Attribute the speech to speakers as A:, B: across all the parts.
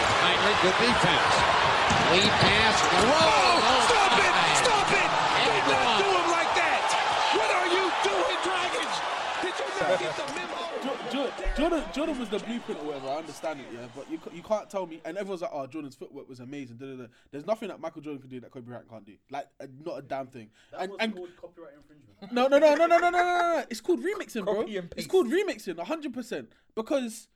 A: good defense. Lead pass. Whoa! Oh,
B: Stop it!
A: my.
B: Stop it! Did not
A: Everyone.
B: do him like that! What are you doing, Dragons? Did you not get the memo?
C: Jo- Jo- Jordan, Jordan was the blueprint or whatever. I understand it, yeah, but you, ca- you can't tell me. And everyone's like, "Oh, Jordan's footwork was amazing." Da, da, da. There's nothing that Michael Jordan can do that Kobe Bryant can't do. Like, uh, not a damn thing. and and
D: copyright infringement.
C: no, no, no, no, no, no, no, no, no. It's called remixing, bro.
D: Copy and
C: It's
D: paste.
C: called remixing, hundred percent. Because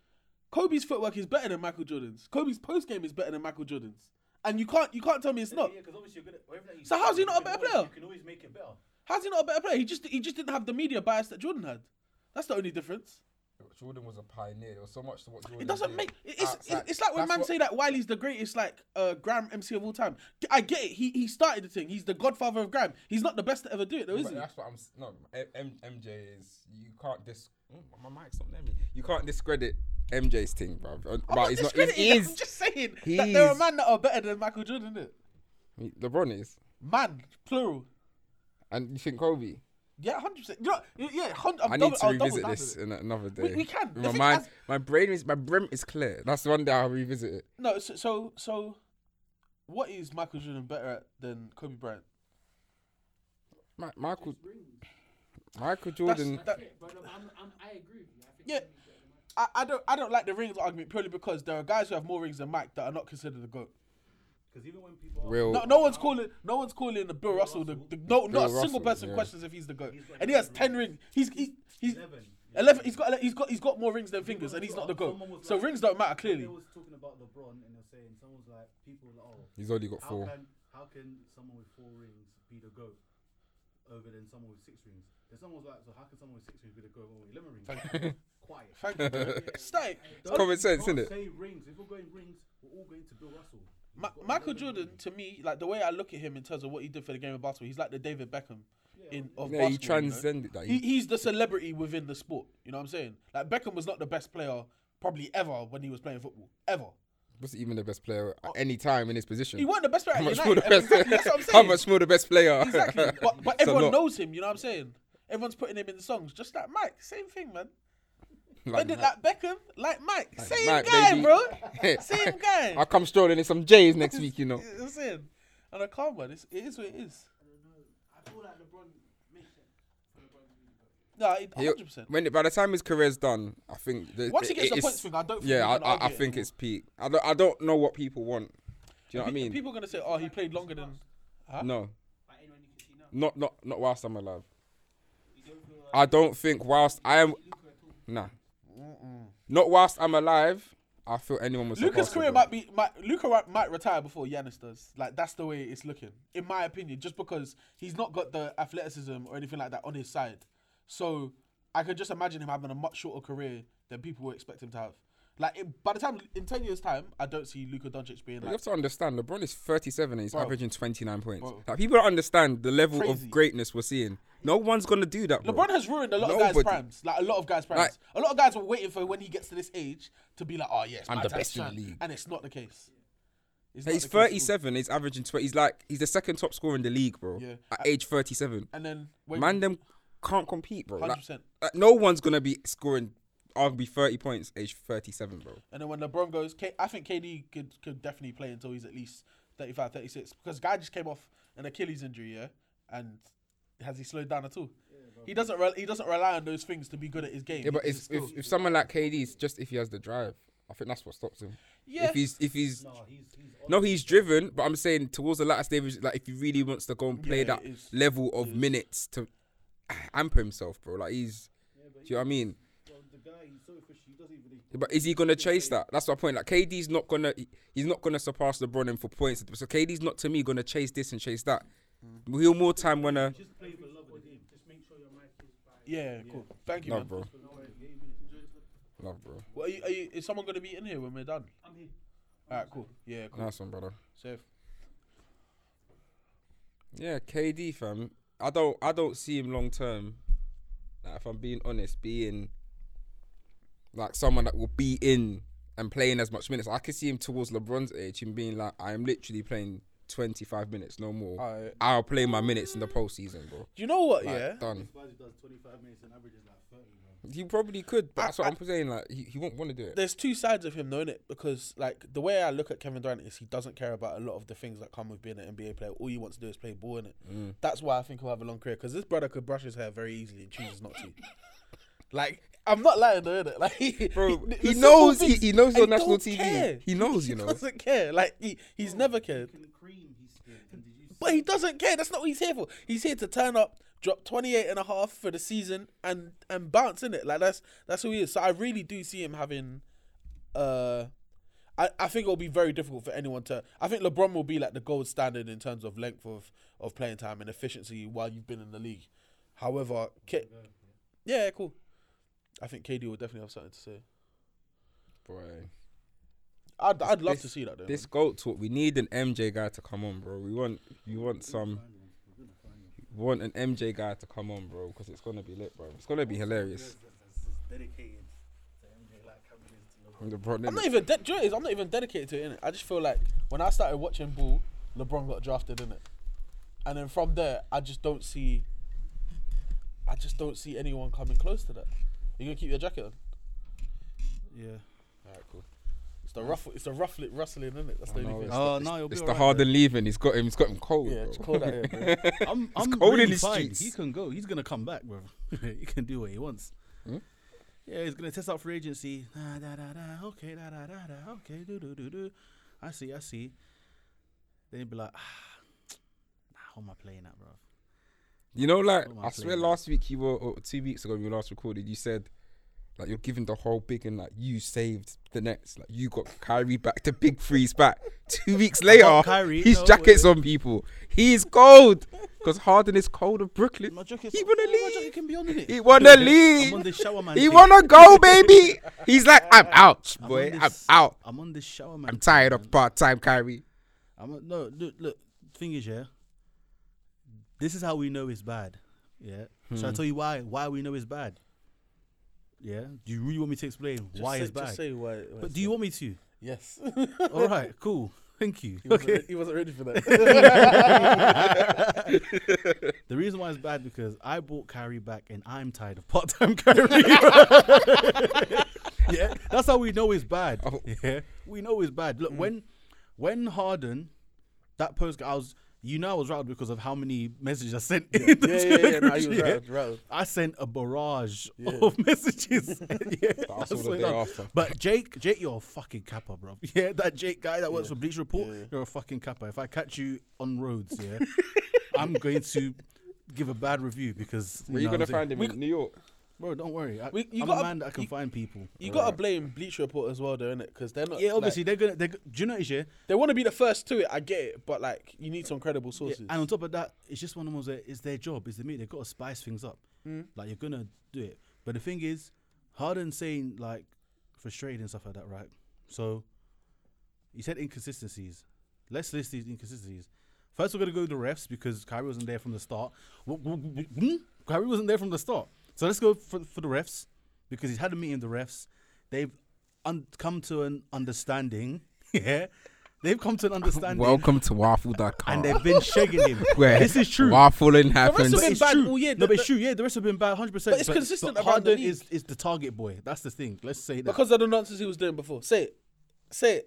C: Kobe's footwork is better than Michael Jordan's. Kobe's post game is better than Michael Jordan's. And you can't, you can't tell me it's not.
D: because obviously you're good at whatever that you
C: So
D: do,
C: how's he
D: you
C: not a
D: can
C: better
D: always-
C: player?
D: You can always make it better.
C: How's he not a better player? He just, he just didn't have the media bias that Jordan had. That's the only difference.
E: Jordan was a pioneer. There was so much to what Jordan
C: It doesn't
E: did
C: make it's
E: outside.
C: it's like when
E: That's
C: man
E: what-
C: say that Wiley's the greatest like uh Graham MC of all time. G- I get it. He he started the thing. He's the godfather of Graham. He's not the best to ever do it though, is
E: But
C: he?
E: that's what I'm. s- No, M- M- MJ is. You can't dis. Mm, My mic's not letting me. You can't discredit MJ's thing, bro. But
C: I'm not
E: he's not.
C: discrediting
E: He
C: him, I'm
E: is.
C: just saying
E: He
C: that there are
E: is.
C: man that are better than Michael Jordan, innit?
E: LeBron is.
C: Man, plural.
E: And you think Kobe?
C: Yeah, hundred percent. You know, yeah, hundred.
E: i
C: I'm
E: need
C: double,
E: to
C: I'll double
E: revisit
C: down
E: this
C: with it.
E: in another day.
C: We- we can. The
E: My
C: thing
E: mind,
C: is-
E: my brain is, my brim is clear. That's one day I'll revisit it.
C: No, so, so so, what is Michael Jordan better at than Kobe Bryant?
E: Ma- Michael, Michael
C: That's,
E: Jordan.
C: that,
D: But I'm, I'm, I agree with you. I think
C: Yeah. I, I don't I don't like the rings argument purely because there are guys who have more rings than Mike that are not considered the goat.
D: Because even when people are
E: Will
C: No, no one's calling. No one's calling the Bill Russell. The, the no, not a
E: Bill
C: single
E: Russell,
C: person
E: yeah.
C: questions if he's the goat.
D: got
C: And he has ten rings. He's he, he's 11.
D: 11,
C: He's got ele- he's got he's got more rings than fingers, and he's not the goat.
D: Someone was
C: So
D: like-
C: rings don't matter
D: They
C: clearly.
D: was talking about LeBron and they're saying someone's like people are like oh
E: he's only got
D: how
E: four.
D: can how can someone with four rings be the goat over than someone with six rings? Then someone's like so how can someone with six rings be the goat over with eleven rings? Quiet.
C: Thank you. Derek. Stay.
D: Don't-
E: common sense,
D: don't
E: innit?
D: Say rings. If we're going rings, we're all going to Bill Russell. He's
C: Ma-
D: got
C: Michael
D: 11
C: Jordan,
D: rings.
C: to me, like the way I look at him in terms of what he did for the game of basketball, he's like the David Beckham in of
E: Yeah, he
C: basketball, you know?
E: transcended that.
C: He,
E: He,
C: he's the celebrity within the sport. You know what I'm saying? Like Beckham was not the best player probably ever when he was playing football ever.
E: wasn't even the best player at any time in his position.
C: Oh. He wasn't the best player.
E: How
C: at
E: much
C: United.
E: more the best?
C: Exactly, that's what I'm
E: How
C: saying.
E: much more the best player?
C: Exactly. But, but
E: It's a
C: everyone
E: lot.
C: knows him, you know what I'm saying? Everyone's putting him in the songs, just like Mike. Same thing, man.
E: Like
C: Like, like,
E: Mike-
C: Beckham, like Mike. Same
E: Mike,
C: guy,
E: baby.
C: bro. Same guy.
E: I'll come strolling in some J's next week, you know.
C: You know what I'm saying? And I can't, man. It's, it is what it is.
D: I feel like LeBron makes it. for LeBron to be the goat.
C: No, it-
E: He'll-
C: 100%.
E: When by the time his career's done, I think the,
C: Once he gets
E: it-
C: the
E: it's-
C: points thing, I don't think
E: Yeah,
C: we can
E: I, I, I
C: argue it
E: think
C: anymore.
E: it's peak. I don't, I don't know what people want. Do you know what I
C: Pe-
E: mean?
C: People are going to say, oh, he played longer than. Huh?
E: no,
D: By anyone you can see now.
E: not not not whilst I'm alive.
D: You don't feel like
E: I don't think whilst I am
D: Luka at all.
E: nah, not whilst I'm alive. I feel anyone was
C: Luca's career might be might, Luca ri- might retire before Giannis does. Like that's the way it's looking, in my opinion. Just because he's not got the athleticism or anything like that on his side, so I could just imagine him having a much shorter career than people would expect him to have. Like it, by the time in ten years' time, I don't see Luca Doncic being
E: You
C: like
E: have to understand, LeBron is 37 and he's
C: Bro.
E: averaging 29 points.
C: Bro.
E: Like people don't understand the level
C: Crazy.
E: of greatness we're seeing. No one's gonna do that. Bro.
C: LeBron has ruined a lot of guys'
E: Nobody.
C: primes. Like a lot of guys' primes.
E: Like-
C: a lot of guys were waiting for when he gets to this age to be like, oh yes,
E: I'm
C: my
E: the
C: time's
E: best in the
C: done."
E: league.
C: and it's not the case. It's not
E: He's
C: the case at all.
E: 37. He's averaging 20. He's like he's the second top scorer in the league, bro.
C: Yeah.
E: At age 37.
C: and then wait,
E: Man, them can't compete, bro. Like,
C: 100%.
E: like, no one's gonna be scoring arguably 30 points age 37, bro.
C: And then when LeBron goes, K- I think KD could could definitely play until he's at least 35, 36. Because guy just came off an Achilles injury, yeah, and has he slowed down at all? he doesn't. Re- he doesn't rely on those things to be good at his game.
E: Yeah, but
C: He
E: if,
C: just
E: if
C: goes-
E: if someone like KD is just if he has the drive, I think that's what stops him.
C: Yeah.
E: If he's if he's
D: No, he's he's oh, on
E: no, he's driven, but I'm saying towards the latter stages, like if he really wants to go and play
C: Yeah,
E: that
C: it is.
E: level of minutes to amp himself, bro. Like he's, do you know what I mean?
D: well, the guy. He's so fishy. He doesn't even. Really
E: But is he gonna chase that? That's my point. Like KD's not gonna, he- he's not gonna surpass LeBron in for points. So KD's not to me gonna chase this and chase that. He'll more time wanna.
D: Just play for the love of the game. Just make sure your mic is by.
C: yeah, cool. Thank you,
E: Love,
C: man.
E: bro.
D: I'm
E: Love, bro.
C: Well, are you, are you, is someone going to be in here when we're done?
D: here.
C: All right, cool. Yeah, cool.
E: Nice one, brother.
C: Safe.
E: Yeah, KD fam. I don't I don't see him long term. Like if I'm being honest, being like someone that will be in and playing as much minutes. I could see him towards LeBron's age, him being like, I am literally playing 25 minutes, no more.
C: Alright.
E: I'll play my minutes in the postseason, bro.
C: Do you know what?
E: Like,
C: yeah.
E: done.
D: Spicy does 25 minutes and averages like 30, bro.
E: He probably could, but
C: I-
E: that's what
C: I-
E: I, am saying. Like he, he won't want to do it.
C: There's two sides of him, though, innit? Because like the way I look at Kevin Durant is he doesn't care about a lot of the things that come with being an NBA player. All he wants to do is play ball, innit?
E: Mm.
C: That's why I think he'll have a long career because this brother could brush his hair very easily and chooses not to. like I'm not lying though, innit? Like
E: Bro,
C: the
E: he
C: simple
E: knows- he-
C: things,
E: he knows
C: and
E: on national
C: don't
E: TV. He knows, you know.
C: He doesn't care. Like he, he's never cared.
D: Can cream his skin. And did you see
C: But he doesn't care. That's not what he's here for. He's here to turn up, drop 28 and a half for the season and and bounce in it. Like that's that's who he is. So I really do see him having uh I, I think it'll be very difficult for anyone to I think LeBron will be like the gold standard in terms of length of, of playing time and efficiency while you've been in the league. However, K- yeah, cool. I think KD will definitely have something to say.
E: Bro,
C: I'd, I'd love
E: this-
C: to see that though.
E: this goat talk. We need an MJ guy to come on, bro. We want we want some we want an MJ guy to come on, bro, because it's gonna be lit, bro. It's gonna be hilarious.
D: That's just dedicated to MJ like Cameron is to LeBron.
E: LeBron,
C: I'm
E: innit?
C: not even de- do you know what it is? I'm not even dedicated to it. Innit? I just feel like when I started watching ball, LeBron got drafted in it, and then from there, I just don't see. I just don't see anyone coming close to that. You gonna keep your jacket on?
D: Yeah.
C: Alright, cool. It's the ruffle. It's the ruffle rustling in it. That's the
E: I know,
C: only thing.
E: it's
D: Oh,
E: the-
D: no, you'll be
E: It's the
D: alright,
E: Harden leaving. He's got him. He's got him cold.
C: Yeah,
E: bro.
C: it's cold out here, bro.
D: I'm, I'm
E: cold in
D: really
E: these
D: fine.
E: streets.
D: He can go. He's gonna come back, bro. he can do what he wants.
E: Hmm?
D: Yeah, he's gonna test out free agency. Da, da, da, da, okay, da, da, da, da, okay, do do do do. I see, I see. Then he'd be like, ah, nah, how am I playing at, bro?
E: You know, like
D: What am I
E: I swear,
D: playing?
E: last week you were or two weeks ago when we last recorded, you said like you're giving the whole big and like you saved the Nets, like you got Kyrie back to big freeze back. two weeks later,
D: got Kyrie,
E: his
D: no,
E: jackets
D: wait.
E: on people. He's cold because Harden is cold of Brooklyn.
D: My jacket,
E: He won a
D: My jacket
E: league.
D: can be on in it.
E: He won a
D: I'm on
E: league.
D: this shower man.
E: He
D: thing.
E: won a go, baby. He's like, I'm out,
D: I'm
E: boy.
D: on
E: I'm,
D: this-
E: out.
D: I'm on this shower man.
E: I'm
D: thing,
E: tired
D: man.
E: of part-time Kyrie.
D: I'm a- no look look thing is yeah. This is how we know it's bad. Yeah. Shall
C: Hmm.
D: I tell you why why we know it's bad? Yeah. Do you really want me to explain
C: Just
D: why
C: say,
D: it's bad?
C: Just say why. why
D: but
C: it's
D: do you
C: bad.
D: want me to?
C: Yes.
D: All right. Cool. Thank you.
C: he, wasn't,
D: Okay.
C: re- he wasn't ready for that.
D: The reason why it's bad because I bought Kyrie back and I'm tired of part-time Kyrie. yeah. That's how we know it's bad.
E: Oh.
D: Yeah. We know it's bad.
C: Mm.
D: Look when when Harden that post I was you know I was rattled because of how many messages I sent.
C: yeah,
D: Yeah,
C: yeah, yeah. Nah, he was rattled, rattled.
D: I sent a barrage of messages. yeah,
E: I saw the
D: swear
E: day
D: down.
E: after.
D: But Jake, Jake, you're a fucking capper, bro. Yeah, that Jake guy that works for Bleach Report, you're a fucking capper. If I catch you on roads, yeah, I'm going to give a bad review because
E: Where
D: you
E: you
D: know
E: gonna
D: what I'm saying?
E: find him in New York?
D: Bro, don't worry. I,
C: We- you
D: I'm
C: gotta-
D: a man that can
C: you-
D: find people.
C: You gotta blame Bleach Report as well, though, innit? Because they're not.
D: Yeah,
C: like-
D: obviously they're gonna. They're, go- do you know what it is, yeah?
C: they want to be the first to it. I get it, but like, you need some credible
D: Yeah,
C: sources.
D: and on top of that, it's just one of those. Where it's their job. It's the media. They've got to spice things up. Like you're gonna do it. But the thing is, Harden saying like frustrated and stuff like that, right? So he said inconsistencies. Let's list these inconsistencies. First, we're gonna go with the refs because Kyrie wasn't there from the start. W- w- w- hmm? Kyrie wasn't there from the start. So let's go for, for the refs because he's had a meeting with the refs. They've un- come to an understanding. Yeah, they've come to an understanding
E: Welcome to waffle.com.
D: and they've been shagging him.
E: where
D: this is true.
E: Waffling
C: rest
E: happens.
C: of
D: But
C: been
D: it's
C: bad
D: true.
C: all year.
D: No,
C: The-
D: but it's true. Yeah, the rest have been bad, hundred percent.
C: But it's consistent
D: But
C: around
D: Harden
C: the league.
D: is is the target boy. That's the thing. Let's say that because,
C: Because of the nonsense he was doing before. Say it. Say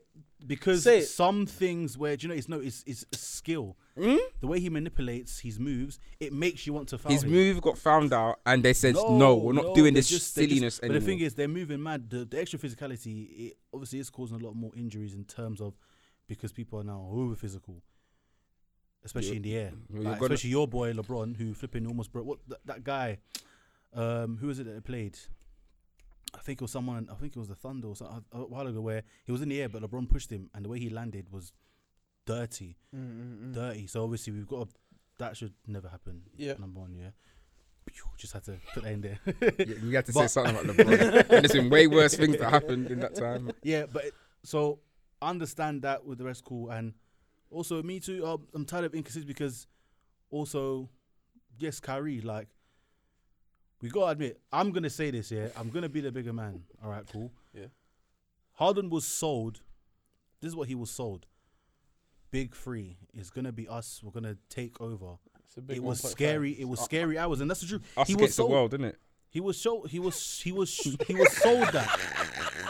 C: it. say it.
D: some things where do you know it's no it's it's a skill.
C: Hmm?
D: The way he manipulates his moves, it makes you want to foul
E: His
D: him.
E: move got found out, and they said, "No, we're not
D: no,
E: doing
D: they're
E: this
D: they're
E: silliness
D: But
E: anymore."
D: the thing is, they're moving mad. The, the extra physicality, it obviously is causing a lot more injuries in terms of because people are now over physical, especially in the air.
E: you're
D: Like,
E: gonna-
D: especially your boy LeBron, who flipping almost broke. What that, that guy? Um, who was it that played? I think it was someone. I think it was the Thunder or something a a while ago, where he was in the air, but LeBron pushed him, and the way he landed was dirty, dirty. So obviously we've got to, that should never happen.
C: Yeah.
D: number one, yeah. Phew, Just had to put that in there.
E: Yeah, we had to say
D: But-
E: something about LeBron. and there's been way worse things that happened in that time.
D: yeah, but it, so I understand that with the rest cool, and also me too. Um, I'm tired of inconsistency because also, yes, Kyrie, like we gotta admit, I'm gonna say this. Yeah, I'm gonna be the bigger man. All right, cool.
C: Yeah.
D: Harden was sold. This is what he was sold. Big three is gonna be us. We're gonna take over.
C: It's a big
D: It was
C: 1.5.
D: scary. It was scary hours, and that's the truth.
E: Uh, Us
D: he was
E: against the
D: sold
E: world, didn't it?
D: He was show. He was. He was. He was sold that.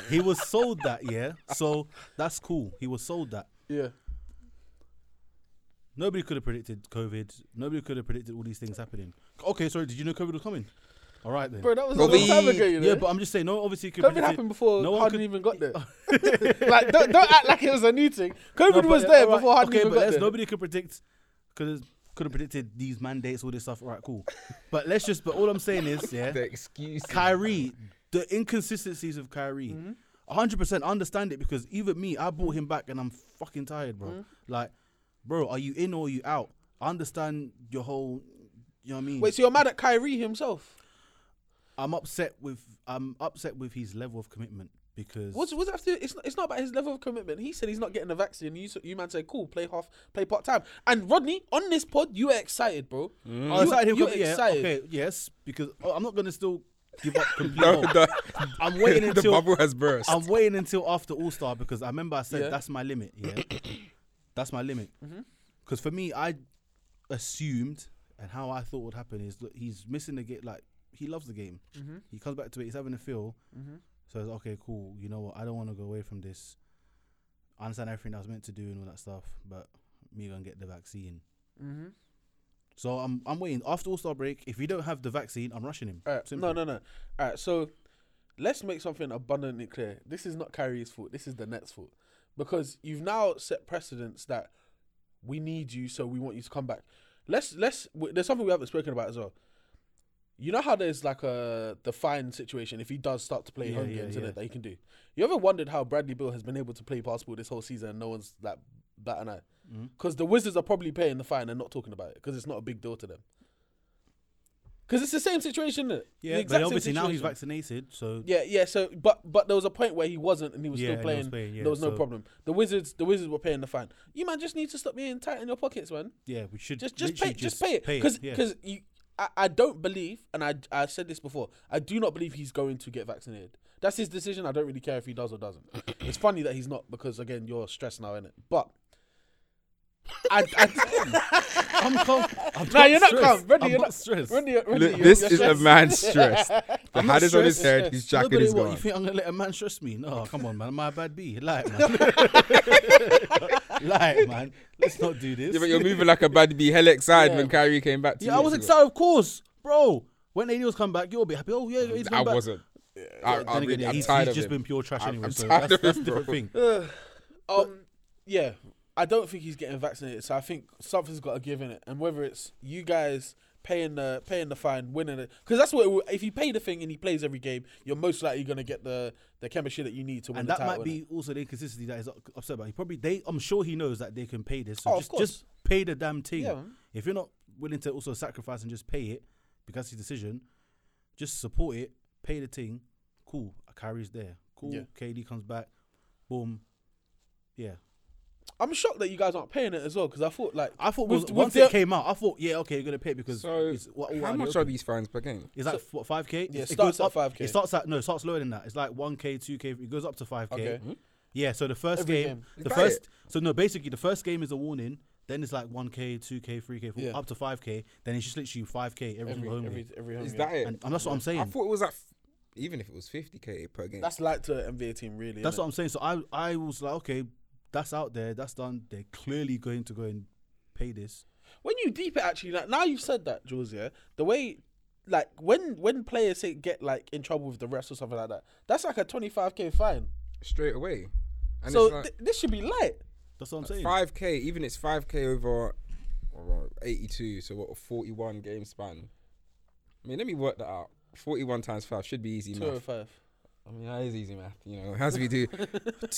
D: He was sold that. Yeah. So that's cool. He was sold that.
C: Yeah.
D: Nobody could have predicted COVID. Nobody could have predicted all these things happening. Okay, sorry. Did you know COVID was coming? All right then.
C: Bro, that was
E: Well,
C: a long
E: the-
C: time ago, you know.
D: yeah, but I'm just saying. No, obviously, you could
C: COVID
D: predict it.
C: happened before
D: No one
C: Harden
D: could-
C: even got there. like, don't, don't act like it was a new thing.
D: No,
C: COVID
D: but-
C: was there
D: alright,
C: before Harden
D: okay,
C: even
D: but
C: got
D: let's-
C: there.
D: nobody could predict because could have predicted these mandates, all this stuff. All right, cool. But let's just. But all I'm saying is, yeah,
E: The excuse.
D: Kyrie,
C: Oh
D: the inconsistencies of Kyrie.
C: Mm-hmm.
D: 100% understand it because even me, I brought him back and I'm fucking tired, bro.
C: Mm-hmm.
D: Like, bro, are you in or are you out? I understand your whole, you know what I mean?
C: Wait, so you're mad at Kyrie himself?
D: I'm upset with I'm upset with his level of commitment because
C: What's what's after? It's not, it's not about his level of commitment. He said he's not getting the vaccine. You s- you man said cool, play half, play part time. And Rodney, on this pod, you were excited, bro.
D: I
C: You-
D: decided Oh, he'll
C: you
D: come- yeah,
C: excited.
D: okay, yes, because oh, I'm not gonna still give up complete.
E: No,
D: hope.
E: the,
D: I'm waiting
E: the
D: until
E: bubble has burst.
D: I'm waiting until after All Star because I remember I said
C: Yeah. Mm-hmm.
D: that's my limit. Yeah, that's my limit. Because for me, I assumed and how I thought would happen is look, he's missing the game. Like he loves the game.
C: Mm-hmm.
D: He comes back to it. He's having a feel. So it's okay, cool. You know what? I don't want to go away from this. I understand everything I was meant to do and all that stuff, but me gonna get the vaccine.
C: Mm-hmm.
D: So I'm I'm waiting after All Star break. If we don't have the vaccine, I'm rushing him.
C: All right,
D: Simple.
C: no, no, no. All right, so let's make something abundantly clear. This is not Kyrie's fault. This is the Nets' fault because you've now set precedents that we need you, so we want you to come back. Let's let's. W- there's something we haven't spoken about as well. You know how there's like a the fine situation if he does start to play
D: Yeah,
C: home
D: yeah,
C: games
D: yeah.
C: innit, that he can do. You ever wondered how Bradley Bill has been able to play basketball this whole season and no one's that bat an eye?
D: Mm-hmm.
C: Because the Wizards are probably paying the fine and not talking about it because it's not a big deal to them. Because it's the same situation. Innit?
D: Yeah,
C: the
D: but
C: exact same
D: obviously now he's
C: situation.
D: vaccinated, so
C: Yeah, yeah. So, but but there was a point where he wasn't, and he was
D: Yeah,
C: still
D: and he
C: playing.
D: was playing, yeah,
C: there was no
D: so-
C: problem. The wizards, the wizards were paying the fine. You man just need to stop being tight in your pockets, man.
D: Yeah, we should
C: Just just pay,
D: literally
C: just, pay it, because
D: yeah.
C: because you, I, I don't believe, and I I said this before. I do not believe he's going to get vaccinated. That's his decision. I don't really care if he does or doesn't. it's funny that he's not because again, you're stressed now, innit? But. I, I,
D: I'm calm. I'm
C: nah, you're not
D: stressed.
C: calm. Ready,
D: I'm
C: you're
D: not,
C: not
D: stressed.
C: Randy, Randy,
E: Look,
C: you're-
E: this
C: you're
E: is
C: stressed.
E: a man stressed. The
D: not
E: hat is on his
D: stressed.
E: head. His
D: No,
E: jacket
D: but
E: is
D: what,
E: gone.
D: You think I'm gonna let a man stress me? No, come on, man. My bad B. Like, man. like, man. Let's not do this.
E: Yeah, but you're moving like a bad B. Hell excited
C: Yeah.
E: when Kyrie came back. two
D: Yeah, I
E: years
D: was
E: ago.
D: excited, of course, bro. When AD was come back, you'll be happy. Oh yeah, he's
E: I
D: come back.
E: wasn't. I,
D: Then
E: I
D: again,
E: really,
D: yeah,
E: I'm
D: he's,
E: tired
D: he's
E: of
D: just
E: him.
D: been pure trash
E: I'm-
D: anyway.
E: I'm
D: so
E: tired
D: that's,
E: of
D: that's a
E: him,
D: different
E: bro.
D: thing.
C: Um, yeah, I don't think he's getting vaccinated, so I think something's got to give in it, and whether it's you guys paying the paying the fine, winning it, because that's what it will, if you pay the thing and he plays every game, you're most likely gonna get the the chemistry that you need to win
D: And
C: the
D: that
C: title.
D: might be also the inconsistency that he's u- upset about. He probably they I'm sure he knows that they can pay this. So
C: Oh, of
D: just, just pay the damn thing.
C: Yeah, man.
D: If you're not willing to also sacrifice and just pay it because it's your decision, just support it, pay the thing, cool. Kyrie's there. Cool.
C: Yeah.
D: KD comes back. Boom. Yeah.
C: I'm shocked that you guys aren't paying it as well, because I thought like
D: I thought
C: with-
D: was-
C: with
D: once
C: their-
D: it came out, I thought, yeah, okay, you're gonna pay it because
E: So,
D: it's what,
E: how much are
D: are
E: these fines per game?
D: is that what five k?
C: Yeah, it starts at 5K.
D: It starts at no, it starts lower than that. It's like one k, two k. It goes up to five k.
C: Okay.
D: Yeah, so the first
C: Every
D: game,
C: game.
D: the
E: Got
D: first,
E: it.
D: so no, basically the first game is a warning. Then it's like one k, two k, three k,
C: Yeah.
D: up to five k. Then it's just literally five k every,
C: every
D: single home
C: every,
D: game.
C: every home
E: Is
C: game.
E: that it?
D: And, and that's what I'm saying.
E: I thought it was like, f- even if it was 50k per game.
C: that's like to an NBA team really.
D: that's
C: innit?
D: what I'm saying. So I, I was like, okay, that's out there, that's done. They're clearly going to go and pay this.
C: when you deep it actually like now you've said that Jules yeah the way like when when players say get like in trouble with the refs or something like that that's like a 25k fine
E: straight away. And
C: so
E: it's like
C: th- this should be light
D: That's what I'm saying.
E: 5k, even it's 5k over well, 82, so what, 41 game span. I mean, let me work that out. 41 times 5 should be easy math.
C: 205
E: I mean, that is easy math. You know, how do we do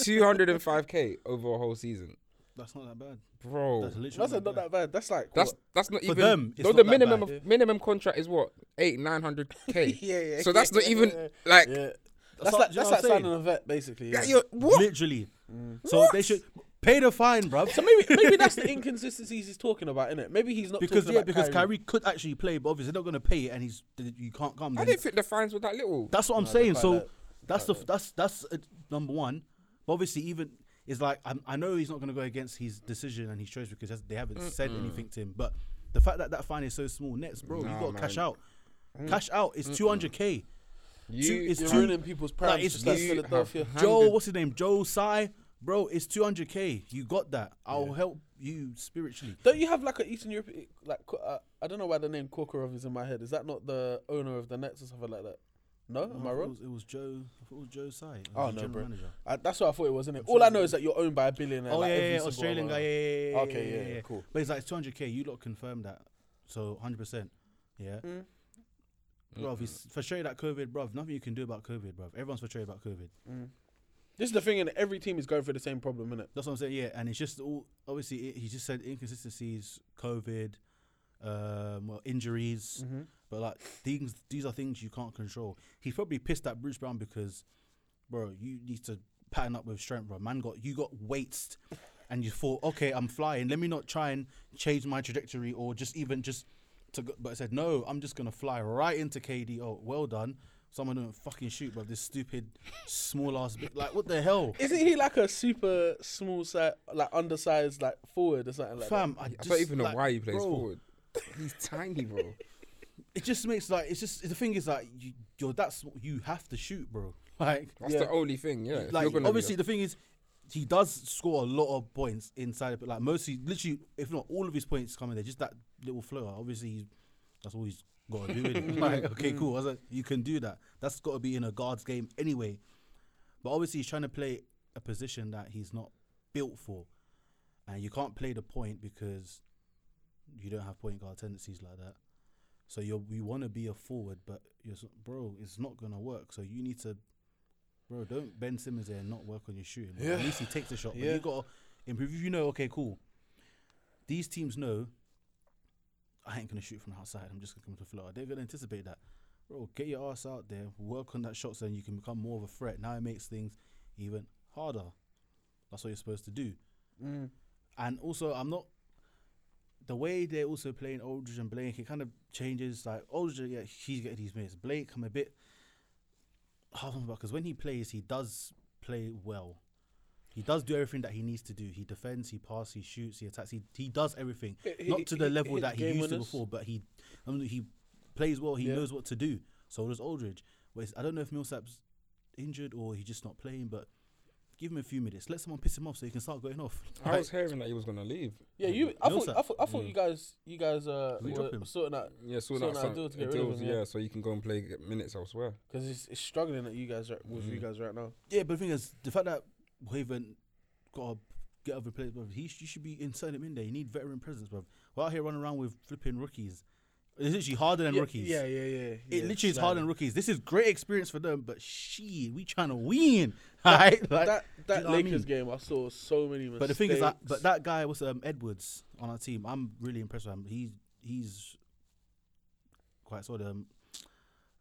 E: 205k over a whole season?
D: That's not that bad.
E: Bro.
D: That's literally
C: that's
D: not
C: not that bad that's like
E: That's
C: what?
E: that's not
D: For
E: even
D: them, it's
E: though
D: not
E: the
D: that
E: minimum
D: bad.
E: of, minimum contract is what eight nine hundred k.
C: Yeah, yeah,
E: So that's
C: yeah,
E: not even
C: yeah,
E: like
C: yeah
D: That's
C: that's
D: what-
C: like that's
D: you know what
C: like
D: I'm
C: signing
D: saying.
C: a vet basically yeah.
E: that you're- what?
D: Literally. So they should pay the fine, bruv.
C: so maybe maybe that's the inconsistencies he's talking about isn't it maybe he's not
D: because
C: talking
D: yeah,
C: about
D: because
C: Kyrie.
D: Kyrie. could actually play, but obviously they're not going to pay it, and he's you can't come.
E: I
D: Then
E: didn't think the fines were that little.
D: that's what I'm saying.
C: quite
D: So
C: low.
D: that's the f- that's that's uh, number one. But obviously, even is like i I know he's not going to go against his decision and his choice because that's- they haven't said anything to him. But the fact that that fine is so small, Nets, bro, you
E: Nah,
D: got to cash
E: man. Mm.
D: out. Cash out is 200k.
E: You-
D: Two, it's
C: You're
D: two-
C: ruining people's primes.
D: it's-
C: just like
D: you
C: Philadelphia.
E: have-
D: Joe,
E: Handed-
D: what's his name? Joe Sai, bro. It's 200k. You got that. I'll help you spiritually.
C: Don't you have like an Eastern European like co- uh, I don't know why the name Korkorov is in my head. Is that not the owner of the Nets or something like that? No, am I
D: thought It
C: wrong?
D: was, it was Joe. I thought it was Joe Sai. who
C: Oh
D: was the
C: no,
D: general
C: bro.
D: manager.
C: I, that's what I thought it was, isn't it? All I know is that you're owned by a billionaire.
D: Oh
C: like,
D: yeah,
C: every
D: yeah,
C: single
D: Australian
C: one.
D: guy. Yeah, yeah, yeah,
C: Okay, yeah, yeah, cool.
D: But it's like it's 200k. You lot confirmed that, so 100. percent Yeah. Bro, it's frustrated at COVID, bro. Nothing you can do about COVID, bro. Everyone's frustrated about COVID.
C: This is the thing, and every team is going through the same problem, innit?
D: That's what I'm saying. Yeah, and it's just all obviously it, he just said inconsistencies, COVID, um, well, injuries, but like things. These are things you can't control. He's probably pissed at Bruce Brown because, bro, you need to pattern up with strength, bro. Man, got you got weights, and you thought, okay, I'm flying. Let me not try and change my trajectory or just even just to. Go, but I said no, I'm just gonna fly right into KD. Oh, well done. Someone didn't fucking shoot, bro. This stupid small ass bit. Like, what the hell?
C: Isn't he like a super small size, like undersized, like forward or something like
D: Fam, I,
E: I
D: just,
E: don't even know
D: like,
E: why he plays
D: bro,
E: forward. He's tiny, bro.
D: It just makes like it's just the thing is like you, you're that's you have to shoot, bro. Like,
E: That's
C: Yeah.
E: the only thing. Yeah. If you're
D: like
E: gonna be
D: obviously
E: a-
D: the thing is he does score a lot of points inside, but like mostly, literally, if not all of his points come in there, just that little floater. Obviously, he's, that's all he's got to do. innit? like, okay,
E: Mm.
D: cool. I was like, you can do that. That's got to be in a guard's game anyway. But obviously, he's trying to play a position that he's not built for, and you can't play the point because you don't have point guard tendencies like that. So you you want to be a forward, but you're s- bro, it's not gonna work. So you need to, bro, don't Ben Simmons there and not work on your shooting. bro. At least he takes a shot. But
C: Yeah.
D: you gotta improve. If you know, okay, cool. These teams know. I ain't gonna shoot from the outside. I'm just gonna come to the floor. They're gonna anticipate that. Bro, get your ass out there, work on that shot so you can become more of a threat. Now it makes things even harder. That's what you're supposed to do.
C: Mm.
D: And also, I'm not the way they're also playing Aldridge and Blake. It kind of changes. Like Aldridge, yeah, he's getting these minutes. Blake, I'm a bit half on because when he plays, he does play well. He does do everything that he needs to do. He defends, he passes, he shoots, he attacks. He, he does everything.
C: he-
D: Not to the
C: he-
D: level
C: he-
D: that he
C: game
D: used to
C: winners.
E: before.
D: before, but he I mean, he plays well. He
C: Yeah.
D: knows what to do. So does Aldridge. Whereas I don't know if Millsap's injured or he's just not playing, but give him a few minutes. Let someone piss him off so he can start going off.
E: I was hearing that he was gonna leave.
C: Yeah, you. I thought,
D: Millsap.
C: I thought, I thought you guys, you guys, uh,
D: We Mm. drop
C: were
D: him.
C: sorting out
E: Yeah, so
C: Sorting
E: that's
C: out a
E: some,
C: deal to get rid of
E: deals,
C: him,
E: yeah.
C: yeah.
E: so you can go and play get minutes elsewhere.
C: because it's, it's struggling at you guys right, with
D: Mm.
C: you guys right now.
D: Yeah, but the thing is, the fact that Haven got to get other players, bruv, he sh- you should be inserting him in there. You need veteran presence, bro. We're out here running around with flipping rookies. It's literally harder than
C: yeah,
D: rookies.
C: Yeah, yeah, yeah.
D: It
C: yeah,
D: literally is
C: slightly.
D: harder than rookies. This is great experience for them, but she, we trying to win, right? Like,
C: that
D: do you
C: that
D: know what I
C: Lakers
D: mean?
C: game, I saw so many mistakes.
D: But the thing is that, but that guy was um, Edwards on our team. I'm really impressed with him. He he's quite sort of um,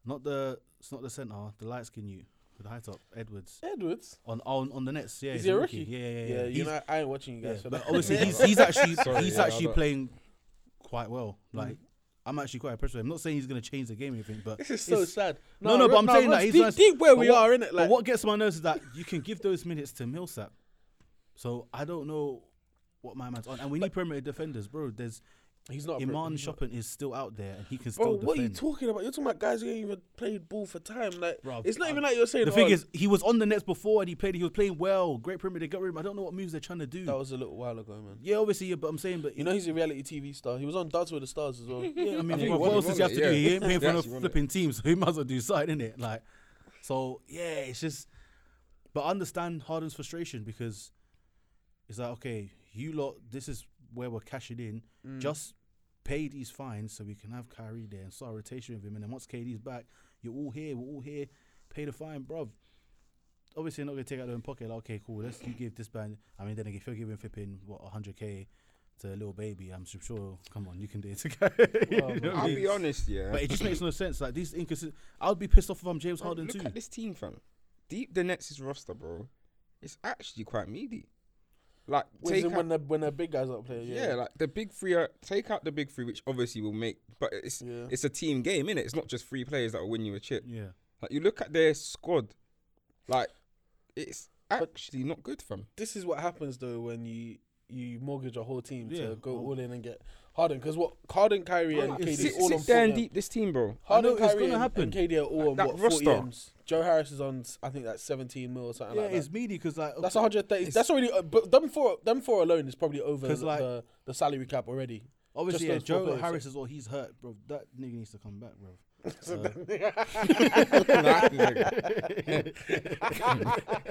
D: not the it's not the center, the light skin you with the high top Edwards
C: Edwards,
D: on on on the Nets. Yeah,
C: is
D: he's
C: he a rookie?
D: Yeah, yeah, yeah.
C: yeah you
D: He's-
C: know, I ain't watching you
D: yeah,
C: guys. for
D: but
C: that.
D: obviously
E: Yeah.
D: he's he's actually
E: Sorry,
D: he's
E: yeah, I
D: actually
E: don't-
D: playing quite well. Like I'm actually quite impressed with him. I'm not saying he's gonna change the game or anything, but
C: This is so
D: it's-
C: sad.
D: No, no, but I'm saying that
C: Rod's
D: he's
C: deep,
D: nice.
C: deep where
D: But
C: we
D: what-
C: are in it. Like
D: but what gets my nerves is that you can give those minutes to Millsap. So I don't know what my man's on, and we need perimeter defenders, bro. There's
C: he's not. a pro-
D: Iman
C: he's not-
D: Shopping is still out there, and he can
C: Oh, Bro,
D: still
C: what are you
D: defend.
C: talking about? You're talking about guys who ain't even played ball for time. Like
D: Bro,
C: it's not
D: I-
C: even like you're saying.
D: the thing
C: oh,
D: is, he was on the Nets before, and he played. He was playing well, great perimeter. They got rid of him. I don't know what moves they're trying to do.
C: that was a little while ago, man.
D: yeah, obviously, yeah, but I'm saying, but
C: You know he's a reality TV star. He was on Dance with the Stars as well.
D: Yeah, I mean,
E: think he
D: what
E: won it,
D: else does he have
E: wasn't
D: to
E: it?
D: do?
E: Yeah.
D: He ain't playing
E: He
D: for no
E: actually won it.
D: flipping team, so he might as well do something, innit? Like, so yeah, it's just. But I understand Harden's frustration because it's like, okay, you lot, this is where we're cashing in. Just pay these fines so we can have Kyrie there and start a rotation with him. And then once KD's back, you're all here, we're all here. Pay the fine, bruv. Obviously, they're not gonna take out their own pocket. Like, okay, cool. Let's you give this band. I mean, then again, if you're giving flipping what 100k to a little baby, I'm su- sure. Come on, you can do it. you know what I
E: I'll
D: mean?
E: be honest, yeah.
D: But it just makes no sense. Like these inconsistent. I'd be pissed off if I'm James
E: Bro,
D: Harden
E: look
D: too.
E: at this team, fam. Deep the Nets' roster, bro. It's actually quite meaty. Like
C: Which is
E: take out,
C: when the when the big guys aren't playing.
E: yeah. like the big three. Are, take out the big three, which obviously will make. But it's
C: Yeah.
E: it's a team game, innit? It's not just three players that will win you a chip.
D: Yeah.
E: Like you look at their squad, like it's actually not good, fam.
C: this is what happens though when you you mortgage your whole team
D: Yeah,
C: to go
D: well-
C: all in and get Harden because what Harden, Kyrie, and
E: Sit,
C: KD
E: sit
C: all on four
E: down
C: M.
E: deep this team, bro.
C: Harden,
D: I know it's
C: Kyrie,
D: gonna
C: and-
D: happen.
C: and KD are all on
E: That
C: what
E: roster.
C: forty M's. Joe Harris is on, I think that's seventeen mil or something
D: Yeah,
C: like that.
D: it's meaty because like
C: That's 130. That's already. Uh, but them four, them four alone is probably over
D: 'Cause,
C: the,
D: like-
C: the, the salary cap already.
D: obviously yeah,
C: Just those four
D: Joe
C: players,
D: Harris is all he's hurt, bro. That nigga needs to come back, bro.
E: Nigga.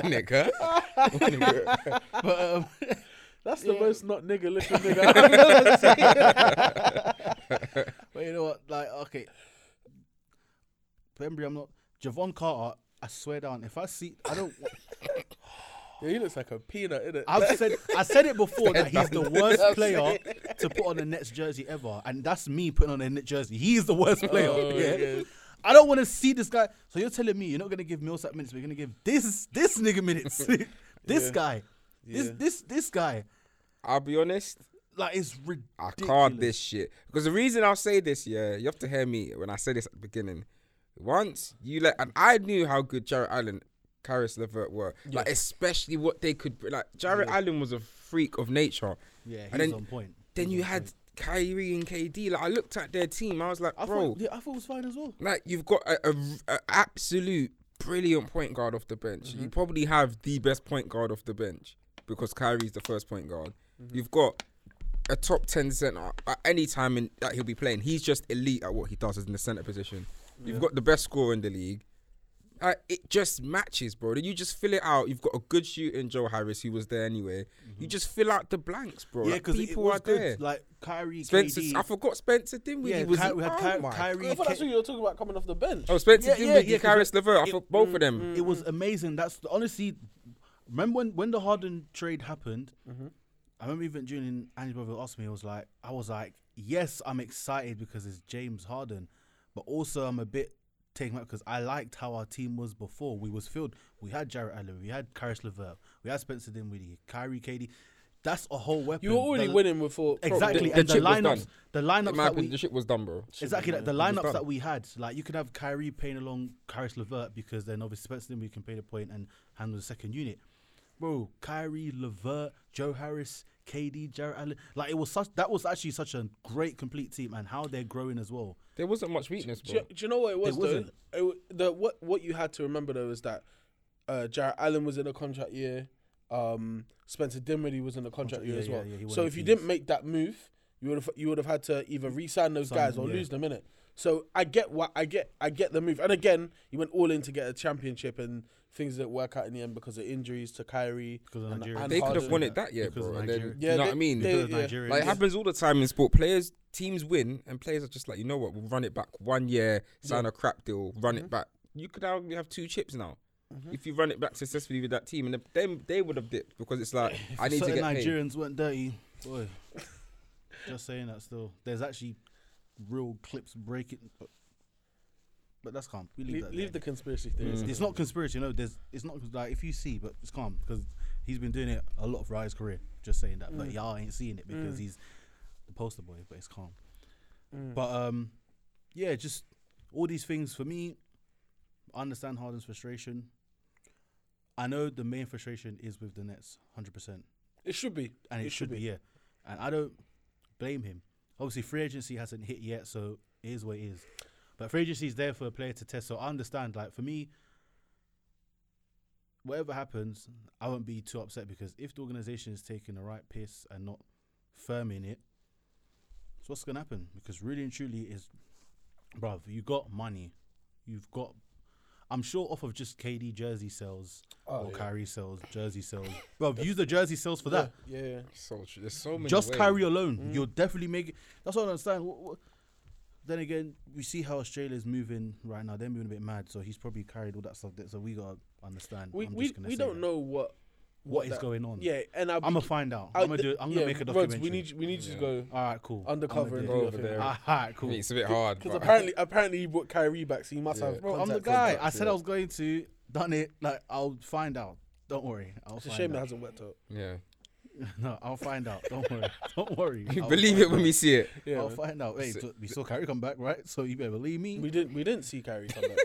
E: Nigga.
D: But um,
C: That's the most not nigga looking nigga I've ever
D: But you know what? Like, okay. Pembry, I'm not. Javon Carter, I swear down. If I see, I don't.
C: seen. he looks like a peanut, innit?
D: I've said, I said it before that he's the worst
C: I'm
D: player to put on a Nets jersey ever, and that's me putting on a Nets jersey. He is the worst player. yeah. I don't want to see this guy. So you're telling me you're not gonna give Millsap minutes, but you're gonna give this this nigga minutes, this guy, this
C: Yeah.
D: this this guy.
E: I'll be honest.
D: Like it's
E: I
D: ridiculous.
E: called this shit because the reason I'll say this, yeah, you have to hear me when I say this at the beginning. Once you let, and I knew how good Jared Allen, Karis Levert were, like especially what they could, br- like Jared Allen was a freak of nature.
D: Yeah,
E: And
D: he's
E: then-
D: on point.
E: Then
D: He's
E: you
D: on
E: had
D: point.
E: Kyrie and KD. Like I looked at their team, I was like,
D: I
E: bro,
D: thought, yeah, I thought it was fine as well.
E: like you've got a, a- a absolute brilliant point guard off the bench.
D: Mm-hmm.
E: You probably have the best point guard off the bench because Kyrie's the first point guard.
D: Mm-hmm.
E: You've got a top ten center at any time in, that he'll be playing. He's just elite at what he does is in the center position. You've got the best scorer in the league. Uh, it just matches, bro. You just fill it out. You've got a good shooting Joe Harris, who was there anyway. You just fill out the blanks, bro.
D: Mm-hmm. Yeah,
E: Like,
D: because
E: people
D: it was
E: are
D: good.
E: there.
D: Like Kyrie,
E: Spencer,
D: KD.
E: I forgot Spencer Dinwiddie
D: yeah,
E: was.
D: Ky- we had
E: oh
D: Ky-
E: my
D: Kyrie.
C: I thought that's
D: K-
C: what you were talking about coming off the bench.
E: Oh, Spencer
D: Yeah, yeah,
E: Dinwiddie,
D: yeah, 'cause
E: Karis Levert. I
D: it- mm,
E: thought both of them.
D: it was amazing. That's the, honestly. Remember when when the Harden trade happened?
E: Mm-hmm.
D: I remember even Julian Andy brother asked me. I was like, I was like, yes, I'm excited because it's James Harden, but also I'm a bit taken back because I liked how our team was before. We was filled. We had Jarrett Allen. We had Karis Levert. We had Spencer Dinwiddie, Kyrie, KD. That's a whole weapon.
C: you were already
D: The-
C: winning before.
D: Exactly,
E: The-
D: and
E: the
D: the
E: chip was
D: lineups,
E: done.
D: the lineups
E: In my
D: that
E: opinion,
D: we
E: the shit was done, bro. Mm.
D: Exactly, like the
E: was
D: lineups
E: done.
D: that we had, like you could have Kyrie paying along Karis Levert because then obviously Spencer we can pay the point and handle the second unit. Bro, Kyrie, Levert, Joe Harris, KD, Jared Allen, like it was such that was actually such a great complete team and how they're growing as well.
E: There wasn't much weakness,
C: Do you,
E: bro.
C: do you know what it was? though?
D: wasn't.
C: It w- the what what you had to remember though is that uh, Jarrett Allen was in a contract year. Um, Spencer Dinwiddie was in a contract
D: Contract-
C: year
D: yeah,
C: as well.
D: yeah, yeah, he
C: so
D: wanted
C: if you
D: fees.
C: didn't make that move, you would have you would have had to either re-sign those
D: Sign
C: guys
D: them,
C: or
D: yeah.
C: lose them in it. So I get what I get. I get the move. And again, you went all in to get a championship, and things didn't work out in the end because of injuries to Kyrie.
D: of
C: and-
D: Nigeria.
C: and
E: They could have
C: Harden.
E: won it that year,
D: Because
E: bro.
D: of
E: And then,
D: Nigeria.
E: you know what I mean?
C: they-
D: Because of
C: yeah.
D: Nigeria.
E: like it happens all the time in sport. Players, teams win, and players are just like, you know what? We'll run it back one year, sign a crap deal, run
D: Mm-hmm.
E: it back. You could now have two chips now. If you run it back successfully with that team, and if them they would have dipped because it's like I need to
D: Certain
E: get paid.
D: Nigerians weren't dirty. Boy. Just saying that still. There's actually real clips breaking but, but that's calm. We leave,
C: Leave,
D: that there. Mm.
C: leave the conspiracy theories.
D: It's not conspiracy, no. There's, it's not like if you see, but it's calm because he's been doing it a lot throughout his career. Just saying that, but y'all ain't seeing it because he's the poster boy. But it's calm. But um, yeah, just all these things for me. I understand Harden's frustration. I know the main frustration is with the Nets, hundred percent,
C: It should be,
D: and it, should be. yeah. And I don't blame him. Obviously, free agency hasn't hit yet, so it is what it is. But free agency is there for a player to test. So I understand. Like for me, whatever happens, I won't be too upset because if the organization is taking the right piss and not firm in it, so what's gonna happen? Because really and truly is, bruv, you got money, you've got. I'm sure off of just KD jersey sales or Kyrie sales, jersey sales, bruv, use the jersey sales for that.
C: Oh, Yeah, yeah.
E: So true. There's so many.
D: Just
E: ways.
D: Kyrie alone,
C: Mm.
D: you'll definitely make it. That's what I understand. What, what- Then again, we see how Australia's moving right now. They're moving a bit mad, so he's probably carried all that stuff. That, so we gotta understand.
C: We
D: I'm
C: we,
D: just gonna
C: we
D: say
C: don't
D: that.
C: know what
D: what is
C: that-
D: going on.
C: Yeah, and I'll be-
D: I'm gonna find out.
C: I'll
D: I'm gonna
C: d-
D: do. I'm
C: yeah,
D: gonna make a
C: Rhodes,
D: documentary.
C: we need we need you to go
D: All right, cool.
C: undercover and do
D: I'm gonna
E: Go over
C: your thing.
E: there.
D: All right, cool.
E: I mean, it's a bit hard.
C: Because
E: but-
C: apparently, apparently he bought Kyrie back, so he must have.
D: Bro, I'm the
C: contacts.
D: guy.
E: contact,
D: I said
E: yeah.
D: I was going to. Done it. Like I'll find out. Don't worry. I'll
C: It's a
D: find
C: shame
D: out.
C: that hasn't worked out.
E: yeah.
D: no, I'll find out. Don't worry. Don't worry. I'll
E: Believe it
D: find
E: when we see it.
D: out. I'll find out. Hey, so we saw Kyrie come back, right? So you better believe me.
F: We didn't. We didn't see Kyrie come back.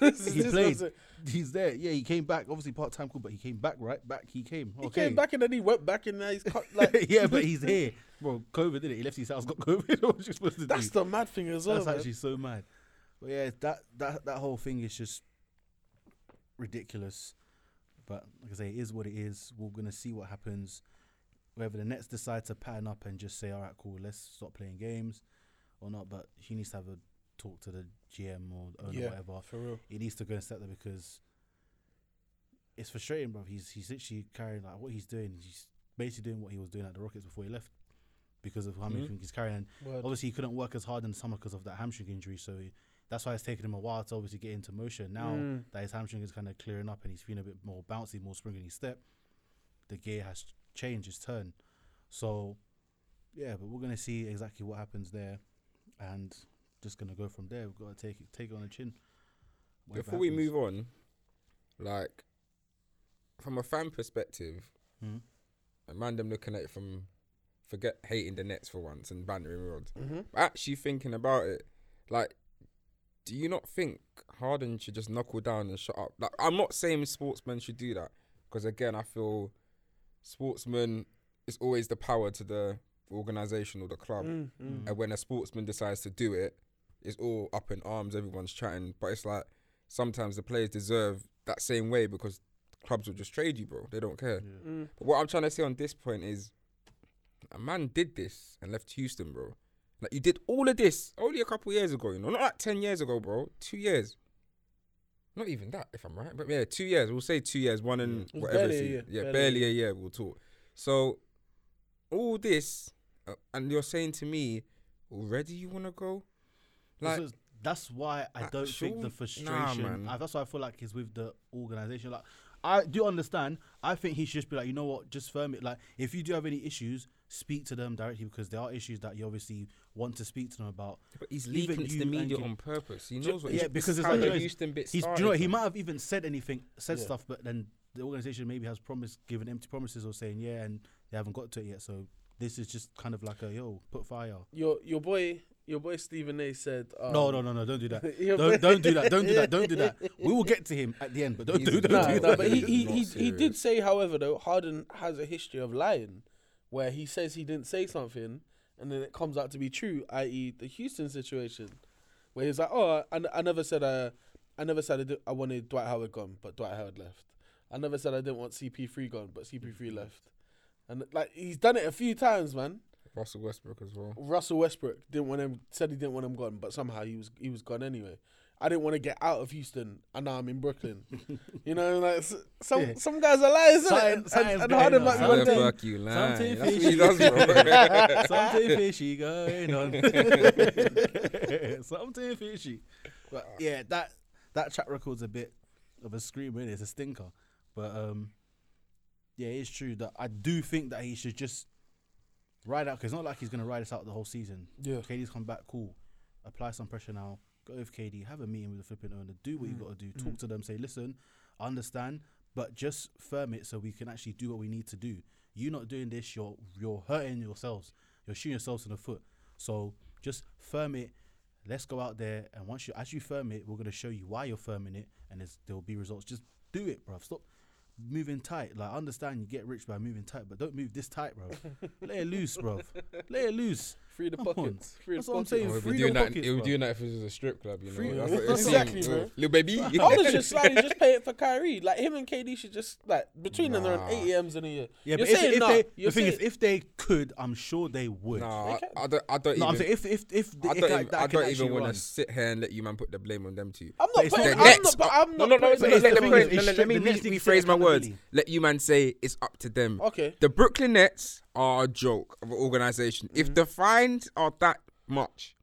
F: This is-
D: he
F: this
D: played.
F: doesn't-
D: He's there. Yeah, he came back. Obviously part time, cool, but he came back, right? Back he came.
F: He
D: Okay.
F: came back and then he went back and now he's cut, like.
D: yeah, but he's here, bro. COVID did it. He left his house, got COVID. what was you supposed to
F: That's
D: do?
F: the mad thing as well.
D: That's
F: man.
D: actually so mad. But yeah, that that that whole thing is just ridiculous. But like I say, it is what it is. We're gonna see what happens. Whether the Nets decide to pattern up and just say, "All right, cool, let's stop playing games," or not. But he needs to have a talk to the GM or the owner,
F: Yeah,
D: whatever.
F: for real.
D: He needs to go and step there because it's frustrating, bro. He's he's literally carrying like what he's doing. He's basically doing what he was doing at the Rockets before he left because of how many things he's carrying. And
F: Word.
D: obviously, he couldn't work as hard in the summer because of that hamstring injury. So he, that's why it's taken him a while to obviously get into motion. Now
C: Mm.
D: that his hamstring is kind of clearing up and he's feeling a bit more bouncy, more spring in his step, the gear has changed his turn. So yeah, but we're gonna see exactly what happens there, and just gonna go from there. We've got to take it, take it on the chin. Whatever
E: Before we
D: happens.
E: move on, like from a fan perspective,
D: Hmm.
E: and random looking at it from forget hating the Nets for once and bantering rods.
C: Mm-hmm.
E: Actually thinking about it, like, do you not think Harden should just knuckle down and shut up? Like, I'm not saying sportsmen should do that because again, I feel sportsmen is always the power to the organization or the club,
C: Mm,
E: and when a sportsman decides to do it, it's all up in arms. Everyone's chatting, but it's like sometimes the players deserve that same way because clubs will just trade you, bro. They don't care.
D: Mm.
C: mm.
E: But what I'm trying to say on this point is, a man did this and left Houston, bro. Like you did all of this only a couple years ago, you know, not like ten years ago, bro. Two years. Not even that, if I'm right. But yeah, two years. We'll say two years, one
D: Mm.
E: and
F: was
E: whatever.
F: barely a
E: se-
F: year,
E: Yeah,
F: barely a
E: barely, a year. We'll talk. So all this, uh, and you're saying to me, already you want to go? Like,
D: So that's why I
E: Like,
D: don't think the
E: surely- nah,
D: frustration.
E: man.
D: I, that's why I feel like he's with the organization. Like I do understand. I think he should just be like, you know what, just firm it. Like if you do have any issues, speak to them directly because there are issues that you obviously want to speak to them about.
E: but he's
D: Even
E: leaking it to
D: you
E: the
D: and
E: media
D: you-
E: on purpose. He knows what.
D: yeah,
E: he's,
D: because it's
E: how
D: like you
E: the
D: know,
E: Houston bit
D: he's, do you
E: started
D: know what, he
E: from.
D: might have even said anything, said
F: Yeah.
D: stuff, but then the organization maybe has promised, given empty promises, or saying yeah, and they haven't got to it yet. So this is just kind of like a yo, put fire.
C: Your your boy your boy Stephen A said um,
D: No, no, no, no! Don't do that.
C: Yeah,
D: don't,
C: but-
D: don't do that. Don't do that. Don't do that. We will get to him at the end, but don't
E: He's
D: do, don't
E: not-
C: No,
D: do
E: Dude,
C: no,
D: that.
C: but he he,
E: not
C: he, he did
E: serious.
C: say, however, though Harden has a history of lying, where he says he didn't say something, and then it comes out to be true, i.e., the Houston situation, where he's like, "Oh, I, I never said I, I never said I, did, I wanted Dwight Howard gone, but Dwight Howard left. I never said I didn't want CP3 gone, but CP3 left." And like he's done it a few times, man.
E: Russell Westbrook as well.
C: Russell Westbrook didn't want him. Said he didn't want him gone, but somehow he was he was gone anyway. I didn't want to get out of Houston, and now I'm in Brooklyn. you know, like s- some
D: Yeah.
C: some guys are liars, isn't
D: Something-
C: it?
D: something's
C: And, and
D: going
C: Harden
D: on.
C: might be
D: Something-
C: one
E: How the
C: day.
E: fuck you
D: Something
E: lying? That's what he
D: fishy.
E: does, bro.
D: Something fishy going on. Something fishy. But yeah, that that track record's a bit of a screamer. innit? It's a stinker. But um, yeah, it's true that I do think that he should just ride out because it's not like he's gonna ride us out the whole season.
F: Yeah.
D: KD's come back, cool. Apply some pressure now. Go with KD. Have a meeting with the flipping owner. Do what you got to do. Talk to them. Say, listen, I understand, but just firm it so we can actually do what we need to do. You not doing this, you're you're hurting yourselves. You're shooting yourselves in the foot. So just firm it. Let's go out there, and once you as you firm it, we're gonna show you why you're firming it, and there's, there'll be results. Just do it, bruv. Stop moving tight. Like, I understand you get rich by moving tight, but don't move this tight, bro. Lay it loose, bro. Lay it loose.
C: Free the
D: Come on.
C: pockets. Free the
D: That's what I'm
C: pockets.
D: saying.
E: Well, He'll be
D: Free the
E: doing that.
D: pockets,
E: He'll be
D: bruh.
E: doing that if it was a strip club, you know.
F: Free-
E: That's what it
F: Exactly,
E: seems.
F: bro.
E: Little baby.
C: Harden should slightly just pay it for Kyrie. Like him and KD should just like between them they're on
E: Nah.
C: eight EMs in a year.
D: Yeah,
C: You're
D: but if,
C: saying
D: if
C: nah.
D: they,
C: You're
D: the thing is,
C: saying-
D: if they could, I'm sure they would.
E: Nah,
C: They
E: I-
C: can-
E: I don't. I don't
D: No, I'm
E: even.
D: saying if if if the,
E: I
D: if
E: don't
D: like
E: even,
D: that
E: I
D: can
E: don't even
D: actually
E: want
D: run.
E: to sit here and let you man put the blame on them two.
C: I'm
D: but
C: not
D: it's
C: putting.
D: not-
C: I'm not.
E: Let's-
C: But
E: no,
C: I'm not.
E: no, no,
C: putting
E: no,
C: it-
D: it's
E: let
D: the
E: the
D: thing
E: phrase-
D: is,
E: no,
D: it's
E: let- Let me
D: the Nets need to be
E: rephrase my words.
D: accountability.
E: Let you man say it's up to them.
C: Okay.
E: The Brooklyn Nets are a joke of an organization.
C: Mm-hmm.
E: If the fines are that much,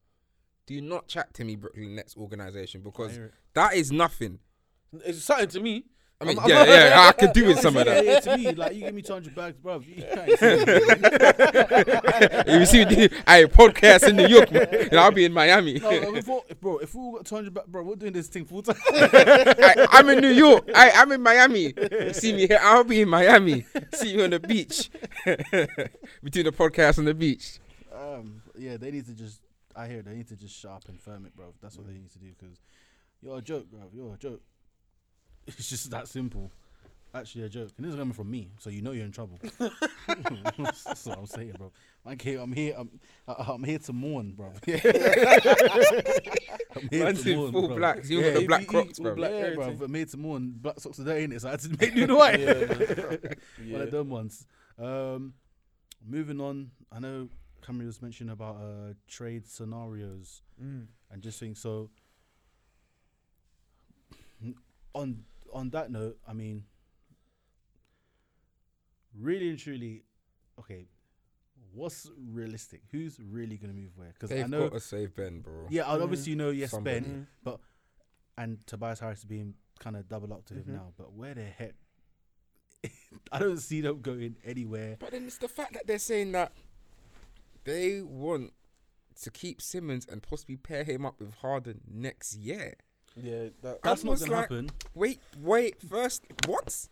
E: do not chat to me, Brooklyn Nets organization, because that is nothing.
C: It's something to me.
E: I mean, yeah, yeah, I could do with some of
D: Yeah,
E: that.
D: yeah, to me, like you give me two hundred bags, bro. You can't
E: you see, I podcast in New York, man, and I'll be in Miami.
D: no, if we all- bro, if we all got two hundred bags, bro, we're doing this thing full time.
E: I, I'm in New York. I, I'm in Miami. You see me here? I'll be in Miami. See you on the beach. we do the podcast on the beach.
D: um, yeah, they need to just. I hear they need to just sharpen, firm it, bro. That's what they need to do because you're a joke, bro. You're a joke. It's just that simple. Actually, a joke, and this is coming from me, so you know you're in trouble. That's what I'm saying, bro. Like, here- I'm here. I'm, I- I'm here to mourn, bro. I'm here
E: Man's in full
D: bro.
E: blacks. You
D: Yeah,
E: got the black
C: he-
E: crocs,
C: all
E: bro.
C: black.
D: yeah, bro.
C: everything.
D: But made some more and black socks today, innit? So I had to make new white. One of them ones. Um, moving on, I know Camry was mentioning about uh, trade scenarios
C: Mm.
D: and just things. So on on that note, I mean, really and truly, okay, what's realistic? Who's really gonna move where? Because I
E: They've
D: know
E: got to save Ben, bro.
D: yeah, I'd obviously know yes
E: Somebody.
D: Ben, but and Tobias Harris being kind of double up to him now. But where the heck? I don't see them going anywhere.
E: But then it's the fact that they're saying that they want to keep Simmons and possibly pair him up with Harden next year.
C: Yeah, that,
E: I
D: That's not
E: was
D: gonna
E: like,
D: happen.
E: Wait, wait. First, what?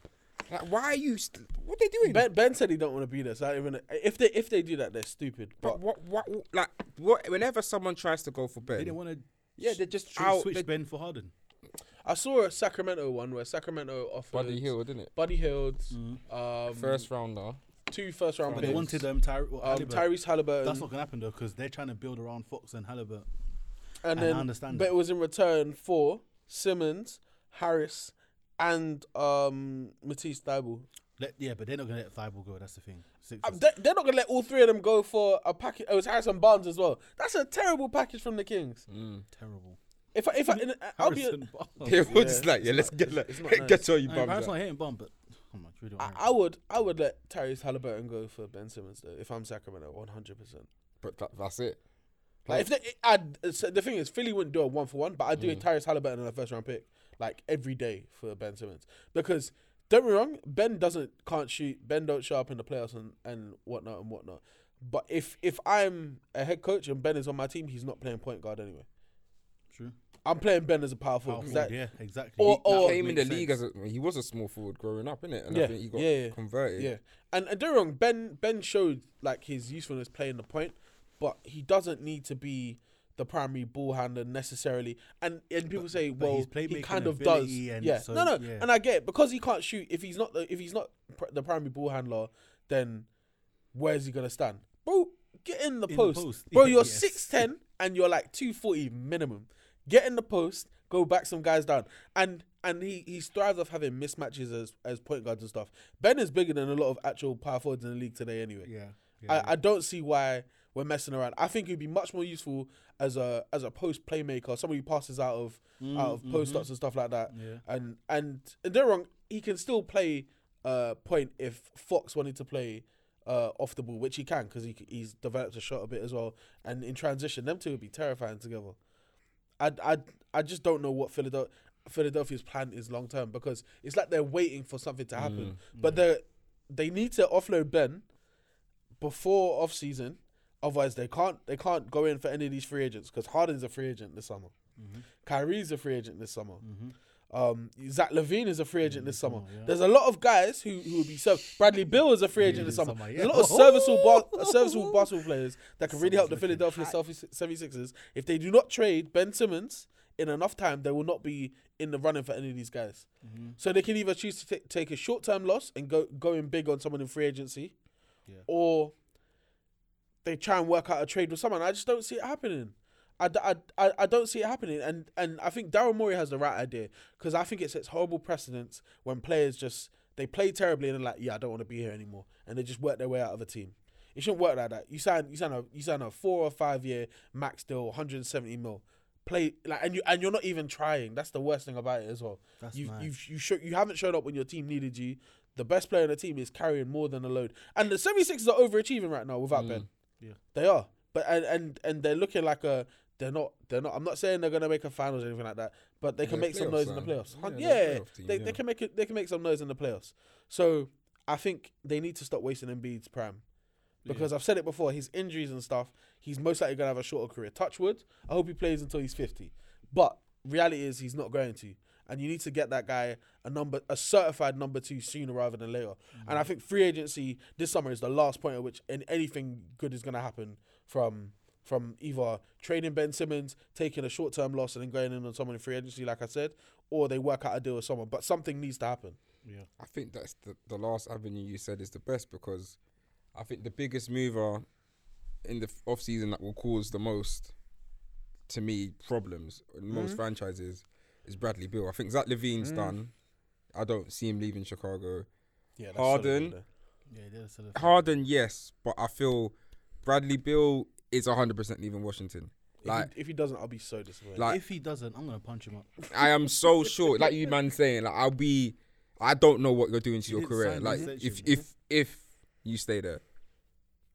E: Like, why are you? St- what are they doing?
C: Ben, ben said he don't want to be there. So I don't even if they if they do that, they're stupid.
E: but
C: But
E: what, what, like, what? Whenever someone tries to go for
D: They
E: Ben,
D: didn't want to.
E: yeah, they're just out.
D: switch
E: they're-
D: Ben for Harden.
C: I saw a Sacramento one where Sacramento offered
E: Buddy Hill, didn't it?
C: Buddy Hield, um,
E: First rounder.
C: two first round
D: Mm. But they
C: picks.
D: wanted um, Tyre- well,
C: um,
D: Halliburton.
C: Tyrese Halliburton.
D: That's not gonna happen though, because they're trying to build around Fox and Halliburton.
C: and
D: and I
C: then,
D: understand
C: but
D: that.
C: it was in return for Simmons, Harris, and um, Matisse Thybulle.
D: Let, yeah, but they're not gonna let Thibault go. That's the thing. Sixers.
C: Uh, they- They're not gonna let all three of them go for a package. It was Harrison Barnes as well. That's a terrible package from the Kings.
E: Mm.
D: terrible.
C: If I, if I, I'll be,
D: Harrison Barnes.
E: Yeah, we're just like, yeah, let's get like, get all you
D: I mean,
E: bums.
D: Barnes not
E: out.
D: hitting bomb, but come on, really don't
C: I,
D: worry.
C: I would, I would let Tyrese Halliburton go for Ben Simmons though. If I'm Sacramento, one hundred percent.
E: But that, that's it.
C: Like if they, I'd, so the thing is, Philly wouldn't do a one for one, but I'd do a Tyrese Halliburton and a first round pick like every day for Ben Simmons because don't be wrong, Ben doesn't can't shoot, Ben don't show up in the playoffs and and whatnot and whatnot. But if if I'm a head coach and Ben is on my team, he's not playing point guard anyway.
D: True.
C: I'm playing Ben as a power forward.
D: Power
C: 'cause
D: forward,
C: that-
D: oh, yeah, exactly.
C: or-
D: That
C: or-
D: would
E: Came in the
D: make
E: league
D: sense.
E: as a, he was a small forward growing up, innit? And
C: Yeah,
E: I think he got
C: yeah, yeah.
E: converted.
C: Yeah, and and don't get me wrong, Ben Ben showed like his usefulness playing the point, but he doesn't need to be the primary ball handler necessarily. And and people say,
D: but
C: well,
D: his
C: he
D: playmaking
C: kind of does.
D: ability and
C: Yeah,
D: so-
C: no, no,
D: yeah.
C: and I get it, because he can't shoot. If he's not the if he's not pr- the primary ball handler, then where's he gonna stand, bro? Get in the
D: the
C: post,
D: post.
C: bro. You're
D: Yes.
C: six ten and you're like two forty minimum. Get in the post, go back some guys down, and and he he thrives off having mismatches as as point guards and stuff. Ben is bigger than a lot of actual power forwards in the league today, anyway.
D: Yeah, yeah.
C: I, I don't see why we're messing around. I think he'd be much more useful as a as a post playmaker, somebody who passes out of out of post ups and stuff like that.
D: Mm, mm-hmm. Yeah.
C: And and and don't get me wrong, he can still play uh point if Fox wanted to play uh off the ball, which he can because he c- he's developed a shot a bit as well. And in transition, them two would be terrifying together. I I I just don't know what Philadelphia Philadelphia's plan is long term because it's like they're waiting for something to happen,
D: Mm,
C: but they they need to offload Ben before off season. Otherwise, they can't they can't go in for any of these free agents because Harden's a free agent this summer,
D: Mm-hmm.
C: Kyrie's a free agent this summer. Um, Zach Levine is a free agent
D: Mm-hmm.
C: this
D: Oh,
C: summer. There's a lot of guys who who will be served. Bradley Bill is a free agent this summer.
D: summer,
C: There's a
D: yeah.
C: lot of serviceable bar- serviceable basketball players that can really help the Philadelphia 76ers. If they do not trade Ben Simmons in enough time, they will not be in the running for any of these guys.
D: Mm-hmm.
C: So they can either choose to ta- take a short term loss and go go in big on someone in free agency, or they try and work out a trade with someone. I just don't see it happening. I, d- I, I, I don't see it happening. And and I think Daryl Morey has the right idea because I think it sets horrible precedents when players just they play terribly and they're like, yeah, I don't want to be here anymore, and they just work their way out of a team. It shouldn't work like that. You sign you sign a you sign a four or five year max deal, 170 mil. Play like and you and you're not even trying. That's the worst thing about it as well.
D: That's
C: you
D: mad.
C: you you show, you haven't shown up when your team needed you. The best player on the team is carrying more than a load, and the 76ers are overachieving right now without Ben.
D: Yeah.
C: They are, but and and and they're looking like a They're not. They're not. I'm not saying they're gonna make a finals or anything like that, but they can
E: They're
C: make some
E: playoffs,
C: noise in the
E: man.
C: playoffs. Hun-
E: Yeah, they're
C: Yeah,
E: a playoff team,
C: they,
E: yeah.
C: they can make it. They can make some noise in the playoffs. So I think they need to stop wasting Embiid's prime. Because I've said it before, his injuries and stuff, he's most likely gonna have a shorter career. Touchwood. I hope he plays until he's 50. But reality is, he's not going to. And you need to get that guy a number, a certified number two sooner rather than later. And I think free agency this summer is the last point at which an anything good is gonna happen from from either trading Ben Simmons, taking a short term loss, and then going in on someone in free agency, like I said, or they work out a deal with someone. But something needs to happen.
E: I think that's the, the last avenue you said is the best because I think the biggest mover in the f- off season that will cause the most, to me, problems in most franchises is Bradley Bill. I think Zach Levine's done. I don't see him leaving Chicago.
C: Yeah, that's
E: solid Harden. there.
D: Yeah, that's sort of
E: Harden, yes, but I feel Bradley Bill is 100% leaving Washington. Like,
C: if, he, if he doesn't, I'll be so disappointed.
E: like
D: if he doesn't, I'm gonna punch him up.
E: I am so sure, like you man saying, like I'll be, I don't know what you're doing to your
D: didn't
E: career.
D: sign
E: Like
D: the
E: if
D: extension, did
E: if if you stay there,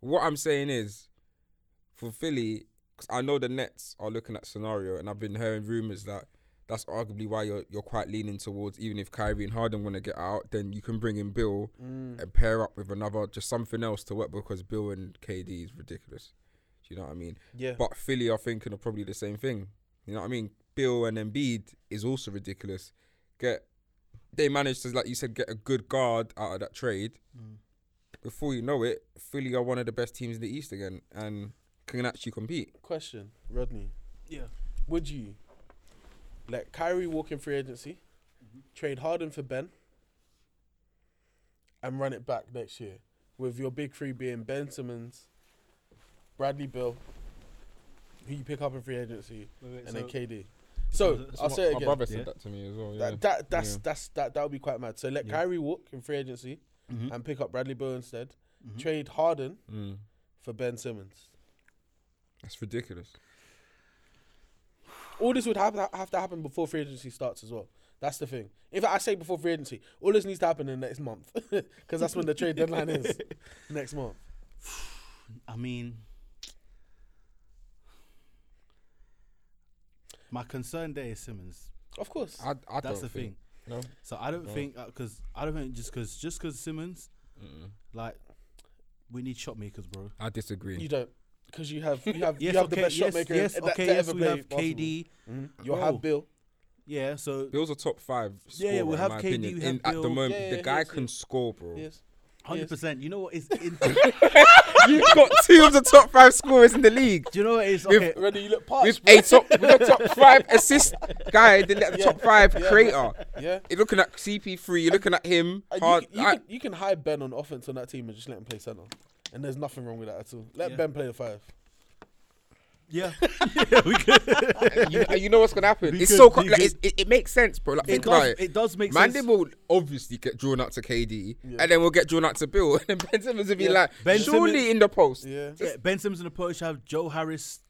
E: what I'm saying is, for Philly, 'cause I know the Nets are looking at scenario, and I've been hearing rumors that that's arguably why you're you're quite leaning towards even if Kyrie and Harden want to get out, then you can bring in Bill
C: Mm,
E: and pair up with another just something else to work because Bill and KD is ridiculous. Do you know what I mean?
C: Yeah.
E: But Philly are thinking of probably the same thing. You know what I mean? Bill and Embiid is also ridiculous. Get they managed to, like you said, get a good guard out of that trade. Mm-hmm. Before you know it, Philly are one of the best teams in the East again and can actually compete.
C: Question, Rodney.
D: Yeah.
C: Would you let Kyrie walk in free agency, trade Harden for Ben, and run it back next year with your big three being Ben Simmons, Bradley Bill, who you pick up in free agency,
D: Wait, wait,
C: and then
D: so-
C: KD? So,
D: so
C: I'll
D: what-
C: say it
E: My
C: again.
E: brother said
D: Yeah.
E: that to me as well. Yeah.
C: That, that that's
E: Yeah.
C: that's that that would be quite mad. So let
D: Yeah.
C: Kyrie walk in free agency
D: Mhm.
C: and pick up Bradley Bill instead.
D: Mhm.
C: Trade Harden
E: Mm.
C: for Ben Simmons.
E: That's ridiculous.
C: All this would have, have to happen before free agency starts as well. That's the thing. In fact, I say before free agency, all this needs to happen in the next month because that's when the trade deadline is. Next month.
D: I mean, my concern there is Simmons.
C: Of course.
E: I, I don't
D: That's the
E: think.
D: thing.
E: No.
D: So I don't think because I don't think just because just because Simmons, like, we need shot makers, bro.
E: I disagree.
C: you don't. Because you have you have
D: Yes,
C: you have
D: okay,
C: the best
D: yes,
C: shot maker
D: yes,
C: in- that
D: okay,
C: to
D: yes,
C: ever Mm-hmm.
D: we
C: play
D: have KD.
C: basketball. You'll
D: Oh.
C: have Bill.
D: Yeah, so
E: Bill's a top five
D: Yeah,
E: scorer,
D: yeah, we have
E: in my
D: KD,
E: opinion.
D: we have
E: In- at the
D: Bill.
E: moment,
C: Yeah,
E: the
C: yeah,
E: guy
C: yes,
E: can
C: yes.
E: score, bro.
C: Yes.
D: hundred percent. You know what is? In,
E: You've got two of the top five scorers in the league.
D: do you know what is? Okay,
C: Ready? You look parched.
E: with a top with a top five assist guy, then at the top five creator.
C: Yeah.
E: You're looking at CP3, you're looking at him.
C: Uh, you,
E: Hard,
C: can- you,
E: I-
C: can, you can hide Ben on offense on that team and just let him play center, and there's nothing wrong with that at all. Let Ben play the five.
D: yeah, yeah, we could.
E: you, you know what's gonna happen.
D: We
E: It's
D: could-
E: so co-
D: we
E: like,
D: could-
E: it's, it, it makes sense, bro. Like,
D: It
E: think
D: does.
E: about
D: It.
E: it.
D: does make sense.
E: Mandem will obviously get drawn out to KD, and then we'll get drawn out to Bill, and then Ben Simmons will be like,
D: Ben
E: surely
D: Simmons-
E: in the post,
C: Yeah.
D: Yeah, ben Simmons and the Polish have Joe Harris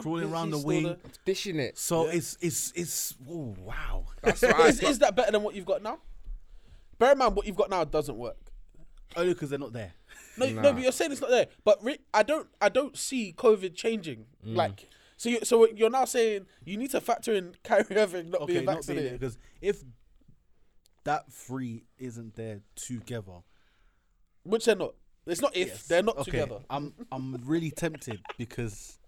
D: crawling
C: Is
D: around
C: he Mm-hmm.
D: the
C: still
D: wing.
C: there?
E: dishing it.
D: So it's it's it's oh, wow.
E: That's what I,
C: Is, is that better than what you've got now? Bear in mind, what you've got now doesn't work.
D: Only because they're not there.
C: No, no, but you're saying it's not there. But re- I don't, I don't see COVID changing.
D: Mm.
C: Like, so, you, so you're now saying you need to factor in Kyrie Irving not
D: Okay,
C: being
D: not being there
C: vaccinated.
D: because if that three isn't there together,
C: which they're not. It's not if they're not
D: okay,
C: together.
D: I'm I'm really tempted because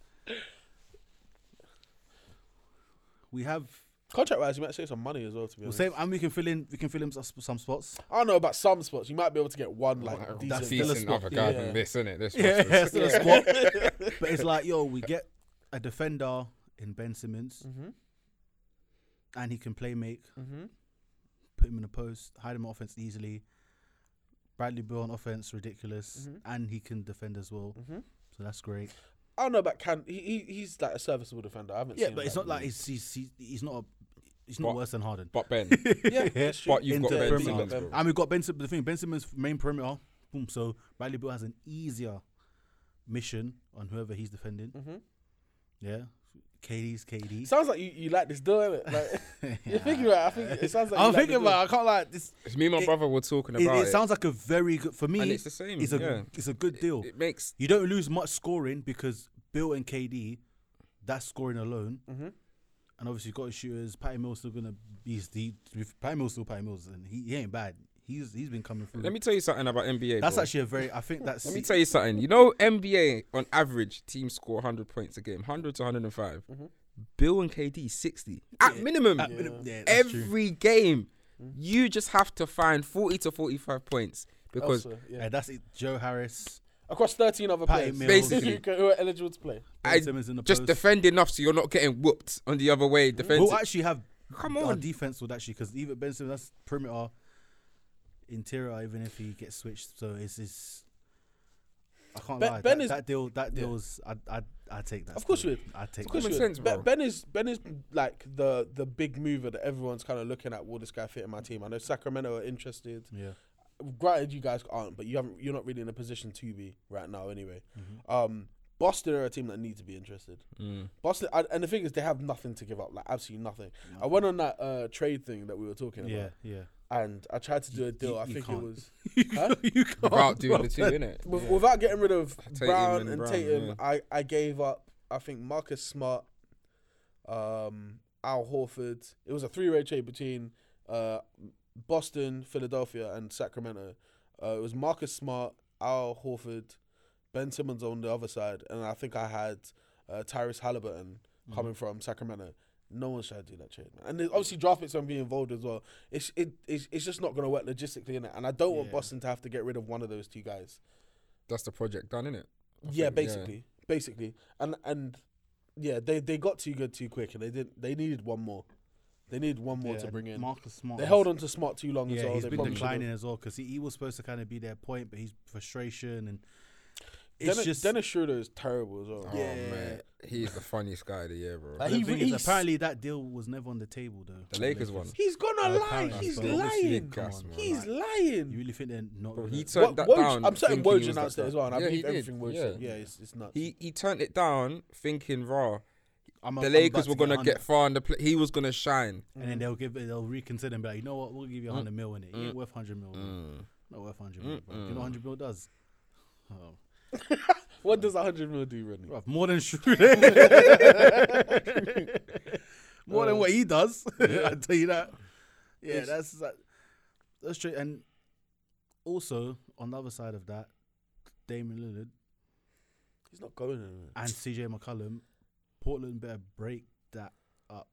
D: we have.
C: Contract wise, you might save some money as well. To be
D: Well,
C: honest,
D: same, and we can fill in. We can fill in some some spots.
C: I don't know about some spots. You might be able to get one like decent.
D: That's still a spot.
E: other guy
C: Yeah.
E: than this, isn't it? This
D: yeah,
E: bastard.
D: still a squad. but it's like, yo, we get a defender in Ben Simmons,
C: Mm-hmm,
D: and he can play make. Put him in the post, hide him on offense easily. Bradley Bill on offense, ridiculous, and he can defend as well. So that's great.
C: I don't know about can he, he he's like a serviceable defender. I haven't
D: Yeah,
C: seen
D: but
C: him
D: it's
C: that
D: not like
C: really.
D: he's he's, he's, he's not a, he's not
E: But-
D: worse than Harden.
E: But Ben,
C: yeah, that's true.
E: but you've got
D: Into
E: Ben
D: perimeter.
E: Simmons, bro.
D: And we've got Ben Simmons. The thing, Ben Simmons' main perimeter. Boom. So Bradley Bill has an easier mission on whoever he's defending. Yeah. KD's KD.
C: sounds like you, you like this deal, innit? Like you're thinking about. It, I think it sounds like you
D: I'm
C: like
D: thinking
C: the deal.
D: about. It, I can't like this.
E: It's me and my
D: It-
E: brother were talking
D: It,
E: about it.
D: it sounds like a very good for me.
E: And it's the same,
D: It's a
E: yeah.
D: it's a good deal.
E: it makes
D: you don't lose much scoring because Bill and KD that scoring alone,
C: Mm-hmm.
D: and obviously you've got shooters. Patty Mills still gonna be the Patty Mills still Patty Mills, and he, he ain't bad. He's he's been coming through.
E: Let me tell you something about NBA.
D: that's
E: bro.
D: actually a very. I think that's.
E: Let me tell you something. You know, NBA on average, teams score 100 points a game, 100 to 105. Bill and KD 60 at minimum.
D: Mm-hmm. at minimum. Yeah, that's Mm-hmm.
E: Every game, you just have to find 40 to 45 points because
C: Elsewhere, yeah.
D: Yeah, that's it. Joe Harris.
C: Across 13 other
D: Patty
C: players
D: Mills.
E: Basically.
C: who, can- who are eligible to play.
E: I
D: Ben Simmons in the
E: just
D: post.
E: defend enough so you're not getting whooped on the other way. Defense.
D: We'll actually have
E: Come
D: our
E: on.
D: defense would actually because even Ben Simmons that's perimeter, interior. Even if he gets switched, so it's it's. I can't
C: Ben-
D: lie.
C: Ben
D: that,
C: is-
D: that deal. That deal's. I I I take that.
C: Of course
D: still.
C: you would.
D: I take.
C: Of course
D: that.
E: Common
C: you
E: sense,
C: would. Ben,
E: bro.
C: ben is Ben is like the the big mover that everyone's kind of looking at. Will this guy fit in my team? I know Sacramento are interested.
D: Yeah.
C: Granted, you guys aren't, but you haven't. You're not really in a position to be right now, anyway. Um, Boston are a team that need to be interested. Boston, I, and the thing is, they have nothing to give up. Like absolutely nothing. I went on that uh, trade thing that we were talking
D: Yeah.
C: about,
D: Yeah.
C: and I tried to do a deal.
D: you-
C: I
D: you
C: think
D: can't.
C: it was
D: you can't.
E: Without doing the two, innit?
C: With, Without getting rid of
E: Tatum
C: Brown
E: and
C: and,
E: Brown,
C: Tatum,
E: yeah.
C: I, I gave up. I think Marcus Smart, um, Al Horford. It was a three-way trade between uh, Boston, Philadelphia, and Sacramento. Uh, it was Marcus Smart, Al Horford, Ben Simmons on the other side, and I think I had uh, Tyrese Halliburton
E: Mm-hmm.
C: coming from Sacramento. No one should do that trade, man. And there's obviously draft picks going to be involved as well. It's it, it's, it's just not going to work logistically in it, and I don't want
D: Yeah.
C: Boston to have to get rid of one of those two guys.
E: That's the project done, innit? I
C: Yeah,
E: think,
C: basically, basically, and and yeah, they they got too good too quick, and they didn't. They needed one more. They needed one more to
D: Yeah,
C: bring in.
D: Marcus Smart.
C: they
D: has-
C: held on to Smart too long as
D: Yeah,
C: well.
D: he's
C: they
D: been
C: probably should've-
D: declining as well because he, he was supposed to kind of be their point, but he's frustration and it's
C: Dennis,
D: just.
C: Dennis Schroeder is terrible as well.
E: Oh, man. He's the funniest guy of the year, bro.
C: Like,
D: the
C: he
D: thing
C: re-
D: is,
C: he's-
D: apparently that deal was never on the table though.
E: the Lakers won.
C: He's gonna
D: Uh,
C: lie.
D: apparently,
C: He's
D: but obviously,
C: lying.
D: come
E: gas,
D: on,
E: man.
C: He's
D: like,
C: lying.
D: You really think they're not?
E: Bro,
D: gonna-
E: he turned that
C: Woj-
E: down.
C: I'm certain
E: thinking he
C: Woj
E: was
C: announced it
E: that
C: as well, and I
E: guy. Yeah, he
C: believe
E: did,
C: everything Woj said.
E: yeah.
C: Yeah, it's, it's nuts.
E: He he turned it down thinking, raw,
D: I'm a-
E: the
D: I'm
E: Lakers
D: about
E: were
D: to
E: gonna
D: 100.
E: get far and the pl- he was gonna shine.
D: and then they'll give it, they'll reconsider and be like, you know what, we'll give you 100
C: Mm.
D: mil in it. You ain't worth 100 mil. bro.
E: Mm.
D: Not worth 100 mil, bro. You know what 100
C: Mm.
D: mil does? Oh,
C: what does 100 mil do, Rodney?
D: bruv, more than Schroeder. more than what he does. I tell you that. Yeah, that's that, that's true. And also on the other side of that, Damian Lillard
C: He's not going anywhere.
D: and CJ McCollum, Portland better break that up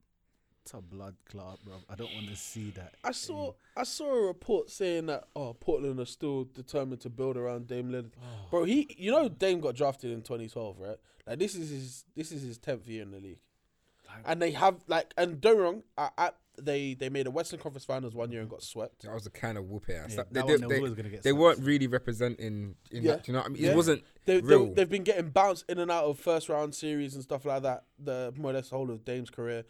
D: to blood clot, bro. I don't want to see that.
C: I saw I saw a report saying that oh Portland are still determined to build around Dame Lillard. Bro, he you know Dame got drafted in 2012, right? Like this is his this is his 10th year in the league. And they have like and don't get me wrong, I, I, they they made a Western Conference Finals one year and got swept.
E: That was the kind of whoop ass. That-
D: Yeah, that
E: they
D: one
E: did-
D: they
E: they,
D: was gonna get
E: they
D: slapped.
E: weren't really representing. In
C: Yeah.
E: that, do you know what I mean?
C: Yeah.
E: It wasn't
C: They,
E: real.
C: they, have been getting bounced in and out of first round series and stuff like that. The more or less the whole of Dame's career,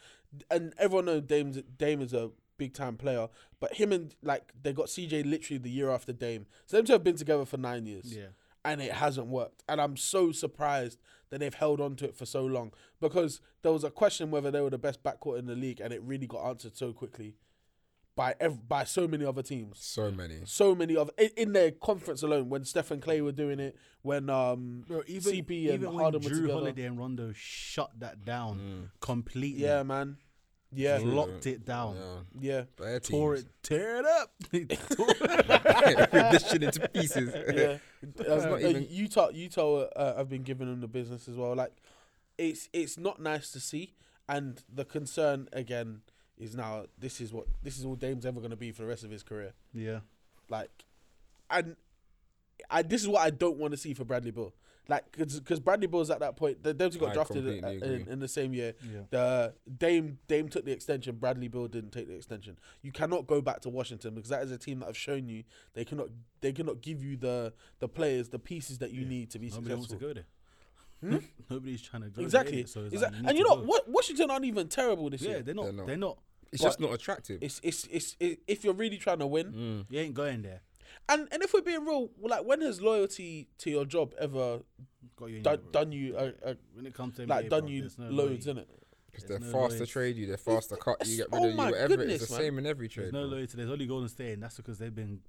C: and everyone knows Dame's Dame is a big time player. But him and like they got CJ literally the year after Dame. So them two have been together for nine years.
D: Yeah.
C: and it hasn't worked. And I'm so surprised that they've held on to it for so long because there was a question whether they were the best backcourt in the league, and it really got answered so quickly by ev- by so many other teams
E: so many.
C: so many of in, in their conference alone when Steph and Clay were doing it, when um
D: Bro, even,
C: CP and
D: even when
C: Harden were
D: Drew
C: together. Mm.
D: Holiday and Rondo shut that down completely.
C: Yeah, man. Yeah,
D: Locked it down.
C: yeah.
E: But their
D: Tore it,
E: teams-
D: tear it up. They tore it.
E: Rip this shit into pieces.
C: Yeah,
E: That's not
C: Uh,
E: even-
C: Utah, Utah uh, have been giving them the business as well. Like, it's it's not nice to see, and the concern again is now this is what this is all Dame's ever going to be for the rest of his career.
D: yeah.
C: Like, and I this is what I don't want to see for Bradley Bill. Like, because Bradley Bill's at that point. They, they got
E: I
C: drafted in,
E: completely
C: in,
E: agree.
C: in the same year.
D: Yeah.
C: The Dame Dame took the extension. Bradley Bill didn't take the extension. You cannot go back to Washington because that is a team that have shown you they cannot they cannot give you the the players the pieces that you need to be
D: Nobody wants to
C: successful.
D: go there. Nobody's trying to go
C: Hmm? Exactly.
D: There, innit? so it's
C: Exact-
D: like, need
C: and you
D: to
C: know
D: go.
C: what? Washington aren't even terrible this
D: Yeah,
C: year.
D: they're not. They're
E: They're
D: not.
E: not. It's just not attractive.
C: It's, it's it's it, if you're really trying to win,
E: Mm.
D: You ain't going there.
C: and and if we're being real, like when has loyalty to your job ever
D: Got you in
C: done,
D: there, bro.
C: done you a, a,
D: When it comes to
C: like
D: NBA,
C: done
D: bro,
C: you
D: there's no
C: loads
D: way.
C: in it?
E: Because they're
D: no
E: fast to
D: loyalty.
E: trade you, they're fast to cut you, get rid
C: Oh
E: of you,
C: my
E: whatever.
C: goodness,
E: it's the
C: man.
E: same in every trade.
D: There's no
E: bro.
D: loyalty. There's only Golden State, and that's because they've been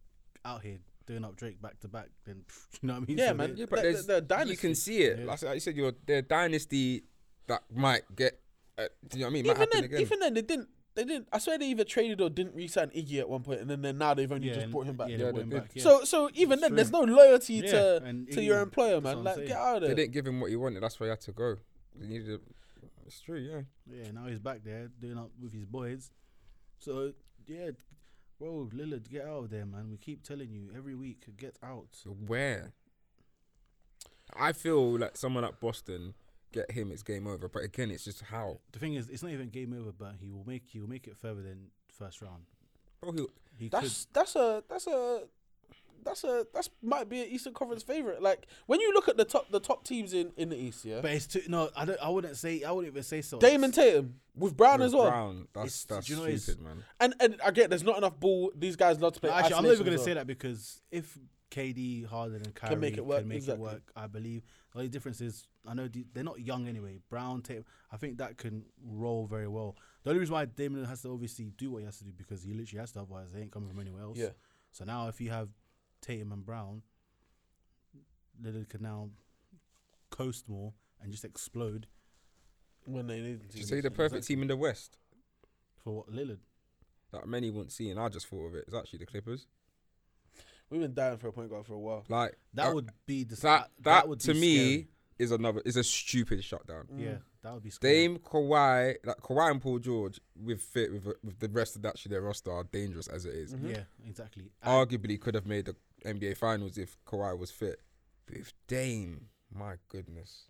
D: out here doing up Drake back to back. Then you know what I mean?
C: Yeah,
D: So
C: man.
D: they-
E: Yeah, but
C: They're-
E: there's,
C: they're a
E: you
C: dynasty.
E: can see it. Like I said, you said, your their dynasty uh, that might get. Uh, do you know what I mean? Might
C: Even
E: happen
C: then,
E: again.
C: even then, they didn't. They didn't. I swear they either traded or didn't re-sign Iggy at one point, and then, then now they've only
D: Yeah,
C: just
D: and-
C: brought him back.
D: Yeah, they
E: Yeah,
D: brought
E: they
D: him
E: did.
D: back. Yeah.
C: So, so even then,
D: true.
C: there's no loyalty
D: Yeah,
C: to
D: and
C: to your
D: Iggy-
C: employer,
D: that's what
C: man.
D: I'm
C: Like,
D: saying.
C: get out
E: they
C: of there.
E: didn't give him what he wanted. That's why he had to go. He needed. A, it's true. Yeah.
D: Yeah, now he's back there doing up with his boys. So yeah, bro, Lillard, get out of there, man. We keep telling you every week, get out.
E: So where? I feel like someone at Boston get him. It's game over. But again, it's just how.
D: The thing is, it's not even game over, but he will make he will make it further than first round.
E: Bro, he,
D: He
C: That's that's a that's a that's a that's might be an Eastern Conference favorite. Like when you look at the top the top teams in in the East, yeah.
D: could, but it's too no. I don't. I wouldn't say. I wouldn't even say so.
C: Damon Tatum with Brown as well,
E: Brown. That's
D: It's-
E: that's
D: do you know
E: stupid,
D: it's-
E: man.
C: and and I get there's not enough ball. These guys love to play.
D: No, actually, I'm not
C: isolation
D: even gonna
C: as well.
D: say that because if KD, Harden, and Kyrie
C: make it work,
D: can make
C: exactly.
D: it work, I believe the only difference is I know the- they're not young anyway. Brown tape, I think that can roll very well. The only reason why Damon has to obviously do what he has to do because he literally has to, otherwise they ain't coming from anywhere else.
C: Yeah.
D: So now if you have Tatum and Brown, Lillard can now coast more and just explode
C: when they need to.
E: Just say the perfect team in the West
D: for what Lillard.
E: that many won't see, and I just thought of it. It's actually the Clippers.
C: We've been dying for a point guard for a while.
E: Like
D: That would be the
E: that that,
D: would
E: to
D: be
E: me is another is a stupid shutdown.
D: scary. yeah, that would be scary.
E: Dame, Kawhi, like Kawhi and Paul George with fit with, with the rest of that shit, their roster are dangerous as it is.
D: Yeah, exactly.
E: Arguably, could have made the NBA Finals if Kawhi was fit. But if Dame, my goodness,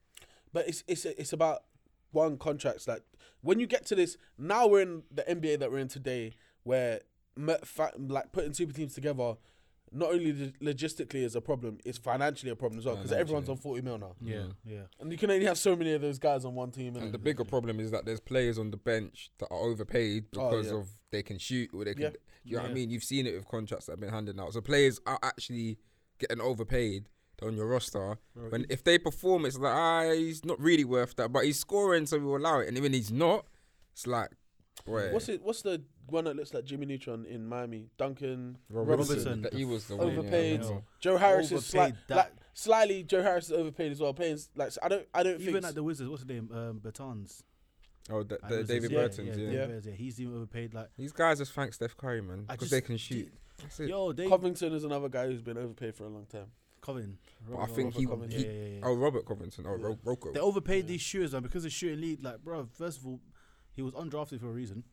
C: But it's it's it's about one contracts. Like when you get to this, now we're in the NBA that we're in today, where me- fa- like putting super teams together, not only lo- logistically is a problem, it's financially a problem as well because everyone's on forty mil now,
D: yeah, yeah.
C: and you can only have so many of those guys on one team.
E: and
C: And
E: the bigger problem is that there's players on the bench that are overpaid because
C: Oh, yeah.
E: of they can shoot or they can.
C: Yeah.
E: You know what I
D: Yeah.
E: mean? You've seen it with contracts that have been handed out. So players are actually getting overpaid on your roster. When if they perform, it's like ah, he's not really worth that, but he's scoring, so we'll allow it. And when he's not, it's like, boy,
C: what's it? What's the one that looks like Jimmy Neutron in Miami? Duncan
E: Robinson.
D: Robinson.
E: That he was the one, yeah.
C: overpaid.
D: Yeah.
C: Joe Harris is sli-
D: Overpaid that-
C: like, slyly. Joe Harris is overpaid as well. Paying s- like I don't I don't
D: Even
C: think
D: at the Wizards, what's his name? Um, Bertans.
E: Oh, the,
D: At
E: the
D: Wizards,
E: David
C: yeah,
E: Burton's, yeah.
D: David
C: Yeah.
D: Burton's, yeah. He's even overpaid. Like,
E: These guys just thank Steph Curry, man,
D: I
E: because they
D: just-
E: can shoot. That's it.
D: yo, they
C: Covington is another guy who's been overpaid for a long time.
D: Covin.
E: but I think he,
C: Robert
E: he-
D: Yeah, yeah, yeah.
E: oh Robert Covington, oh Ro- Rocco.
D: they overpaid these shooters, man, because of shooting lead. Like, bro, first of all, he was undrafted for a reason.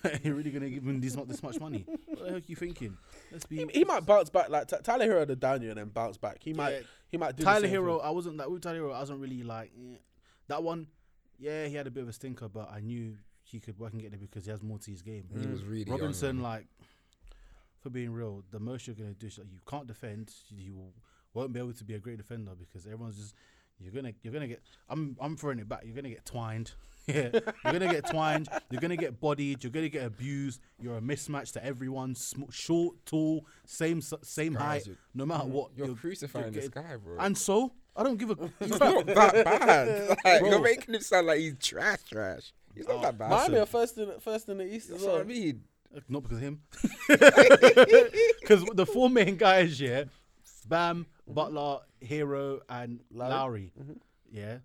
D: You're really gonna give him this not this much money? what the heck you thinking? Let's be.
C: He, he might bounce back like Ty- Tyler Hero the down year and then bounce back. He might
D: Yeah.
C: he might do the
D: Tyler
C: same
D: Hero.
C: thing.
D: I wasn't like with Tyler Hero. I wasn't really like eh. that one. Yeah, he had a bit of a stinker, but I knew he could work and get there because he has more to his game.
E: he was really young,
D: Robinson,
E: man.
D: like, for being real, the most you're gonna do is like, you can't defend. You won't be able to be a great defender because everyone's just you're gonna you're gonna get. I'm I'm throwing it back. You're gonna get twined. Yeah, you're gonna get twined. You're gonna get bodied. You're gonna get abused. You're a mismatch to everyone. Sm- short, tall, same s- same height.
E: you're-
D: No matter what,
E: you're crucifying this
D: getting-
E: guy, bro.
D: And so I don't give a.
E: He's not that bad. Like, you're
D: Bro.
E: making him sound like he's trash, trash. He's not that bad.
C: Oh, Miami are first in first in the East
E: uh,
C: as
E: That's what I
C: well.
E: mean.
D: Not because of him. Because the four main guys, yeah, Bam, Butler, Hero, and Lowry. Yeah.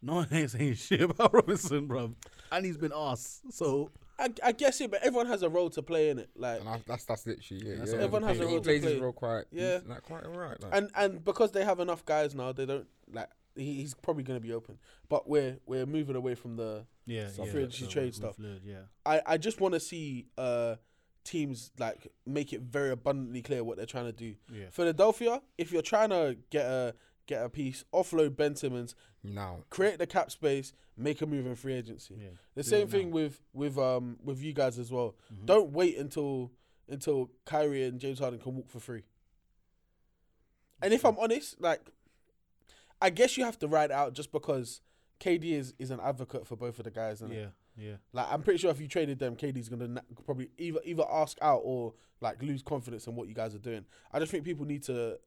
D: No one ain't saying shit about Robinson, bro. And he's been asked. So
C: I, I guess it, but everyone has a role to play in it. Like
E: And I, that's that's literally yeah. yeah.
C: everyone has
E: he
C: a role to
E: plays his
C: play.
E: role quite
C: Yeah.
E: yeah, like quite alright. Like.
C: and and because they have enough guys now, they don't like he, he's probably going to be open. But we're we're moving away from the
D: yeah,
C: Free agency
D: so
C: trade
D: with
C: stuff.
D: Lillard, yeah.
C: I, I just want to see uh, teams like make it very abundantly clear what they're trying to do.
D: Yeah.
C: Philadelphia, if you're trying to get a get a piece, offload Ben Simmons,
E: now
C: create the cap space, make a move in free agency.
D: Yeah,
C: The same thing with with um with you guys as well.
D: Mm-hmm.
C: Don't wait until until Kyrie and James Harden can walk for free. And if I'm honest, like I guess you have to ride out just because KD is, is an advocate for both of the guys, and
D: Yeah, yeah.
C: like I'm pretty sure if you traded them, KD's gonna na- probably either either ask out or like lose confidence in what you guys are doing. I just think people need to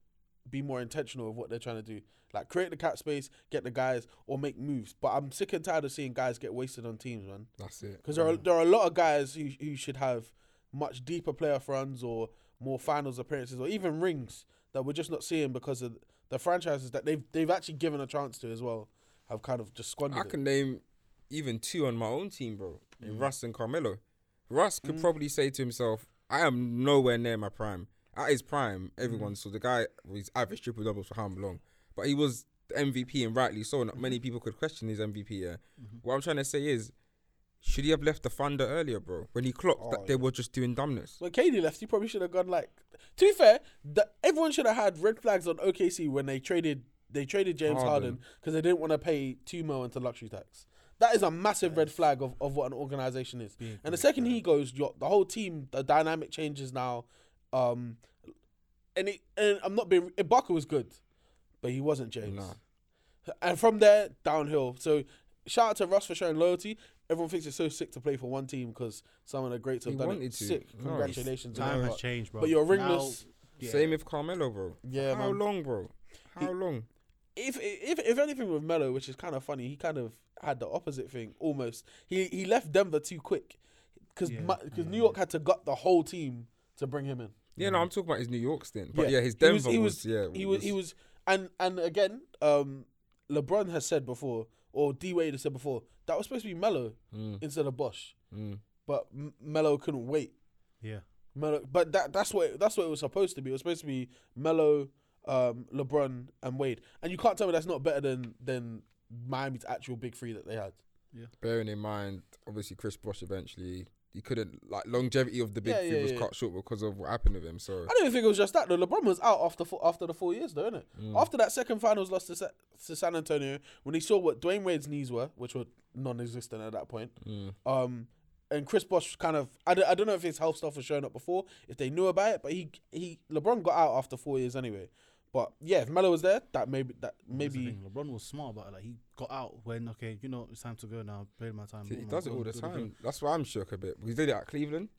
C: be more intentional of what they're trying to do. Like create the cap space, get the guys, or make moves. But I'm sick and tired of seeing guys get wasted on teams, man.
E: that's it.
C: Because there are there are a lot of guys who who should have much deeper playoff runs or more finals appearances or even rings that we're just not seeing because of the franchises that they've they've actually given a chance to as well have kind of just squandered.
E: I
C: it.
E: can name even two on my own team, bro. in
C: Mm.
E: Russ and Carmelo. Russ could probably say to himself, "I am nowhere near my prime." At his prime,
C: Mm.
E: everyone saw the guy was average triple doubles for how long, but he was the MVP and rightly so. Not many people could question his MVP. Yeah.
C: Mm-hmm.
E: What I'm trying to say is, should he have left the Thunder earlier, bro? When he clocked
C: Oh,
E: that they were just doing dumbness.
C: When KD left, he probably should have gone like. To be fair, the, everyone should have had red flags on OKC when they traded they traded James Harden
E: Harden.
C: because they didn't want to pay two mil into luxury tax. That is a massive red flag of, of what an organization is. And the second he goes, your, the whole team, the dynamic changes now. Um, and it, and I'm not being Ibaka was good, but he wasn't James.
E: Nah.
C: And from there, downhill. So shout out to Russ for showing loyalty. Everyone thinks it's so sick to play for one team because some of the greats have
E: He
C: done it.
E: wanted to.
C: Sick.
E: No,
C: Congratulations. on
D: time
C: that,
D: has
C: but-
D: changed, bro.
C: But you're ringless.
E: Same with Carmelo, bro.
C: Yeah,
E: How
C: man.
E: long, bro? How long?
C: If, if if anything with Melo, which is kind of funny, he kind of had the opposite thing almost. He he left Denver too quick because New York had to gut the whole team to bring him in.
E: Yeah, no, I'm talking about his New York stint. But yeah, his Denver
C: Mm. he
E: was,
C: was,
E: yeah.
C: he was he was and and again, um, LeBron has said before, or D Wade has said before that was supposed to be Melo
E: Mm.
C: instead of Bosch, but M- Melo couldn't wait.
D: yeah.
C: Melo, but that that's what that's what it was supposed to be. It was supposed to be Melo, um, LeBron, and Wade. And you can't tell me that's not better than than Miami's actual big three that they had.
E: bearing in mind, obviously Chris Bosh eventually he couldn't like longevity of the big
C: Yeah,
E: three
C: yeah,
E: was
C: yeah.
E: cut short because of what happened with him. So
C: I don't even think it was just that though. LeBron was out after four, after the four years though, innit?
D: Mm.
C: After that second finals loss to, Sa- to San Antonio, when he saw what Dwayne Wade's knees were, which were non-existent at that point,
D: Mm.
C: um, and Chris Bosh kind of I don't, I don't know if his health stuff was showing up before, if they knew about it, but he he LeBron got out after four years anyway. But yeah, if Melo was there, that maybe that
D: That's the
C: maybe
D: thing, LeBron was smart about it. Like he got out when okay, you know it's time to go now. Played my time.
E: he
D: bought my
E: does it
D: goal,
E: all the
D: da, da, da.
E: time. That's why I'm shook a bit. He did it at Cleveland.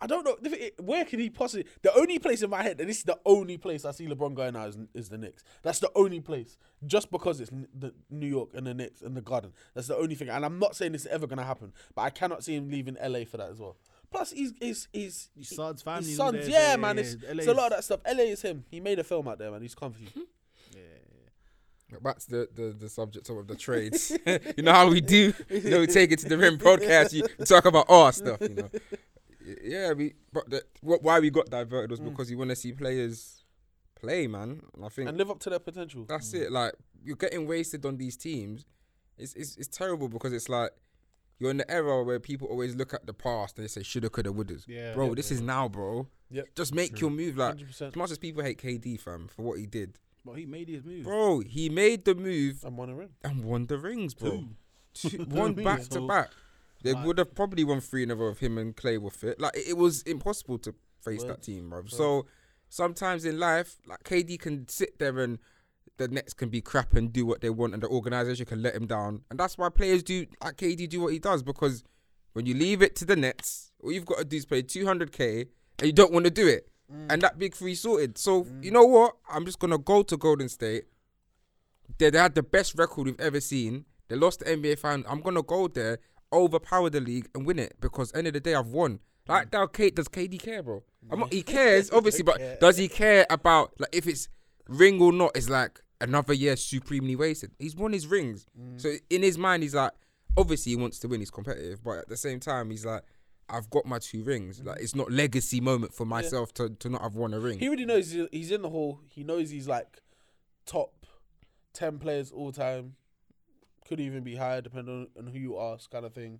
C: I don't know. if it- Where can he possibly? The only place in my head, and this is the only place I see LeBron going now is, is the Knicks. That's the only place, just because it's N- the New York and the Knicks and the Garden. That's the only thing. And I'm not saying this is ever gonna happen, but I cannot see him leaving LA for that as well. Plus, he's he's he's
D: His son's family
C: His
D: and
C: son's,
D: all that,
C: yeah,
D: yeah,
C: man.
D: yeah,
C: It's,
D: yeah.
C: it's a
D: LA
C: lot of
D: is-
C: that stuff. LA is him. He made a film out there, man. He's comfy.
E: Back to the, the, the subject of the trades. you know how we do. You know, we take it to the rim broadcast. You we talk about our stuff. You know. Y- Yeah, we. But the, wh- why we got diverted was because you want to see players play, man. And I think
C: Mm. and live up to their potential.
E: That's
D: Mm.
E: it. Like you're getting wasted on these teams. It's it's it's terrible because it's like you're in the era where people always look at the past and they say shoulda, coulda, wouldas.
D: Yeah.
E: bro, this is now, bro.
C: Yep.
E: Just make your move. Like
C: 100%.
E: as much as people hate KD, fam, for what he did,
D: But he made his move.
E: bro, he made the move
C: I'm wondering.
E: and won the rings, bro. Two, one
D: Two.
E: back to
D: So,
E: back. They would have probably won three in a row if him and Clay were fit. Like it, it was impossible to face that team, bro. So sometimes in life, like KD can sit there and the Nets can be crap and do what they want, and the organization can let him down, and that's why players do like KD do what he does because when you leave it to the Nets, all you've got to do is play 200k, and you don't want to do it, and that big three sorted. So you know what? I'm just gonna go to Golden State they, they had the best record we've ever seen. They lost the NBA final. I'm gonna go there, overpower the league, and win it because end of the day I've won. Like now, Kate does KD care, bro? I'm not, he cares obviously, but does he care about like if it's ring or not? It's like another year supremely wasted. He's won his rings, so in his mind he's like, obviously he wants to win. He's competitive, but at the same time he's like. I've got my two rings. Like it's not legacy moment for myself to, to not have won a ring.
C: He already knows he's- he's in the hall. He knows he's like top ten players all time. Could even be higher, depending on, on who you ask, kind of thing.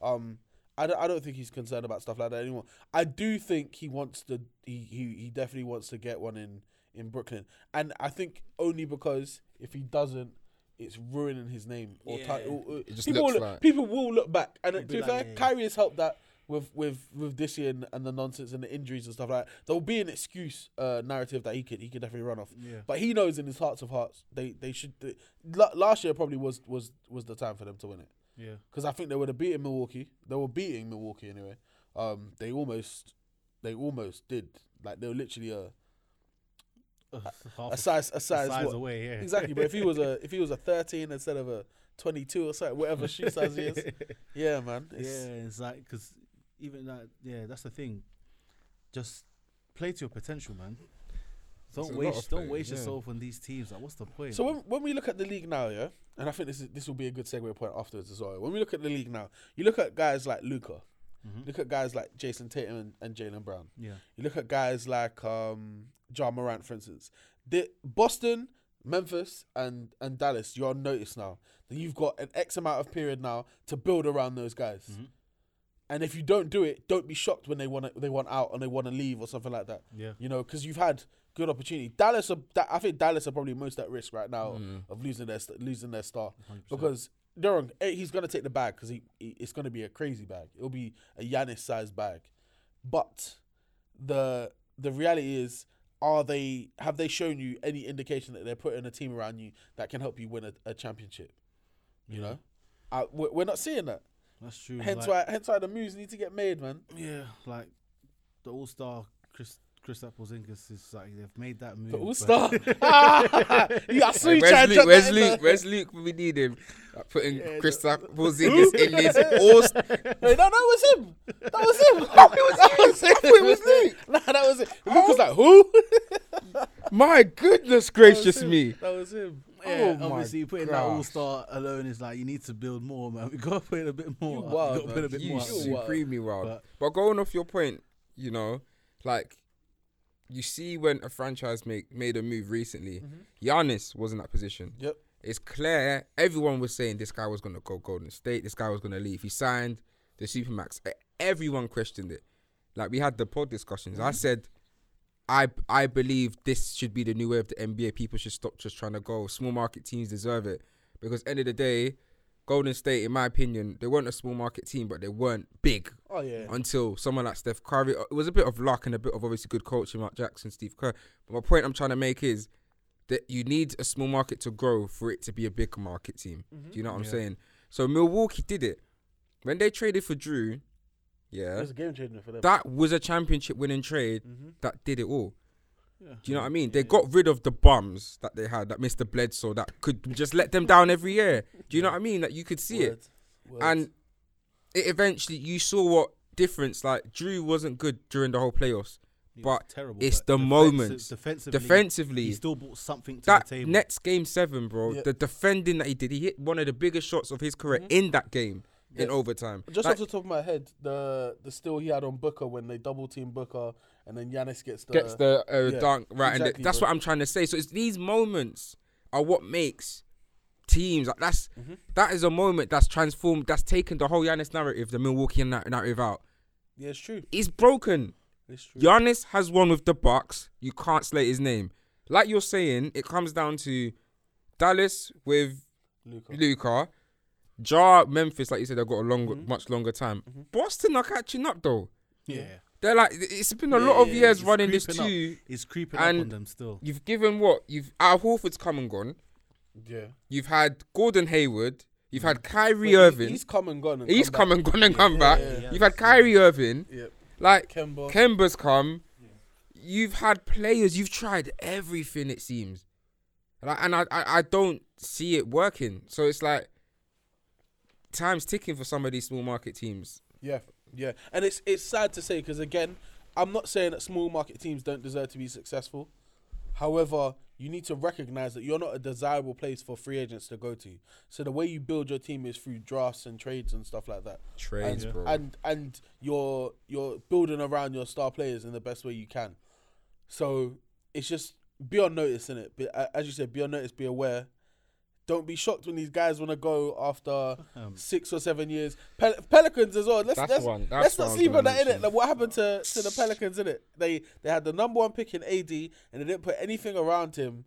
C: Um, I don't, I don't think he's concerned about stuff like that anymore. I do think he wants to. He he, he definitely wants to get one in in Brooklyn, and I think only because if he doesn't. It's ruining his name, or ti- or- or-
E: just
C: people will,
E: looks
C: look-
E: like-
C: people will look back. And to be
D: like,
C: fair,
D: yeah, yeah.
C: Kyrie has helped that with with with this year and, and the nonsense and the injuries and stuff like that. There'll be an excuse uh, narrative that he could he could definitely run off.
D: Yeah.
C: But he knows in his hearts of hearts they they should. They, la- last year probably was was was the time for them to win it
D: Yeah.
C: because I think they would have beaten Milwaukee. They were beating Milwaukee anyway. Um, they almost they almost did. Like they were literally a
D: Half
C: a size a size,
D: size
C: what?
D: away, yeah.
C: Exactly. But if he was a if he was a thirteen instead of a twenty two or something, whatever shoe size he is, yeah, man.
D: Yeah,
C: It's,
D: it's like because even that. Yeah, that's the thing. Just play to your potential, man. Don't
E: a lot
D: waste.
E: of
D: Don't
E: play,
D: waste
E: yeah.
D: yourself on these teams. Like, what's the point?
C: So when when we look at the league now, yeah, and I think this is this will be a good segue point afterwards as well. When we look at the league now, you look at guys like Luca, look at guys like Jason Tatum and, and Jalen Brown.
D: Yeah.
C: You look at guys like um, John Morant, for instance. The Boston, Memphis, and and Dallas. You're on notice now that you've got an X amount of period now to build around those guys. And if you don't do it, don't be shocked when they want they want out and they want to leave or something like that.
D: Yeah.
C: you know, because you've had good opportunity. Dallas, are, Da- I think Dallas are probably most at risk right now of losing their st- losing their star because they're on, eh, he's gonna take the bag because he, he it's gonna be a crazy bag. It'll be a Yanis sized bag, but the the reality is, are they have they shown you any indication that they're putting a team around you that can help you win a, a championship? You know, I, we're, we're not seeing that.
D: That's true.
C: Hence
D: like,
C: why hence why the moves need to get made, man.
D: Yeah, like the All Star Chris Chris Applezingas is like they've made that move.
C: The
D: but-
C: All Star. yeah, I saw you trying
E: Where's Luke?
C: to chuck
E: Where's
C: that in
E: Luke?
C: there.
E: Where's Luke? when We need him. Like putting Chris Porzingis in this all.
C: Wait, no, that was him. That was him. that was him. it was Luke. Nah, that was it. Luke was like, who?
E: My goodness gracious
C: Oh,
E: me!
C: that was him.
D: Yeah,
E: Oh my
D: obviously putting that All
E: gosh.
D: Star alone is like you need to build more, man. We gotta put in a bit more. You
C: wild,
D: gotta put a bit
E: You
D: more. out there.
E: supremely wild.
D: But-
E: but going off your point, you know, like you see when a franchise make made a move recently, Giannis was in that position.
C: Yep.
E: It's clear everyone was saying this guy was going to go Golden State. This guy was going to leave. He signed the supermax. E- Everyone questioned it. Like we had the pod discussions. I said, I I believe this should be the new way of the NBA. People should stop just trying to go. Small market teams deserve it because end of the day, Golden State, in my opinion, they weren't a small market team, but they weren't big
C: Oh yeah.
E: until someone like Steph Curry. uh, It was a bit of luck and a bit of obviously good coaching, Mark Jackson, Steve Kerr. But my point I'm trying to make is that you need a small market to grow for it to be a big market team.
C: Mm-hmm.
E: Do you know what I'm saying? So Milwaukee did it when they traded for Drew.
C: It
E: Yeah,
C: was a Mm-hmm. game changer for them.
E: that was a championship winning trade that did it all.
D: Yeah.
E: Do you know what I mean? They got rid of the bums that they had, that Mr. Bledsoe, that could just let them down every year. Do you know what I mean? That you could see it
C: Word.
E: and it eventually you saw what difference like Drew wasn't good during the whole playoffs,
D: He was
E: but
D: terrible,
E: it's
D: but
E: the
D: defensive-
E: moments.
D: Defensively,
E: Defensively,
D: he still brought something to
E: that
D: the table.
E: Nets game seven, bro,
C: Yeah.
E: the defending that he did, he hit one of the biggest shots of his career
D: Mm-hmm.
E: in that game in overtime.
C: Just
E: Like,
C: off the top of my head, the the steal he had on Booker when they double team Booker and then Yanis gets the
E: gets the uh,
C: yeah,
E: dunk right, and
C: exactly,
E: th- that's
C: bro.
E: what I'm trying to say. So it's these moments are what makes teams like that's
D: Mm-hmm.
E: that is a moment that's transformed, that's taken the whole Giannis narrative, the Milwaukee na- narrative out.
C: Yeah, it's true.
E: It's broken.
C: It's true.
E: Giannis has one with the Bucks. You can't slay his name. Like you're saying, it comes down to Dallas with
C: Luka.
E: Luca, Jar Memphis. Like you said, they've got a long,
C: Mm-hmm.
E: much longer time. Boston are catching up though.
D: yeah,
E: They're like, it's been a lot of years
D: It's
E: running this
D: creeping up.
E: two.
D: It's creeping
E: and-
D: up on them still.
E: You've given what? You've Al Horford's come and gone.
C: Yeah.
E: You've had Gordon Hayward. You've had Kyrie
C: But Mm. he-
E: Irving.
C: He's come and gone. And
E: He's come
C: come back.
E: and gone and come back.
C: yeah,
E: You've had Kyrie Irving.
C: Yep.
E: Like
C: Kemba.
E: Kemba's come. You've had players. You've tried everything. It seems, like, and I, I I don't see it working. So it's like time's ticking for some of these small market teams.
C: Yeah, yeah, and it's it's sad to say because again, I'm not saying that small market teams don't deserve to be successful. However, you need to recognize that you're not a desirable place for free agents to go to. So the way you build your team is through drafts and trades and stuff like that.
E: Trades,
C: and,
E: bro.
C: And and you're you're building around your star players in the best way you can. So it's just be on notice in it. Be, a- as you said, be on notice, be aware. Don't be shocked when these guys want to go after six or seven years. Pel- Pelicans as well. Let's
E: That's
C: let's,
E: one- that's
C: let's
E: what I
C: not
E: was
C: sleep
E: gonna
C: on that in
E: mention.
C: it. Like what happened to, to the Pelicans in it? They they had the number one pick in AD and they didn't put anything around him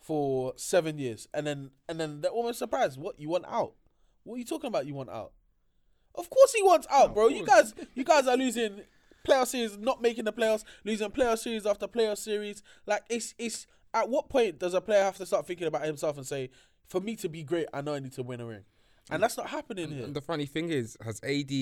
C: for seven years, and then and then they're almost surprised. What you want out? What are you talking about? You want out? Of course he wants out, bro. You guys, you guys are losing playoff series, not making the playoffs, losing playoff series after playoff series. Like it's it's at what point does a player have to start thinking about himself and say, for me to be great, I know I need to win a ring, and that's not happening here.
E: And the funny thing is, has AD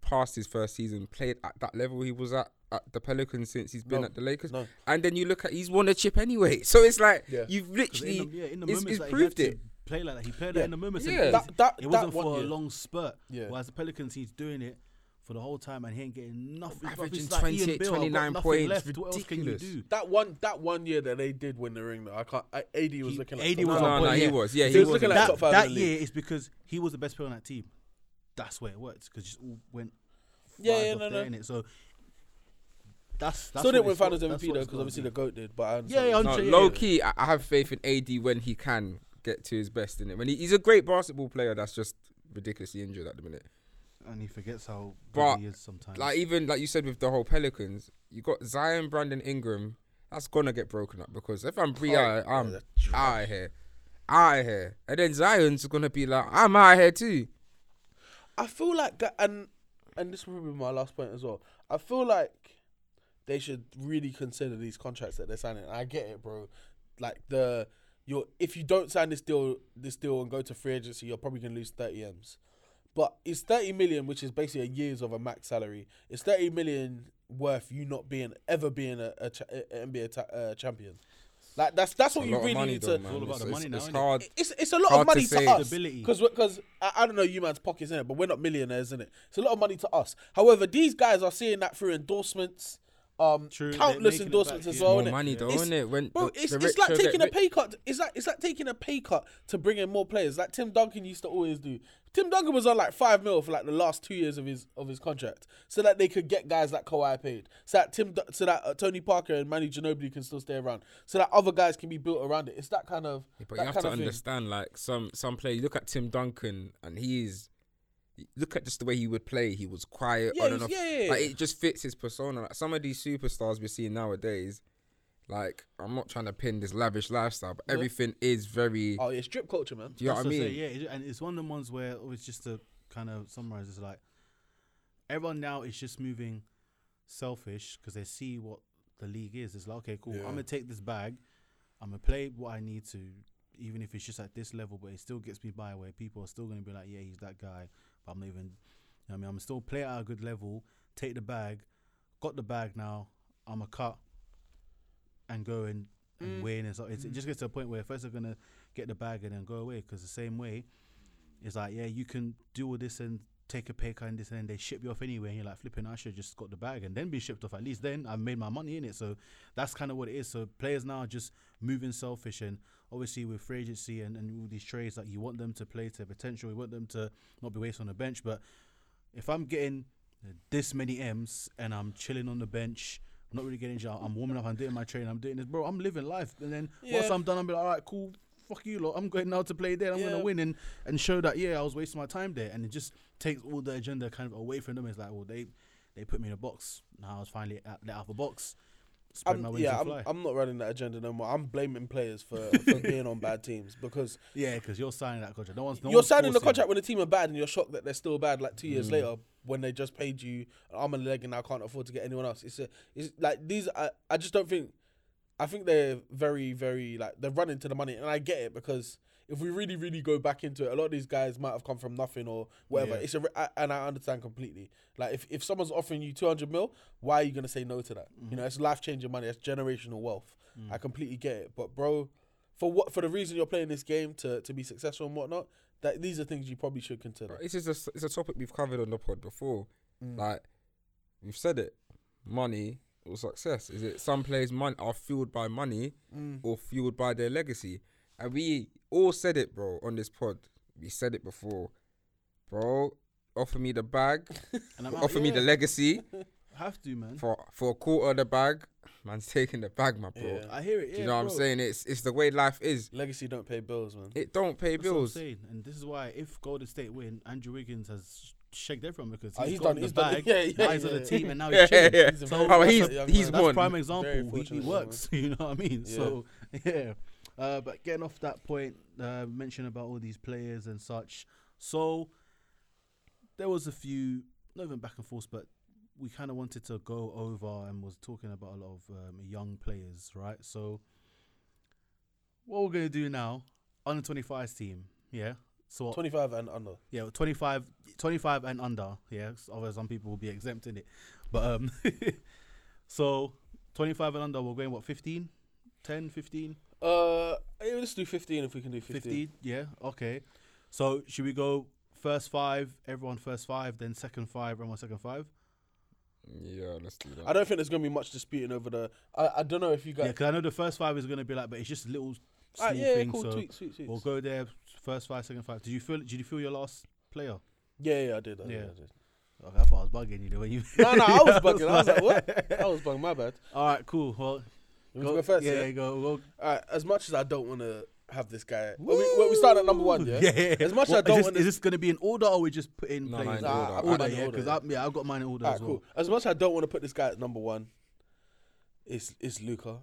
E: passed his first season, played at that level he was at at the Pelicans since he's been
C: No,
E: at the Lakers?
C: no.
E: And then you look at he's won a chip anyway. So it's like
C: Yeah.
E: you've
D: 'Cause
E: literally
D: in the, yeah, in the
E: it's,
D: moments
E: it's
D: that he had
E: proved
D: to
E: it.
D: Play like that. He played
C: Yeah.
D: it in the moments.
E: Yeah.
D: Yeah.
E: That-
C: that-
D: it wasn't
C: that
D: for
C: one
D: a
C: year.
D: long spurt.
C: Yeah.
D: Whereas the Pelicans, he's doing it for the whole time and he ain't getting nothing. bruv.
E: Averaging
D: It's like Ian
E: 28,
D: Bill, I've got
E: 29
D: nothing
E: points.
D: left. What else can you
E: Ridiculous.
D: do?
C: That one, that one year that they did win the ring, though, I can't. I, AD was
D: He-
C: looking.
D: AD
C: like
D: was
E: No,
D: on
E: no,
D: point,
E: he
D: yeah.
E: was. Yeah,
C: He
E: he,
C: was
E: was.
C: looking
E: in that.
C: like top five in
D: that
C: the league.
D: year is because he was the best player on that team. That's where it worked because just all went.
C: Yeah,
D: flies
C: yeah,
D: off
C: no,
D: there,
C: no.
D: innit? So that's, that's
C: Still didn't
D: what
C: win
D: it's got-
C: finals
D: that's
C: MVP though,
D: what it's
C: because
D: gotta
C: obviously
D: be.
C: the goat did. But I
D: Yeah,
C: understand.
D: yeah,
E: No,
D: yeah,
E: low key, I, I have faith in AD when he can get to his best in it. When he, he's a great basketball player, that's just ridiculously injured at the minute.
D: and he forgets how
E: But,
D: good he is sometimes.
E: Like even like you said with the whole Pelicans, you got Zion, Brandon Ingram. That's gonna get broken up because if I'm Bree, I'm out of here, out of here, and then Zion's gonna be like, I'm out of here too.
C: I feel like that, and and this will be my last point as well. I feel like they should really consider these contracts that they're signing. I get it, bro. Like the you if you don't sign this deal, this deal and go to free agency, you're probably gonna lose thirty m's. But it's thirty million, which is basically a year's of a max salary. It's thirty million worth you not being ever being a, a, cha- a a NBA ta- uh, champion. Like that's that's what
E: A
C: you
E: lot
C: really
E: of money
C: need
E: though,
C: to.
E: man.
D: all about the money now,
E: it's
D: innit?
E: hard.
C: It's it's a lot
E: Hard
C: of
E: to
C: money to,
E: say.
C: us
D: Stability.
C: because because I, I don't know you man's pockets in it, but we're not millionaires in it. It's a lot of money to us. However, these guys are seeing that through endorsements, um,
D: True, they're
C: countless
D: making it
C: endorsements
D: back,
C: as
D: yeah.
C: well.
E: More
C: innit?
E: money though,
C: It's-
E: innit? When
C: bro,
E: the-
C: it's,
E: the
C: it's
E: rich
C: like
E: will
C: taking
E: get
C: a pay cut. It's like it's like taking a pay cut to bring in more players. Like Tim Duncan used to always do. Tim Duncan was on like five mil for like the last two years of his of his contract, so that they could get guys like Kawhi paid, so that Tim, Dun- so that uh, Tony Parker and Manny Ginobili can still stay around, so that other guys can be built around it. It's that kind of.
E: But
C: that
E: you have
C: kind
E: to
C: of thing.
E: understand, like some some players. Look at Tim Duncan, and he's look at just the way he would play. He was quiet
C: Yeah,
E: on and
C: he's-
E: off.
C: yeah, yeah,
E: Like
C: yeah.
E: it just fits his persona. Like some of these superstars we're seeing nowadays, like I'm not trying to pin this lavish lifestyle, but everything is very.
C: Oh, yeah, it's drip culture, man.
E: do you know
D: That's
E: what I mean?
D: what I say, yeah, it- and it's one of them ones where oh, it's just to kind of summarize. It's like everyone now is just moving selfish because they see what the league is. It's like okay, cool. I'm gonna take this bag. I'm gonna play what I need to, even if it's just at this level, but it still gets me by. Where people are still gonna be like, yeah, he's that guy. But I'm not even. You know what I mean, I'm still play at a good level. Take the bag. Got the bag now. I'm a cut and go and, and win and so it's, it just gets to a point where first they're gonna get the bag and then go away because the same way it's like yeah you can do all this and take a pay cut and this and then they ship you off anyway and you're like flipping I should just got the bag and then be shipped off at least then I made my money in it so that's kind of what it is so players now are just moving selfish and obviously with free agency and, and all these trades like you want them to play to their potential you want them to not be wasted on the bench but if I'm getting this many M's and I'm chilling on the bench, I'm not really getting injured, I'm warming up, I'm doing my training, I'm doing this, bro, I'm living life. And then once
C: Yeah.
D: I'm done, I'm be like, all right, cool, fuck you lot, I'm going now to play there, I'm
C: Yeah.
D: gonna win and, and show that yeah, I was wasting my time there. And it just takes all the agenda kind of away from them. It's like, well, they they put me in a box. Now I was finally out, let out of a box. Spread my
C: I'm,
D: wings
C: yeah,
D: and
C: I'm,
D: fly.
C: I'm not running that agenda no more. I'm blaming players for, for being on bad teams because
D: yeah, because you're signing that contract. No one's no
C: you're
D: one's
C: signing the
D: forcing. Mm.
C: contract when the team are bad and you're shocked that they're still bad like two years later when they just paid you an arm and a leg and now can't afford to get anyone else. It's, a, it's like these, I, I just don't think, I think they're very, very, like, they're running to the money. And I get it because if we really, really go back into it, a lot of these guys might have come from nothing or whatever.
D: Yeah.
C: It's a, re- I, And I understand completely. Like, if, if someone's offering you 200 mil, why are you going to say no to that?
D: Mm.
C: You know, it's life changing money, it's generational wealth. I completely get it. But, bro, for what for the reason you're playing this game to, to be successful and whatnot, that these are things you probably should consider.
E: This is a s- it's a topic we've covered on the pod before.
C: Mm.
E: Like we've said it, money or success. Is it some players' money are fueled by money
D: Mm.
E: or fueled by their legacy? And we all said it, bro, on this pod. We said it before, bro. Offer me the bag,
D: And I'm out,
E: offer me the
D: Oh, yeah,
E: legacy
D: have to man.
E: for for a quarter of the bag. Man's taking the bag, my bro.
C: Yeah.
D: I hear it.
E: Do
D: Yeah,
E: you know what I'm
D: bro.
E: saying? It's it's the way life is.
C: Legacy don't pay bills, man.
E: It don't pay
D: That's what I'm
E: bills.
D: saying. And this is why if Golden State win, Andrew Wiggins has shagged everyone because
C: Oh,
D: he's
C: he's
D: got
C: done-
D: the
C: he's done-
D: bag,
C: yeah, yeah,
D: now he's on
C: yeah.
D: the team, and now he's
E: Yeah, yeah,
D: chilling.
E: yeah.
C: He's a
D: So
C: very
E: Oh,
C: fortunate
E: he's
C: young
E: he's
C: man.
D: That's
E: one.
D: prime
C: Very
D: example. He, he
C: fortunate young
D: works. You know what I mean? So yeah. Uh, but getting off that point, uh, mention about all these players and such. So there was a few, not even back and forth, but we kind of wanted to go over and was talking about a lot of um, young players, right? So what we're gonna do now on the 25s team, yeah. So what-
C: 25 and under.
D: yeah, well, 25, 25 and under. Yeah, 'cause otherwise some people will be exempt in it. But um, so 25 and under, we're going what 15, 10, 15,
C: Uh, eh, let's do 15 if we can do 15.
D: 15. Yeah, okay. So should we go first five, everyone first five, then second five, everyone second five.
E: Yeah, let's do that.
C: I don't think there's gonna be much disputing over the. I, I don't know if you
D: Yeah,
C: guys.
D: because I know the first five is going to be like, but it's just little small
C: Ah, yeah,
D: things.
C: cool.
D: so
C: tweet, tweet, tweet.
D: we'll go there. First five, second five. Did you feel? Did you feel your last player?
C: Yeah, yeah, I did. I did,
D: Yeah.
C: I did.
D: Okay, I thought I was bugging you the way you.
C: No, no, I was bugging. I was like, what? I was bugging. My bad.
D: All right, cool. Well,
C: You want to go first?
D: yeah,
C: yeah?
D: go. go.
C: Alright, as much as I don't want to have this guy, well, we, well, we start at number one, yeah.
D: Yeah, yeah.
C: As much
D: Well,
C: as I don't
D: is
C: want to,
D: this, is this going to be in order, or we just put in
E: No,
D: players?
E: no, in
D: Ah,
E: order. I've got
D: order,
C: mine in
D: yeah,
C: order,
D: because
C: yeah.
D: yeah, I've got mine in order
C: alright,
D: as well.
C: cool. As much as I don't want to put this guy at number one, it's it's Luca.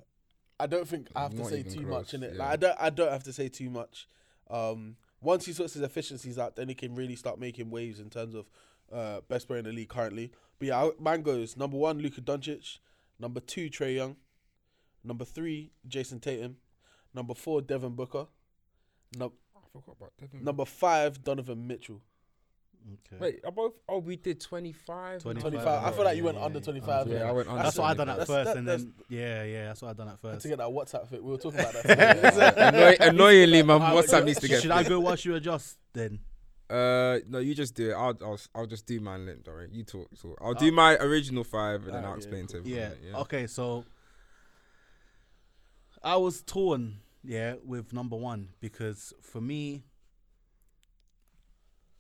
C: I don't think I have to
E: Not
C: say
E: even
C: too
E: close,
C: much in it.
E: yeah.
C: Like I don't I don't have to say too much. Um, once he sorts his efficiencies out, then he can really start making waves in terms of uh, best player in the league currently. But yeah, I- mine goes number one, Luka Doncic. Number two, Trey Young. Number three, Jason Tatum. Number four, Devin Booker. Num-
E: I forgot about Devin.
C: Number five, Donovan Mitchell.
D: Okay.
E: Wait, I both. Oh, we did 25.
D: 25.
C: 25. I feel like you went
D: Yeah,
C: under
D: yeah,
C: 25.
E: yeah. Yeah, I went under
D: That's what I done at
C: That's-
D: first,
C: that-
D: and then yeah, yeah, that's what I done at
C: To
D: first.
C: get that WhatsApp fit, we were talking about that.
E: Uh, annoy- annoyingly, my
D: Ah,
E: WhatsApp
D: wait,
E: needs to
D: sh-
E: get.
D: Should I go whilst you adjust then?
E: Uh, no, you just do it. I'll, I'll, I'll just do mine. Then, don't worry. You talk. So I'll
D: Oh.
E: do my original five, and then I'll explain to everyone.
D: Yeah.
E: innit?
D: Okay, so I was torn, yeah, with number one because for me,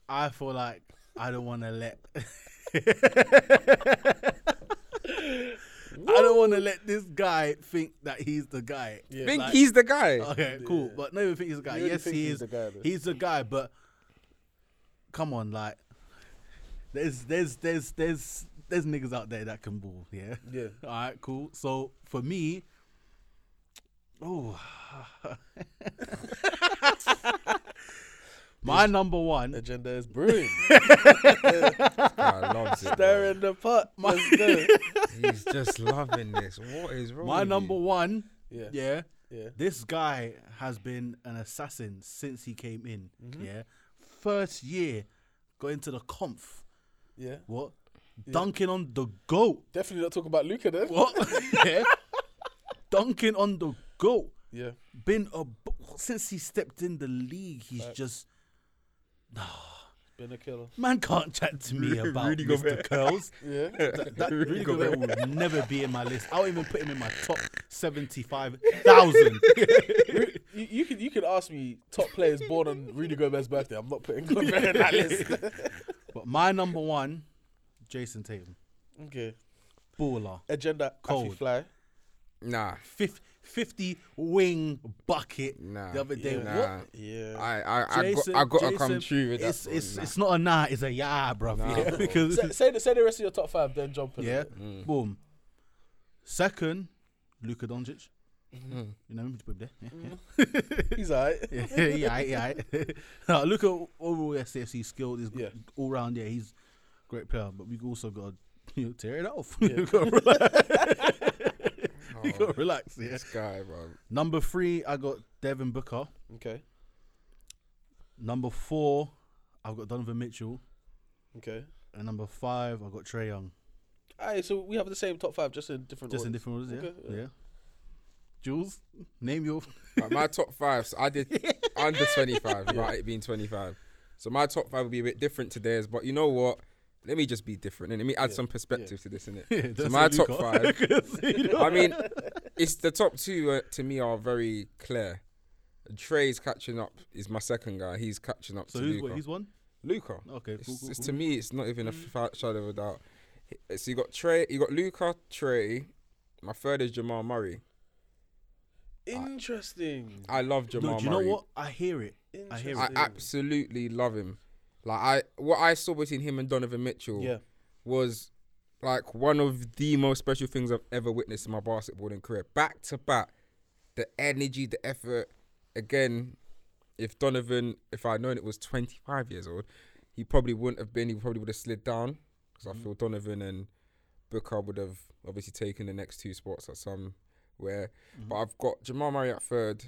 D: I feel like I don't want to let. I don't want to let this guy think that he's the guy.
E: Think
D: Like-
E: he's the guy.
D: Okay, cool. But no, even think he's a guy.
C: really
D: yes,
C: think
D: he
C: he's
D: is.
C: the guy, though?
D: he's a guy, but come on, like, there's there's there's there's there's niggas out there that can ball. Yeah.
C: Yeah.
D: All right, cool. So for me, oh, my number one.
C: Agenda is brewing.
E: I loves it. bro.
C: They're in the pot. Let's do it.
E: He's just loving this. What is wrong?
D: My
E: with
D: number
E: you?
D: one.
C: Yeah.
D: Yeah.
C: Yeah.
D: This guy has been an assassin since he came in. Yeah. First year, got into the conf.
C: Yeah.
D: What? Dunking on the goat.
C: Definitely not talking about Luca then.
D: What? yeah. Dunking on the goat.
C: Yeah.
D: Been a bu- since he stepped in the league, he's just
C: Been a killer.
D: man can't chat to me about
E: Rudy
D: Mr.
E: Gobert.
D: Curls.
C: Yeah.
D: That, that Rudy Gobert will never be in my list. I will even put him in my top seventy-five thousand.
C: you, you could you could ask me top players born on Rudy Gobert's birthday. I'm not putting Gobert in that list.
D: but my number one, Jason Tatum,
C: okay.
D: baller.
C: Agenda Cold.
D: Cold.
C: fly.
E: Nah.
D: Fif- 50 wing bucket
E: Nah.
D: the other day.
E: Nah.
D: What?
C: Yeah.
E: I I, I, got, I got to come
D: Jason,
E: true with that.
D: It's,
E: one.
D: it's,
E: Nah.
D: it's not a nah, it's a yeah, bruv. yeah,
E: bro.
D: because,
C: say, say the say the rest of your top five, then jump in.
D: yeah,
E: Mm.
D: boom. Second, Luka Doncic.
E: Mm-hmm.
D: You know, put him there. Yeah, yeah.
E: Mm.
C: He's alright.
D: yeah, yeah, yeah. yeah. no, look at overall SCFC skill. He's
C: Yeah.
D: all round. Yeah, he's a great player, but we also got to you know, tear it off. we got to relax.
E: Oh.
D: we got to relax. Yeah.
E: This guy, bro.
D: Number three, I got Devin Booker.
C: Okay.
D: Number four, I've got Donovan Mitchell,
C: Okay.
D: and number five, I've got Trey Young.
C: Alright, so we have the same top five, just in different.
D: Just in
C: orders.
D: different orders. Yeah,
C: Okay, yeah.
D: yeah. Jules, name your.
E: Like, my top five. So I did under twenty five. Right, it being twenty five. So my top five will be a bit different to theirs. But you know what? Let me just be different and let me add some perspective to this, innit? it. so
D: That's
E: my
D: what you
E: top
D: got.
E: five.
D: 'Cause, you know-
E: I mean, it's the top two uh, to me are very clear. Trey's catching up. Is my second guy. He's catching up
D: so
E: to
D: who's
E: Luca.
D: what? He's one.
E: Luca.
D: Okay,
E: It's,
D: cool, cool,
E: it's
D: cool. Mm.
E: to me, it's not even a f- shadow of a doubt. H- So you got Trey, you got Luca, Trey. My third is Jamal Murray.
C: Interesting.
E: I love Jamal
D: No, do you know
E: Murray.
D: what? I hear it. I hear
E: I
D: it.
E: absolutely love him. Like I, what I saw between him and Donovan Mitchell
C: Yeah.
E: was like one of the most special things I've ever witnessed in my basketballing career. Back to back, the energy, the effort. Again, if Donovan, if I'd known it was 25 years old, he probably wouldn't have been. He probably would have slid down because I feel Donovan and Booker would have obviously taken the next two spots at some where.
C: Mm-hmm.
E: But I've got Jamal Murray at third,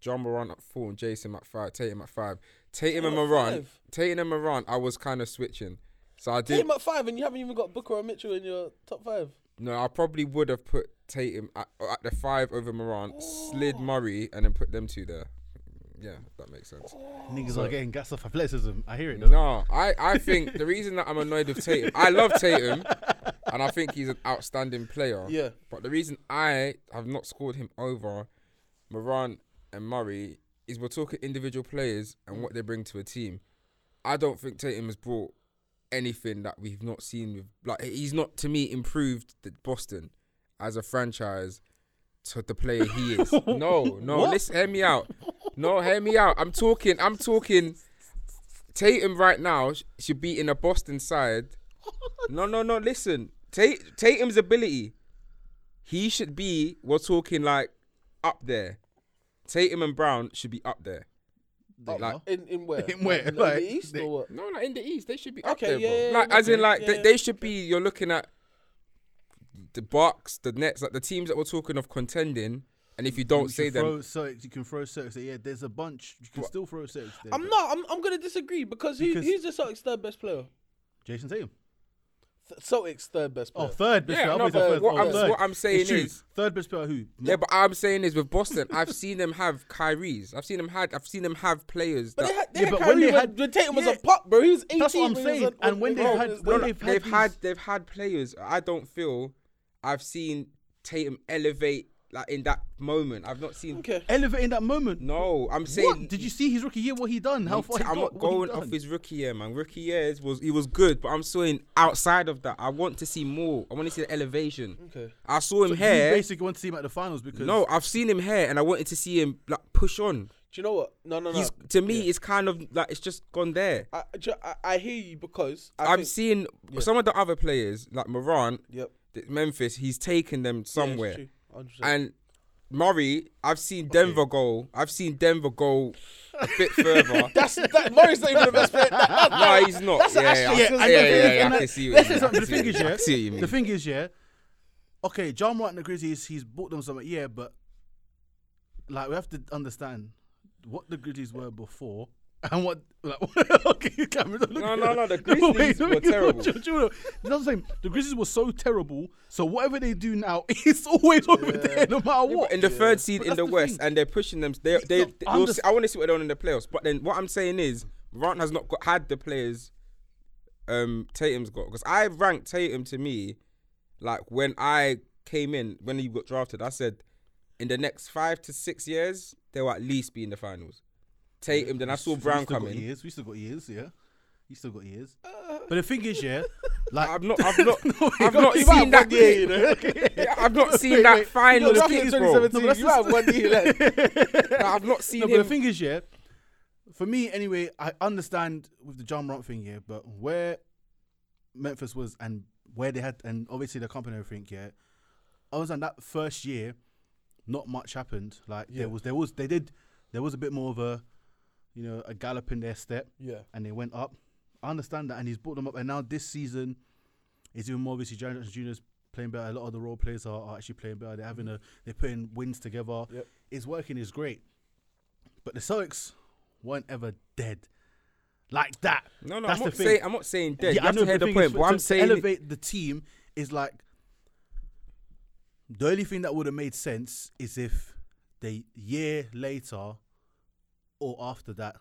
E: John Moran at four, and Jason at five, Tatum at five. Tatum and
C: at
E: Moran,
C: five?
E: Tatum and Moran, I was kind of switching. So I did.
C: Team at five, and you haven't even got Booker or Mitchell in your top five.
E: No, I probably would have put
C: Oh.
E: Tatum at, at the five over Morant, slid Murray, and then put them two there. Yeah, that makes sense.
D: Niggas are getting gassed off athleticism. I hear it though.
E: No, I, I think the reason that I'm annoyed with Tatum, I love Tatum, and I think he's an outstanding player.
C: Yeah.
E: But the reason I have not scored him over Moran and Murray is we're talking individual players and what they bring to a team. I don't think Tatum has brought anything that we've not seen with like he's not to me improved the Boston as a franchise to the player he is. No, no, listen hear me out. No, hear me out. I'm talking I'm talking Tatum right now sh- should be in a Boston side. No, no, no. Listen, Tate, Tatum's ability, he should be. We're talking like up there. Tatum and Brown should be up there.
D: They
E: like-
D: are.
C: In in where?
D: In where?
C: In the
D: Like,
C: East
D: they-
C: or what?
E: No, like in the East, they should be up
C: Okay,
E: there, bro.
C: yeah, yeah,
E: like
C: yeah,
E: as in,
C: okay,
E: like
C: yeah,
E: they, they should be. You're looking at the Bucks, the Nets, like the teams that we're talking of contending. And if you don't
D: You
E: say
D: can
E: them,
D: Throw Celtics, you can throw Celtics. Yeah, there's a bunch. You can still throw Celtics. There,
C: I'm
D: but-
C: not. I'm, I'm going to disagree because, who,
D: Because-
C: who's the Celtics' third best player?
D: Jason Tatum.
C: Th- Celtics' third best
D: Oh,
C: player.
D: third best
E: Yeah,
D: player.
E: no,
D: I thought you
E: but
D: said first.
E: what
D: Oh,
E: I'm-
D: third.
E: what I'm saying
D: It's true.
E: is-
D: third best player who?
E: yeah. But I'm saying is with Boston, I've seen them have Kyrie's. I've seen them had. I've seen them have players.
C: but
E: that,
C: they had, they
D: Yeah,
C: had
D: but when
C: Kyrie
D: they
C: when,
D: had-
C: when Tatum was
D: Yeah.
C: a pop, bro. He was 18.
D: That's what I'm
C: when he was
D: saying.
C: on-
D: And when
C: on-
D: they
C: on-
D: had-
C: on-
D: when
C: on-
D: they've had
E: they've
D: these-
E: had they've had players. I don't feel I've seen Tatum elevate like in that moment. I've not seen.
C: Okay.
D: Elevate in that moment.
E: No, I'm saying.
D: What? Did you see his rookie year? What he done? How
E: I'm,
D: far?
E: t-
D: he
E: I'm
D: got,
E: not
D: what he
E: going
D: done?
E: off his rookie year, man. Rookie years was he was good, but I'm saying outside of that, I want to see more. I want to see the elevation.
C: Okay.
E: I saw him
D: You
E: here.
D: basically want to see him at the finals because
E: No, I've seen him here, and I wanted to see him like push on.
C: Do you know what? No, no, no.
E: He's to me, it's kind of like it's just gone there.
C: I, ju- I, I hear you because I
E: I'm
C: think-
E: seeing some of the other players like Moran,
C: Yep.
E: th- Memphis. He's taken them
C: Yeah, it's
E: somewhere.
C: true. 100%.
E: And Murray, I've seen Denver go. I've seen Denver go a bit further.
C: That's that. Murray's not even the best player. That, that,
E: no, he's not.
C: That's
E: yeah, yeah, I,
C: actually- yeah, and
E: yeah,
C: the
E: yeah,
C: thing-
E: yeah,
C: and
E: I
C: the-
E: can see what you
D: Let's
E: mean.
D: say something.
E: I
D: The
E: can
D: thing
E: see what
D: is,
E: you mean.
D: yeah.
E: I can see what you
D: The
E: mean.
D: thing is, yeah. Okay, John Martin and the Grizzlies, he's bought them something, yeah, but like we have to understand what the Grizzlies were before and what. Like, okay, Cameron, don't look
E: No,
D: at
E: no,
D: me.
E: no, the Grizzlies were
D: look at what
E: terrible.
D: you- what you know. That's the same. The Grizzlies were so terrible. So whatever they do now, it's always over there, no matter
E: Yeah,
D: what.
E: but in the third seed
D: But
E: in
D: that's
E: the
D: the
E: West,
D: thing.
E: and they're pushing them. They, they,
D: No,
E: they-
D: I'm
E: we'll
D: just-
E: see- I want to see what they're on in the playoffs. But then what I'm saying is, Morant has not got, had the players. Um, Tatum's got because I ranked Tatum to me, like when I came in when he got drafted, I said in the next five to six years they'll at least be in the finals. Tatum. Then I saw
D: We
E: Brown
D: still got
E: come in.
D: Years, we still got years, yeah. You still got years. but the thing is, yeah, like
E: I've Uh, not, I've not, I've
D: got
E: not
D: people
E: seen
D: out
E: that.
D: one year, you know?
E: Yeah, I've not seen
D: Wait,
E: that
D: wait.
E: final
D: No, the thing
E: kick,
D: is
E: bro.
D: 2017, No, but
C: you have one year left.
E: Like, I've not seen
D: no, but
E: him.
D: the thing is, yeah, for me anyway, I understand with the John Morant thing, yeah, but where Memphis was and where they had, and obviously the company and everything, yeah, I was on that first year, not much happened. Like there was, there was, they did, there was a bit more of a, you know, a gallop in their step,
C: Yeah.
D: and they went up. I understand that, and he's brought them up, and now this season is even more obviously Jared Jackson Jr.'s playing better. A lot of the role players are, are actually playing better. They're having a they're putting wins together.
C: Yep.
D: It's working, it's great. But the Celtics weren't ever dead like that.
E: No, no,
D: That's
E: I'm
D: the
E: not
D: thing.
E: saying I'm not saying dead.
D: Yeah,
E: you have to
D: but
E: hear the
D: thing
E: point,
D: is,
E: but
D: to-
E: I'm
D: to
E: saying
D: elevate the team is like the only thing that would have made sense is if they year later or after that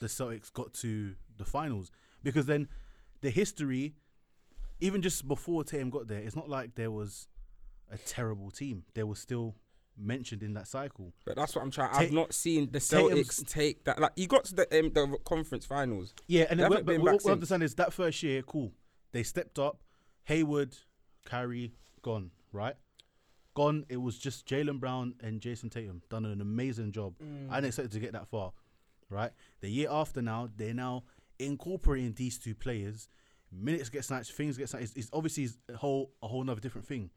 D: the Celtics got to the finals because then the history, even just before Tatum got there, it's not like there was a terrible team. They were still mentioned in that cycle.
E: but that's what I'm trying. I've
D: Tate-
E: not seen the
D: Tatum's-
E: Celtics take that. Like you got to the um, the conference finals.
D: Yeah, and
E: They haven't
D: then what, but
E: been
D: what,
E: back
D: what I
E: since.
D: understand is that first year, cool. They stepped up. Hayward, Kyrie, gone, right? Gone. It was just Jalen Brown and Jason Tatum done an amazing job. I didn't expect it to get that far, right? The year after now, they're now incorporating these two players. Minutes get snatched, things get snatched. It's, it's obviously a whole a whole other different thing,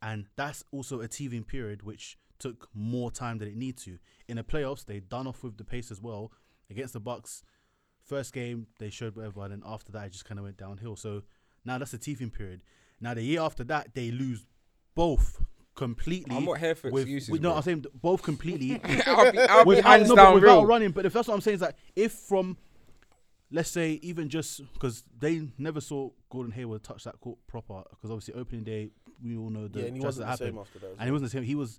D: and that's also a teething period which took more time than it need to. In the playoffs, they done off with the pace as well against the Bucks. First game they showed whatever, and then after that it just kind of went downhill. So now that's the teething period. Now the year after that they lose both completely.
E: I'm not here for
D: with,
E: excuses,
D: With, no,
E: bro.
D: I'm saying both completely
E: I'll be, I'll be
D: without,
E: hands
D: no, but
E: down
D: without
E: real.
D: running. But if that's what I'm saying is that if from let's say even just because they never saw Gordon Hayward touch that court proper because obviously opening day we all know the
C: Yeah, and he
D: chances
C: wasn't the
D: that
C: same
D: happened.
C: after that as
D: and he wasn't the same. He was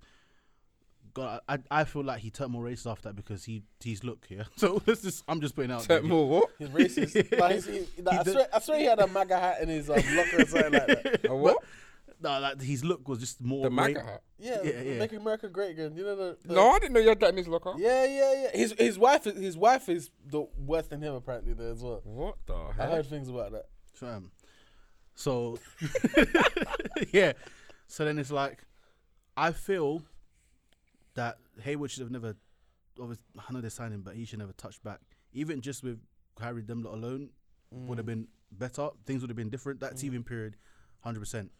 D: God, I, I feel like he turned more racist after that because he he's look here. So let's just I'm just putting out
E: Turn
D: there.
E: more what?
C: He's racist. like, he's, he, like, I,
D: did-
C: swear, I swear he had a MAGA hat in his um, locker or something like that.
E: A what?
D: No, like his look was just more
E: The
D: ra-
E: MAGA hat.
C: Yeah,
D: Yeah, yeah.
C: make America great again. You know the, the
E: No, I didn't know you had that in his locker.
C: Yeah, yeah, yeah. His his wife is his wife is the worse than him apparently there as well.
E: What the
C: I
E: hell?
C: heard things about that.
D: Fam. um, So yeah. So then it's like I feel that Hayward should have never obviously I know they signed him, but he should never touch back. Even just with Kyrie Demlot alone would have
C: Mm.
D: been better. Things would have been different. That teething period, hundred percent.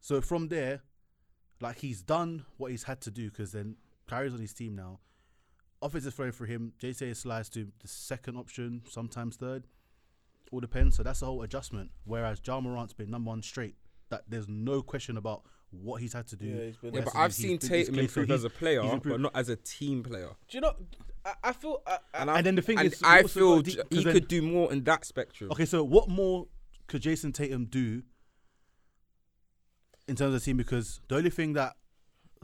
D: So from there, like he's done what he's had to do because then Kyrie's on his team now. Offense is thrown for him. JC is slides to the second option, sometimes third. All depends. So that's the whole adjustment. Whereas Ja Morant's been number one straight. That there's no question about what he's had to do.
C: Yeah, he's been-
E: Yeah,
D: what
E: but
D: he has
E: I've
D: to do.
E: seen
D: He's been- he's
E: Tatum
D: played- so
E: improve as a
D: he's-
E: player,
D: he's
E: but
D: improved.
E: not as a team player.
C: Do you know? I, I feel I, I,
E: I-
D: And then the thing
E: and
D: is,
E: I
D: you also
E: feel
D: got
E: J-
D: the- 'cause
E: he
D: then-
E: could do more in that spectrum.
D: Okay, so what more could Jason Tatum do in terms of the team? Because the only thing that,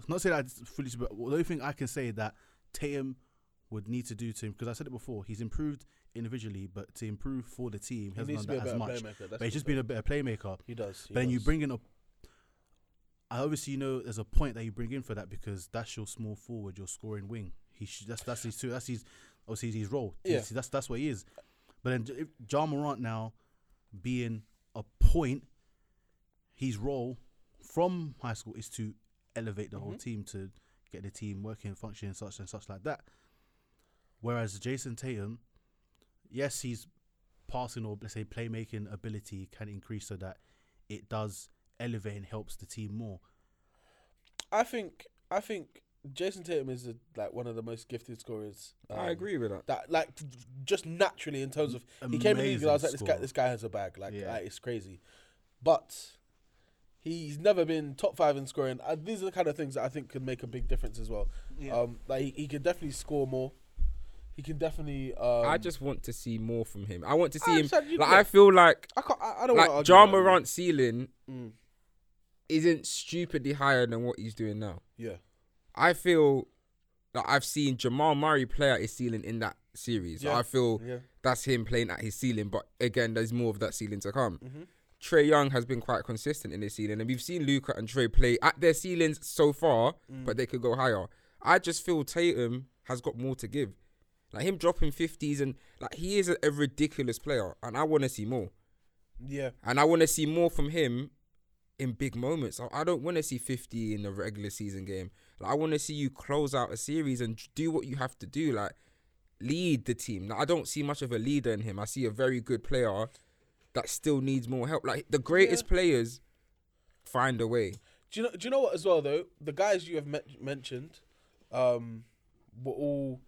D: not saying that it's fully, but the only thing I can say that Tatum would need to do to him, because I said it before, he's improved individually, but to improve for the team, he hasn't
C: needs
D: done
C: to
D: that
C: be a better
D: as much.
C: playmaker, that's
D: But
C: what
D: he's
C: I'm
D: just been a better playmaker.
C: he does. He
D: But then you
C: does.
D: bring in a. I obviously know there's a point that you bring in for that because that's your small forward, your scoring wing. He should, that's that's his two. That's his obviously his role.
C: Yeah.
D: He's- that's that's what he is. But then J- if John Morant now being a point, his role from high school is to elevate the whole
C: Mm-hmm.
D: team to get the team working, functioning, such and such like that. Whereas Jason Tatum, yes, he's passing or let's say playmaking ability can increase so that it does elevate and helps the team more.
C: I think I think Jason Tatum is a, like one of the most gifted scorers.
E: I
C: um,
E: agree with that.
C: That like t- just naturally in terms of he came in the league and I was like this guy
D: scorer.
C: this guy has a bag like,
D: Yeah.
C: like, it's crazy, but he's never been top five in scoring. Uh, these are the kind of things that I think could make a big difference as well. Um, like he, he could definitely score more. He can definitely. Um,
E: I just want to see more from him. I want to see him.
C: said you-
E: Like
C: yeah.
E: I feel like
C: I can't. I, I don't want
E: like
C: to
E: John Morant's ceiling isn't stupidly higher than what he's doing now.
C: Yeah.
E: I feel that I've seen Jamal Murray play at his ceiling in that series.
C: Yeah.
E: I feel
C: Yeah.
E: that's him playing at his ceiling, but again, there's more of that ceiling to come. Trey Young has been quite consistent in his ceiling, and we've seen Luca and Trey play at their ceilings so far, but they could go higher. I just feel Tatum has got more to give. Like him dropping 50s, and like he is a, a ridiculous player, and I want to see more.
C: Yeah.
E: And I want to see more from him in big moments. I- I don't want to see 50 in the regular season game. Like, I want to see you close out a series and do what you have to do. Like, lead the team. Like, I don't see much of a leader in him. I see a very good player that still needs more help. Like, the greatest players find a way.
C: Do you know? Do you know what? As well though, the guys you have met, mentioned, um, were all,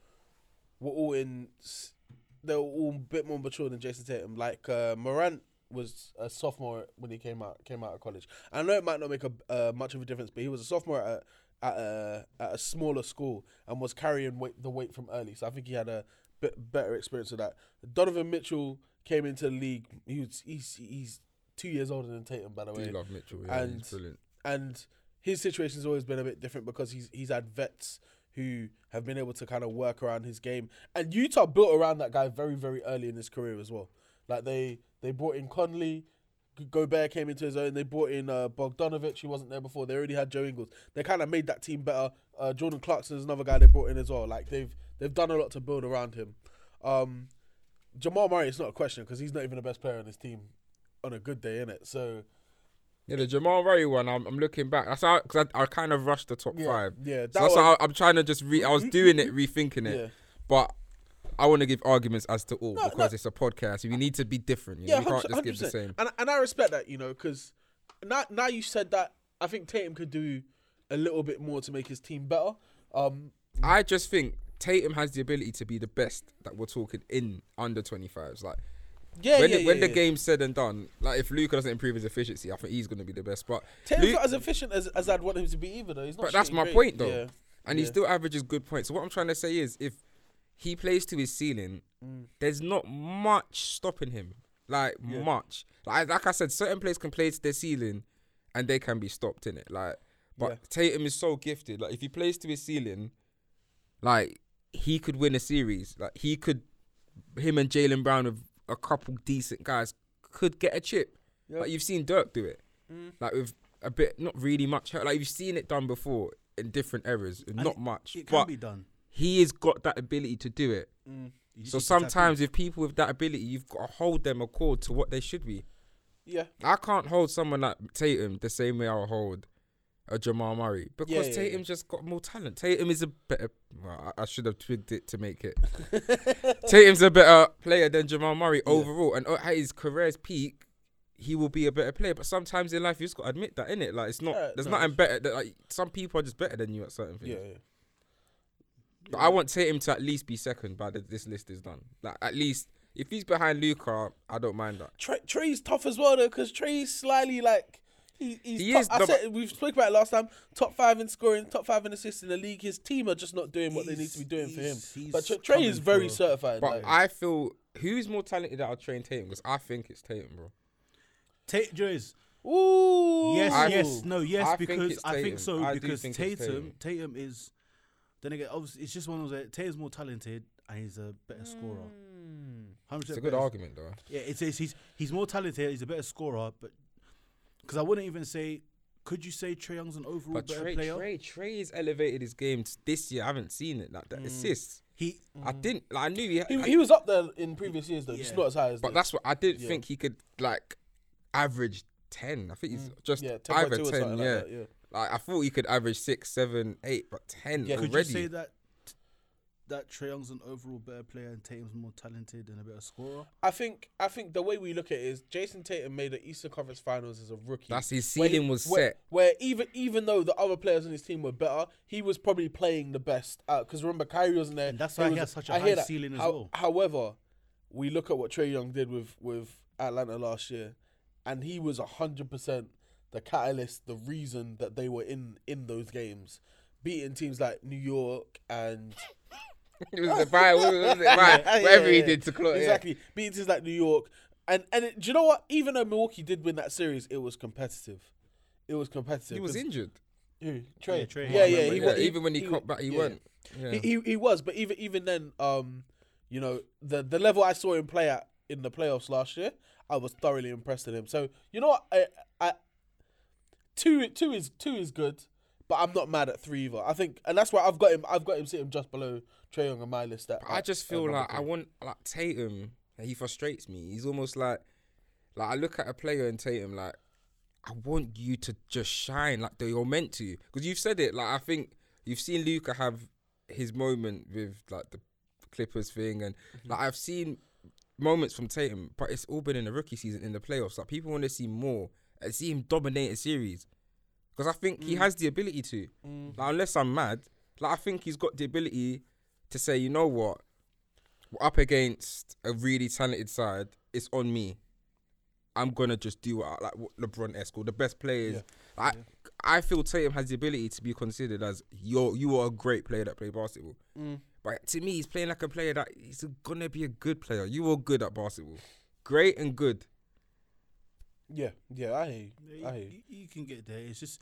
C: were all in. s- They were all a bit more mature than Jason Tatum. Like uh, Morant was a sophomore when he came out came out of college. I know it might not make a uh, much of a difference, but he was a sophomore at. At a, at a smaller school and was carrying weight, the weight from early, so I think he had a bit better experience of that. Donovan Mitchell came into the league. He was he's he's two years older than Tatum, by the
E: I
C: way
E: do love Mitchell. Yeah, he's brilliant.
C: and his situation's always been a bit different because he's he's had vets who have been able to kind of work around his game. And Utah built around that guy very very early in his career as well. Like they they brought in Conley, G- Gobert came into his own. They brought in uh, Bogdanovich, who wasn't there before. They already had Joe Ingles. They kind of made that team better. Uh, Jordan Clarkson is another guy they brought in as well. Like they've they've done a lot to build around him. Um, Jamal Murray, it's not a question because he's not even the best player on his team on a good day, in it. So
E: Yeah, the Jamal Murray one. I'm, I'm looking back. That's how because I, I kind of rushed the top
C: Yeah,
E: five.
C: yeah,
E: so
C: that
E: that's
C: one-
E: how I'm trying to just re. I was doing it, rethinking it,
C: Yeah.
E: but I want to give arguments as to all
C: No,
E: because
C: no.
E: it's a podcast. We need to be different. You know?
C: Yeah,
E: We can't
C: 100%,
E: just give the
C: 100%.
E: same.
C: And and I respect that, you know, because now now you said that, I think Tatum could do a little bit more to make his team better. Um,
E: I just think Tatum has the ability to be the best that we're talking in under 25s. Like
C: yeah,
E: when
C: yeah,
E: it-
C: yeah,
E: when the
C: yeah.
E: game's said and done, like if Luca doesn't improve his efficiency, I think he's going to be the best. But
C: Tatum's
E: Lu-
C: not as efficient as, as I'd want him to be either. Though he's not.
E: But that's
C: shooting
E: my
C: great.
E: point, though.
C: Yeah.
E: And he
C: Yeah.
E: still averages good points. So what I'm trying to say is, if he plays to his ceiling,
C: Mm.
E: there's not much stopping him. Like much. Like like I said, certain players can play to their ceiling, and they can be stopped in it. Like But
C: Yeah.
E: Tatum is so gifted. Like if he plays to his ceiling, like he could win a series. Like he could, him and Jalen Brown of a couple decent guys could get a chip.
C: Yeah.
E: Like you've seen Dirk do it.
D: Mm.
E: Like with a bit, not really much help. Like you've seen it done before in different eras,
D: And
E: not
D: it-
E: much.
D: It can
E: but
D: be done.
E: he has got that ability to do it.
C: Mm.
D: You
E: So
D: just need to tap in.
E: sometimes with people with that ability, you've got to hold them accord to what they should be.
C: Yeah.
E: I can't hold someone like Tatum the same way I'll hold a Jamal Murray because
C: yeah,
E: Tatum just got more talent. Tatum is a better. Well, I I should have twigged it to make it. Tatum's a better player than Jamal Murray overall, and uh, at his career's peak, he will be a better player. But sometimes in life, you just got to admit that, innit? Like it's not.
C: Yeah,
E: there's
C: no,
E: nothing better. That, like some people are just better than you at certain things.
C: Yeah, yeah.
E: But I want Tatum to at least be second by the, this list is done. Like at least if he's behind Luca, I don't mind that.
C: Trey, Trey's tough as well though, because Trey's slightly like he, he's.
E: He
C: top,
E: is,
C: I
E: no,
C: said we spoke about it last time. Top five in scoring, top five in assists in the league. His team are just not doing what they need to be doing for him.
D: He's- he's-
C: But
D: he's
C: Tre- Trey is
D: coming
C: very
D: for-
C: certified.
E: But
C: like-
E: I feel who's more talented out of Trey and Tatum? Because I think it's Tatum, bro.
D: Tate Joyce.
C: Ooh,
D: Yes,
E: I-
D: yes, no, yes,
E: I think
D: because
E: it's
D: I
E: Tatum.
D: think so.
E: I do
D: because
E: think it's
D: Tatum, Tatum is. Then again, obviously, it's just one of those. that Tatum's more talented and he's a better scorer. 100%
E: It's a good
D: better-
E: argument, though.
D: Yeah, it's, it's he's he's more talented. He's a better scorer, but because I wouldn't even say, could you say Trae Young's an overall
E: But
D: better
E: Trey,
D: player?
E: Trey, Trey has elevated his game t- this year. I haven't seen it. Like the
C: Mm.
E: assists,
D: He
E: I didn't. Like, I knew he, had
C: he, he was up there in previous years though, just
D: Yeah.
C: not as high as.
E: but
C: this.
E: that's what I didn't think he could like average ten. I think he's just
C: Mm. yeah, 10.2
E: either
C: or something
E: ten.
C: like
E: yeah.
C: that, yeah.
E: like I thought he could average six, seven, eight, but ten
C: Yeah,
E: already.
C: could
D: could you say that that Trae Young's an overall better player and Tatum's more talented and a better scorer?
C: I think I think the way we look at it is Jason Tatum made the Eastern Conference Finals as a rookie.
E: That's his
C: Where he-
E: ceiling was
C: where,
E: set.
C: Where even even though the other players on his team were better, he was probably playing the best. Because remember Kyrie wasn't there.
D: And that's
C: It
D: why he
C: was-
D: has such a
C: I hear
D: high
C: that.
D: ceiling as
C: How-
D: well.
C: However, we look at what Trey Young did with with Atlanta last year, and he was hundred percent the catalyst, the reason that they were in in those games, beating teams like New York and
E: It was the buy, what was it? Buy,
C: Yeah,
E: whatever
C: yeah,
E: he
C: yeah.
E: did to Claude.
C: Exactly. Beating teams like New York. And and it, do you know what? Even though Milwaukee did win that series, it was competitive. It was competitive.
E: He was
C: 'Cause-
E: injured.
C: Who? Trey.
D: Yeah, Trey.
C: Yeah,
D: I
C: yeah.
D: remember,
C: he
E: yeah,
C: wa- he-
E: even when he,
C: wa-
E: caught back, he
C: yeah,
E: went.
C: yeah.
E: Yeah.
C: He, he he was, but even even then, um, you know, the the level I saw him play at in the playoffs last year, I was thoroughly impressed with him. So you know what? I I two two is two is good, but I'm not mad at three either. I think, and that's why I've got him. I've got him sitting just below Trey Young on my list. At,
E: I
C: at-
E: just
C: at
E: feel
C: number
E: like I
C: three.
E: want like Tatum. like, He frustrates me. He's almost like like I look at a player in Tatum like I want you to just shine like that you're meant to because you've said it. Like I think you've seen Luca have his moment with like the Clippers thing, and like I've seen moments from Tatum, but it's all been in the rookie season in the playoffs. Like people want to see more and see him dominate a series because I think he has the ability to. Like, unless I'm mad, like I think he's got the ability to say, you know what, we're up against a really talented side. It's on me. I'm gonna just do what I, like what LeBron esque or the best players. I I feel Tatum has the ability to be considered as you're you are a great player that play basketball.
D: Mm.
E: But to me, he's playing like a player that he's gonna be a good player. You are good at basketball, great and good.
C: Yeah, yeah, I hear you.
D: You,
C: I hear you.
D: you- you can get there. It's just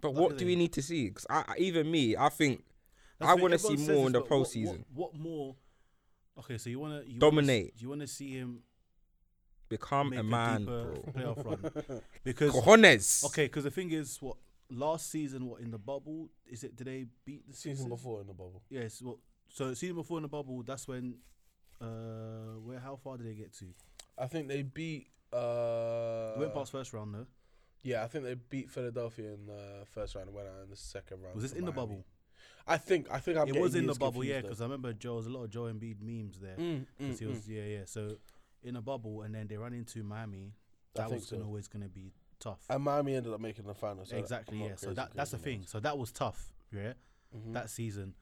E: But
D: That's
E: what
D: the
E: do we
D: thing.
E: need to see? Because I, I- even me, I think
D: that's
E: I
D: what
E: want to see
D: everyone says
E: more in
D: this,
E: the
D: but what-
E: postseason.
D: What, what more? Okay, so you want to
E: Dominate.
D: you want to see him
E: become
D: make
E: a
D: a,
E: man,
D: deeper
E: bro.
D: playoff run because
E: Cojones.
D: okay, because the thing is, what last season, what in the bubble is it? Did they beat the
C: Season
D: Sixers?
C: before in the bubble.
D: Yes. Well, so season before in the bubble, that's when. Uh, where? How far did they get to?
C: I think they beat. Uh,
D: They went past first round though.
C: yeah, I think they beat Philadelphia in the first round and went out in the second round.
D: Was this
C: to
D: in the
C: Miami.
D: bubble?
C: I think. I think I'm.
D: it
C: getting
D: was in the
C: years
D: bubble, yeah,
C: confused,
D: because
C: though.
D: I remember Joe. There's a lot of Joe Embiid memes there.
C: Mm,
D: 'cause
C: mm,
D: he was, yeah, yeah. So in a bubble, and then they ran into Miami.
C: I
D: That
C: think
D: was gonna,
C: so.
D: always going to be tough.
C: and Miami ended up making the finals. So
D: exactly,
C: I'm not
D: yeah. So
C: crazy,
D: that that's the
C: crazy
D: thing.
C: about Mm-hmm.
D: So that was tough, yeah. That season,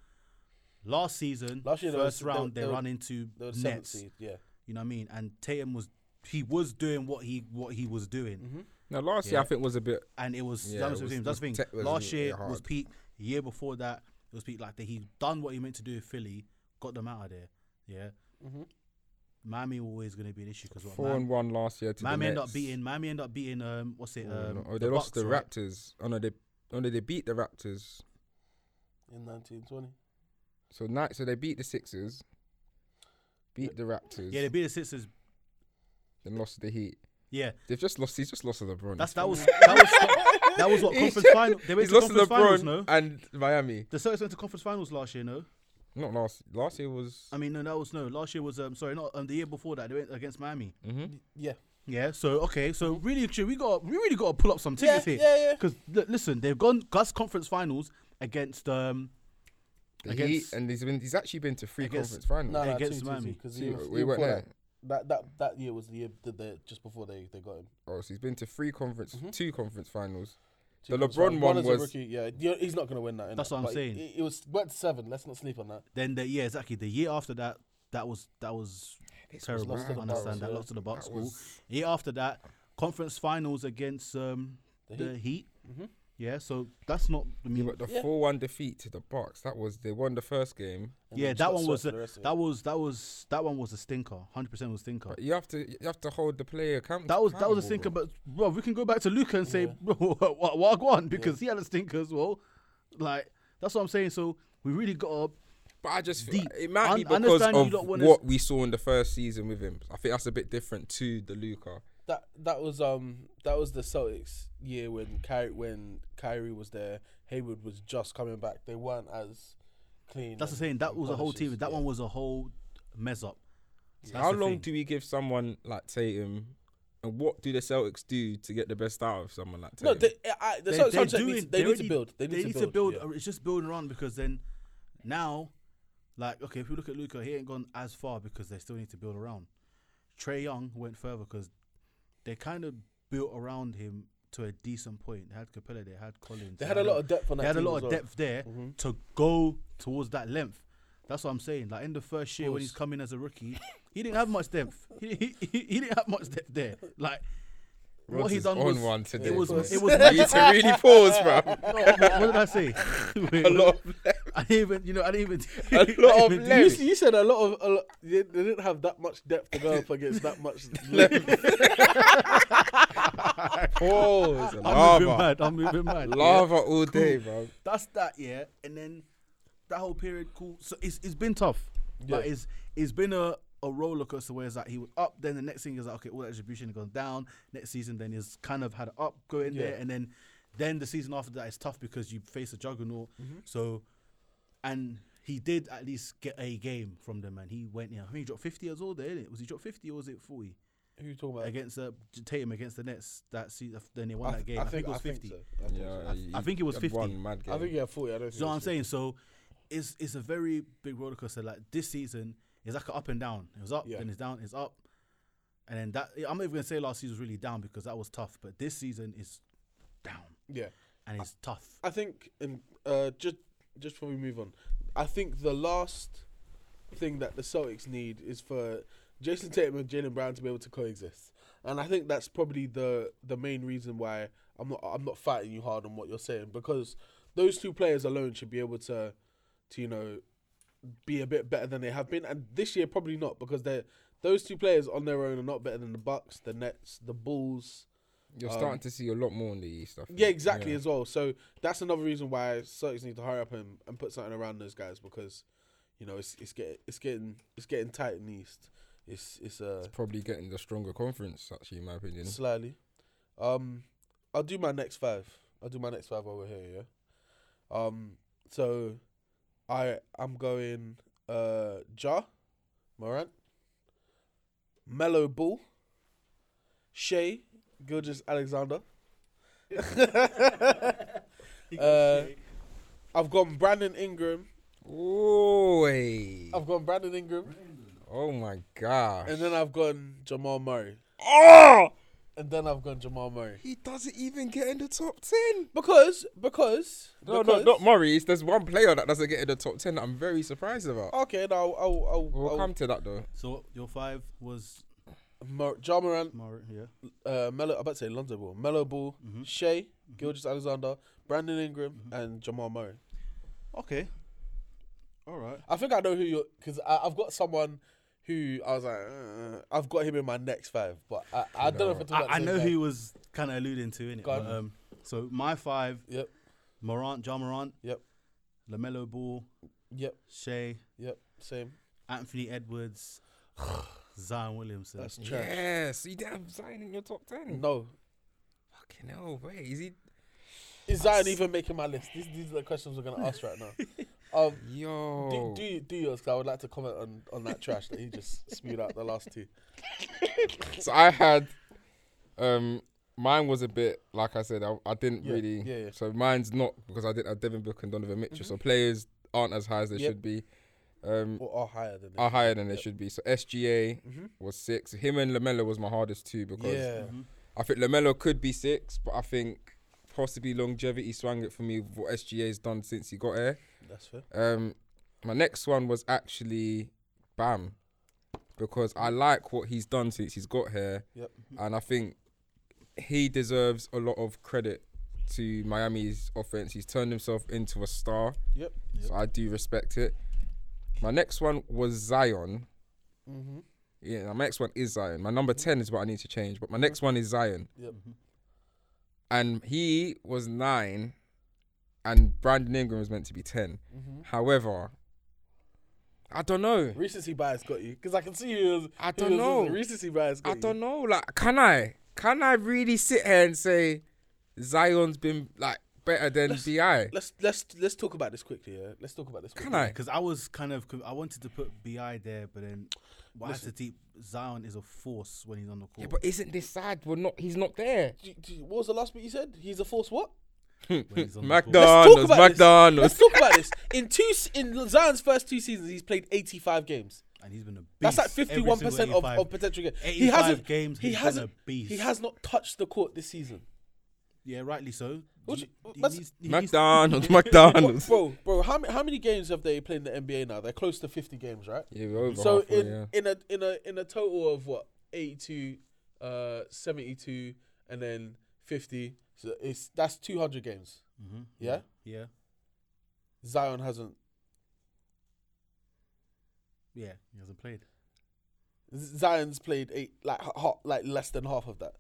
D: last season,
C: Last year they
D: first
C: was- they-
D: round, they,
C: they were-
D: run into
C: it. They were the seventh
D: Nets.
C: seed. Yeah.
D: You know what I mean? And Tatum was he was doing what he what he was doing,
C: Mm-hmm.
E: Now last year I think was a bit
D: and it was
E: Yeah,
D: that
E: it
D: was, the
E: was-
D: thing. That's the thing.
E: was te- was
D: Last
E: really
D: year was
E: hard.
D: peak. Year before that it
C: Mm-hmm.
D: was peak. Like that, he done what he meant to do with Philly, got them out of there. Yeah. Miami always going to be an issue because what
E: Four and
D: Miami,
E: one last year. To the
D: Miami end up
E: Nets.
D: beating Miami end up beating um what's it
E: Four and
D: um
E: one. Oh, they lost
D: Bucks,
E: the
D: right?
E: Raptors. Oh no, they oh no, they beat the Raptors.
C: in 1920.
E: So night, so they beat the Sixers, beat the Raptors,
D: Yeah, they beat the Sixers.
E: then lost to the Heat.
D: Yeah,
E: They've just lost. He's just lost to LeBron.
D: that's that was that was that was what
E: He's
D: conference
E: just-
D: final. They
E: He's
D: went to
E: lost to
D: conference finals,
E: LeBron
D: no?
E: and Miami.
D: The Celtics went to conference finals last year, no?
E: Not last. Last year was.
D: I mean, no, that was no. Last year was um sorry, not um, the year before that they went against Miami.
E: mm-hmm.
C: Yeah.
D: Yeah. So okay, so really, and truly, we got we really got to pull up some tickets
C: Yeah,
D: here.
C: yeah, yeah.
D: Because listen, they've gone Gus conference finals against um
E: The
D: against-
E: Heat, and he's been. He's actually been to three
D: against-
E: conference finals.
C: No, no,
D: Against
C: against
D: Miami.
C: Miami because
E: See, we weren't there.
C: That, that that year was the year that they, just before they, they got him.
E: Oh, so he's been to three conference,
D: Mm-hmm.
E: two conference finals.
C: Two
E: the
C: conference finals.
E: LeBron one
C: as a
E: was.
C: rookie. Yeah, you know, he's not gonna win that. innit?
D: That's what I'm
C: But
D: saying.
C: It, it was went to seven. Let's not sleep on that.
D: then the yeah exactly the year after that that was that was terrible.
C: lost to the
D: I understand
C: Bucks,
D: that
C: yeah.
D: lost to the Bucks.
E: That
D: Cool.
E: was-
D: Year after that, conference finals against um the,
C: The Mm-hmm.
D: Heat. Yeah. So that's not. I mean,
E: But the four-one defeat to the Bucks. That was they won the first game.
C: And
D: yeah,
C: then just
D: that
C: got
D: one
C: swept
D: was
C: for
D: a,
C: the rest of it.
D: that was that was that one was a stinker. Hundred percent was a stinker.
E: But you have to you have to hold the player accountable.
D: That was that was
E: accountable,
D: a stinker,
E: bro.
D: but bro, we can go back to Luca and say bro, what what one because he had a stinker as well. Like that's what I'm saying. So we really got to
E: But I just
D: Deep.
E: think it might
D: Un-
E: be because
D: understand you
E: of
D: don't wanna-
E: what we saw in the first season with him. I think that's a bit different to the Luca.
C: that that was um that was the Celtics year when Kyrie when Kyrie was there. Hayward was just coming back. They weren't as clean.
D: that's the
C: and-
D: saying that
C: and
D: was a whole team.
C: polished,
D: That
C: yeah.
D: one was a whole mess up. That's
E: How
D: the
E: long
D: thing.
E: do we give someone like Tatum, and what do the Celtics do to get the best out of someone like
C: No,
E: Tatum?
C: they, I, the Celtics contract needs- they
D: they're
C: need to
D: already-
C: build. They need, to, build. yeah.
D: uh, It's just building around because then now, like okay, if we look at Luca, he ain't gone as far because they still need to build around. Trey Young went further because they kind of built around him to a decent point. They had Capella, they had Collins,
C: They had a lot of depth on
D: They
C: that
D: had a
C: team
D: lot
C: as
D: of
C: well. Mm-hmm.
D: depth there to go towards that length. That's what I'm saying. Like in the first year when he's coming as a rookie, he didn't have much depth. He, he, he, he didn't have much depth there. Like what
E: Rod's
D: he
E: is
D: done
E: on
D: was
E: one today,
D: it was
E: bro.
D: it was
E: you need to really pause, bro.
D: no, what, what did I say?
E: A lot of
D: I didn't even, you know, I didn't even.
E: A
D: I
E: lot of
D: didn't even-
E: left.
C: You, s- you said a lot of a lot, they they didn't have that much depth to go up against that much. length.
E: pause.
D: I'm moving
E: Lava,
D: mad. I'm moving mad. yeah.
E: lava all day, bro.
D: That's that, yeah. And then that whole period, cool. So it's it's been tough. Yeah. Like it's it's been a a roller coaster where it's like he was up, then the next thing is like okay, all that distribution gone down. Next season, then he's kind of had an up going there, and then then the season after that is tough because you face a juggernaut.
E: Mm-hmm.
D: So and he did at least get a game from them, and he went in. I think he dropped fifty as well. There, didn't it? was he dropped fifty or was it forty?
C: Who you talking about?
D: against uh, Tatum against the Nets that season. Then they won that game. I, think, it was fifty.
C: so. I think so.
E: Yeah, you-
D: I think it was
E: you had
D: 50.
E: One mad game.
C: I think yeah, forty. I don't.
D: So
C: think
D: I'm
C: it's
D: saying so, it's it's a very big roller coaster. Like this season is like a up and down. It was up,
C: Yeah.
D: then it's down, it's up, and then that. I'm not even gonna say last season was really down because that was tough, but this season is down
C: Yeah.
D: and it's tough.
C: I think, and uh, just just before we move on, I think the last thing that the Celtics need is for Jason Tatum and Jalen Brown to be able to coexist, and I think that's probably the the main reason why I'm not I'm not fighting you hard on what you're saying because those two players alone should be able to to you know be a bit better than they have been, and this year probably not because they are those two players on their own are not better than the Bucks, the Nets, the Bulls.
E: You're
D: um,
E: starting to see a lot more in the East. I think.
C: Yeah, exactly
E: Yeah.
C: as well. So that's another reason why Celtics need to hurry up and, and put something around those guys because, you know, it's it's getting it's getting it's getting tight in the East. It's it's uh
E: Probably getting the stronger conference, actually, in my opinion.
C: slightly. Um, I'll do my next five. I'll do my next five over here. Yeah. Um. So, I I'm going uh Ja, Morant, Mellow Ball, Shea, Gilgis Alexander. uh, I've gone Brandon Ingram.
E: Oi.
C: I've gone Brandon Ingram,
E: Oh my gosh.
C: and then I've gone Jamal Murray,
E: oh!
C: and then I've gone Jamal Murray
E: He doesn't even get in the top 10.
C: because because
E: No, no,
C: because-
E: not Murray. It's, there's one player that doesn't get in the top 10 that I'm very surprised about.
C: Okay, oh, no, I'll, I'll,
E: We'll
C: I'll,
E: come to that though.
D: So your five was
C: Mar- Ja Morant,
D: Mar- yeah.
C: uh, Melo, I'm about to say Lonzo Ball, Melo Ball, Shea, Gilgis Alexander, Brandon Ingram, and Jamal Murray.
D: Okay. All right.
C: I think I know who you're because I've got someone who I was like, uh, I've got him in my next five, but I, I don't know if it's about the
D: I, I
C: same
D: know
C: guy.
D: who he was kind of alluding to in it.
C: Go
D: But,
C: on.
D: um, so my five:
C: Yep,
D: Morant, John Morant,
C: yep,
D: Lamelo Ball,
C: yep,
D: Shea,
C: yep. Same.
D: Anthony Edwards, Zion Williamson.
C: That's trash.
E: Yeah, so you didn't have Zion in your top ten.
C: No,
E: Fucking hell, wait, is he?
C: is Zion even making my list? These, these are the questions we're gonna ask right now. Um,
E: Yo,
D: Oh.
C: do, do do yours because I would like to comment on, on that trash that he just spewed out the last two.
E: so I had, um, mine was a bit like I said, I, I didn't
C: Yeah,
E: really.
C: yeah, yeah.
E: So mine's not because I didn't have Devin Booker and Donovan Mitchell, so players aren't as high as they
C: Yep.
E: should be. Um,
C: Or, or higher than
E: are
C: this.
E: higher than they
C: Yep.
E: should be. So SGA was six. Him and Lamelo was my hardest two because
C: Mm-hmm. Yeah.
D: Mm-hmm.
E: I think Lamelo could be six, but I think possibly longevity swung it for me. with What SGA's done since he got here.
C: That's fair.
E: Um, my next one was actually Bam, because I like what he's done since he's got here,
C: Yep.
E: and I think he deserves a lot of credit to Miami's offense. He's turned himself into a star,
C: Yep.
E: so I do respect it. My next one was Zion.
C: Mhm.
E: Yeah, my next one is Zion. My number ten is what I need to change,
C: Mm-hmm.
E: but my next one is Zion,
C: Yep.
D: Mm-hmm.
E: and he was nine, and Brandon Ingram was meant to be 10
C: Mm-hmm.
E: However, I don't know.
C: Recency bias got you because I can see you. as-
E: I
C: who
E: don't
C: was-
E: know.
C: Recency bias got
E: I
C: you.
E: don't know. Like, can I? Can I really sit here and say Zion's been like better than Bi?
C: Let's let's let's talk about this quickly. Yeah, let's talk about this. Quickly.
E: Can I?
D: Because I was kind of, I wanted to put Bi there, but then but I had to deep Zion is a force when he's on the
E: Yeah,
D: court.
E: but isn't this sad? We're not. He's not there.
C: Do- do- What was the last bit you said? He's a force. What?
D: when he's on the court.
C: Let's talk
E: McDonald's.
C: about this. Let's
E: McDonald's.
C: talk about this. In two, s- in Zion's first two seasons, he's played 85 games.
D: and he's been a beast.
C: That's like
D: every single
C: 51 percent of,
D: 85.
C: of potential games.
D: 85 games,
C: He
D: he's been a
C: hasn't.
D: beast.
C: He has not touched the court this season.
D: Yeah, rightly so.
C: What
D: He-
C: you-
D: he
C: that's-
D: needs- he needs-
E: McDonald's.
C: Bro,
E: McDonald's.
C: bro, bro, how many how many games have they played in the NBA now? They're close to 50 games, right?
E: Yeah, we're over
C: So
E: halfway,
C: in
E: yeah.
C: in a in a in a total of what 82, uh, 72, and then 50. So it's that's 200 games.
D: Mhm.
C: Yeah,
D: Yeah.
C: Zion hasn't.
D: Yeah. He hasn't played.
C: Zion's played eight, like ha- ha- like less than half of that,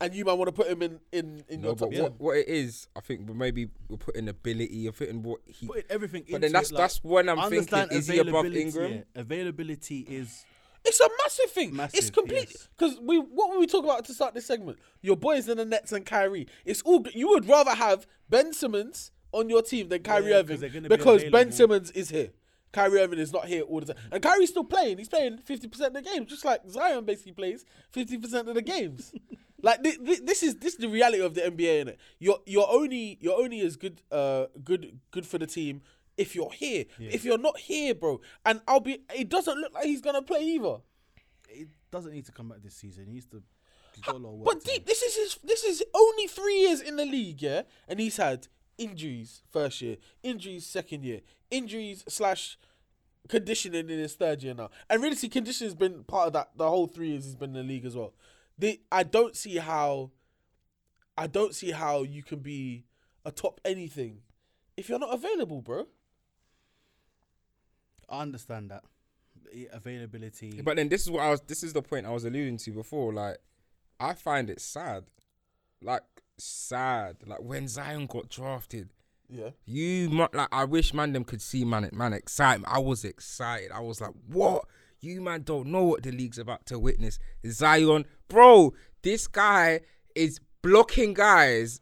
C: and you might want to put him in in in
E: No,
C: your top
E: but what,
C: ten.
E: what it is, I think we maybe we're putting ability, you're putting what he.
D: Put everything
E: But
D: into
E: then that's
D: it, like,
E: that's when I'm thinking,
D: understand
E: is he above
D: availability,
E: Ingram?
D: yeah. Availability is
C: It's a massive thing. it's
D: Massive,
C: complete
D: yes.
C: because we what were we talking about to start this segment? Your boys in the Nets and Kyrie. It's all g- you would rather have Ben Simmons on your team than Kyrie
D: Yeah, 'cause
C: Irving
D: they're gonna be
C: because Ben
D: available.
C: Simmons is here. Kyrie Irving is not here all the time, and Kyrie's still playing. He's playing fifty percent of the games, just like Zion basically plays fifty percent of the games. like thi- thi- this is this is the reality of the NBA in it. You're you're only you're only as good uh good good for the team if you're here. If you're not here, bro, and I'll be. It doesn't look like he's gonna play either.
D: it doesn't need to come back this season. He needs to. He's got a lot of work
C: But
D: to do.
C: deep, this is his, this is only three years in the league, yeah, and he's had injuries first year, injuries second year, injuries slash conditioning in his third year now, and really, see, conditioning's been part of that. The whole three years he's been in the league as well. The I don't see how, I don't see how you can be a top anything if you're not available, bro.
D: I understand that The availability.
E: But then this is what I was. This is the point I was alluding to before. Like, I find it sad, like sad. Like when Zion got drafted,
C: Yeah,
E: you mu- like I wish man them could see man man excitement. I was excited. I was like, what? You man don't know what the league's about to witness. Zion, bro, this guy is blocking guys,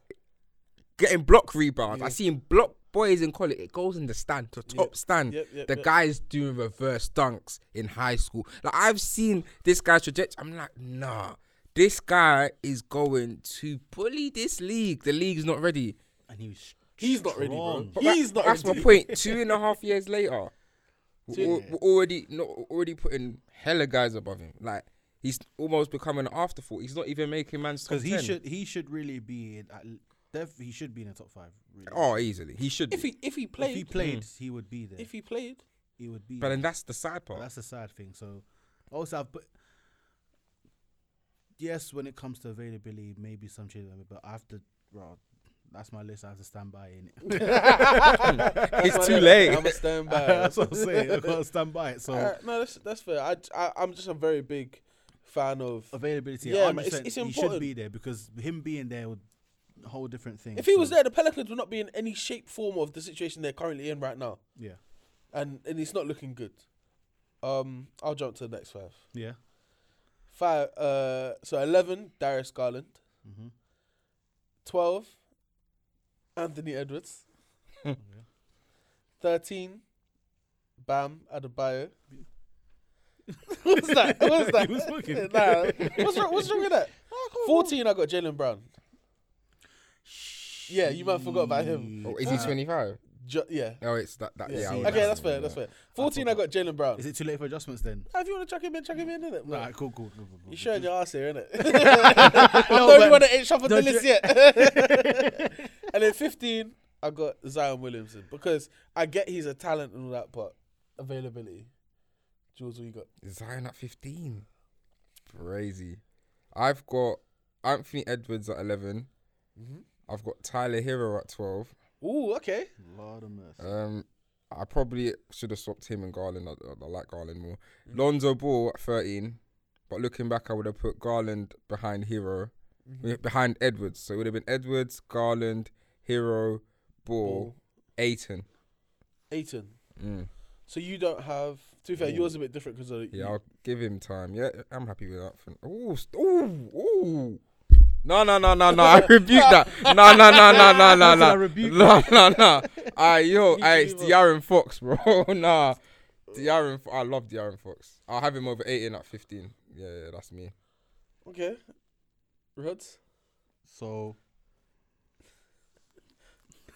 E: getting block rebounds. I see him block boys in college. It goes in the stand, the top stand.
C: Yep, yep,
E: the
C: yep.
E: guys doing reverse dunks in high school. Like I've seen this guy's trajectory. I'm like, nah. This guy is going to bully this league. The league's not ready.
D: and he was
C: he's not ready, bro.
D: Strong.
E: But
C: He's
E: that-
C: not.
E: That's
C: ready.
E: my point. Two and a half years later, we're, al- we're already not already putting hella guys above him. Like he's almost becoming an afterthought. He's not even making man's top
D: because he
E: ten.
D: should he should really be in. At, def, he should be in the top five. Really.
E: Oh, easily he should.
C: If
E: be.
C: he if he
D: if he
C: played,
D: played, he would be there.
C: Hmm. if he played,
D: he would be.
E: but
D: there.
E: then that's the sad part.
D: that's a sad thing. So also, I've, but yes, when it comes to availability, maybe some changes. But I have to. Well, That's my list. I have to stand by in it.
E: it's too late.
C: I'm a stand by.
D: That's what I'm saying. I gotta stand by it. So
C: Alright, Uh, no, that's that's fair. I, I I'm just a very big fan of.
D: availability.
C: Yeah,
D: Yeah,
C: man, it's- it's
D: he
C: important.
D: should be there because him being there would a whole different thing.
C: If he
D: So,
C: was there, the Pelicans would not be in any shape, form of the situation they're currently in right now,
D: yeah,
C: and and it's not looking good. Um, I'll jump to the next five.
D: yeah,
C: Five. Uh, so eleven, Darius Garland.
D: Mhm.
C: Twelve, Anthony Edwards. Thirteen, Bam Adebayo. what's that? What's that?
D: He was looking.
C: nah, what's wrong? What's wrong with that? Fourteen, I got Jalen Brown. Yeah, you might have forgot about him.
E: Oh, is he 25?
C: Ju- yeah.
E: Oh, it's that. that yeah. I
C: Okay,
E: would-
C: that's fair. That's fair. Fourteen, I got Jalen Brown.
D: Is it too late for adjustments then?
C: Ah, if you want to chuck him in, chuck him in, innit?
D: All
C: Nah,
D: right, cool, cool, cool, cool, cool.
C: you showing your ass here, innit? I'm the only
D: but-
C: one that ain't shuffled the
D: don't
C: list
D: you-
C: yet. and then 15, I got Zion Williamson because I get he's a talent and all that, but availability. Jules, what you got?
E: Zion at 15. Crazy. I've got Anthony Edwards at 11. I've got Tyler Hero at 12.
C: Ooh, okay.
D: Lord of mercy.
E: Um, I probably should have swapped him and Garland. I, I- I like Garland more. Lonzo Ball at 13. But looking back, I would have put Garland behind Hero, eh, behind Edwards. So it would have been Edwards, Garland, Hero, Ball, Aiton.
C: Aiton.
E: Mm.
C: So you don't have. To be fair, yours is a bit different because
E: Yeah, I'll give him time. Yeah, I'm happy with that. Ooh, st- ooh, ooh. No, no, no, no, no. I rebuke that. No, no, no, no, no, no,
D: I
E: no.
D: rebuke
E: No, no, no. Aye, yo, aye, it's
C: leave us.
E: De'Aaron Fox, bro. nah. De'Aaron, Fo- I love De'Aaron Fox. I'll have him over 18 at 15. Yeah, yeah, that's me.
C: Okay. Rods?
D: So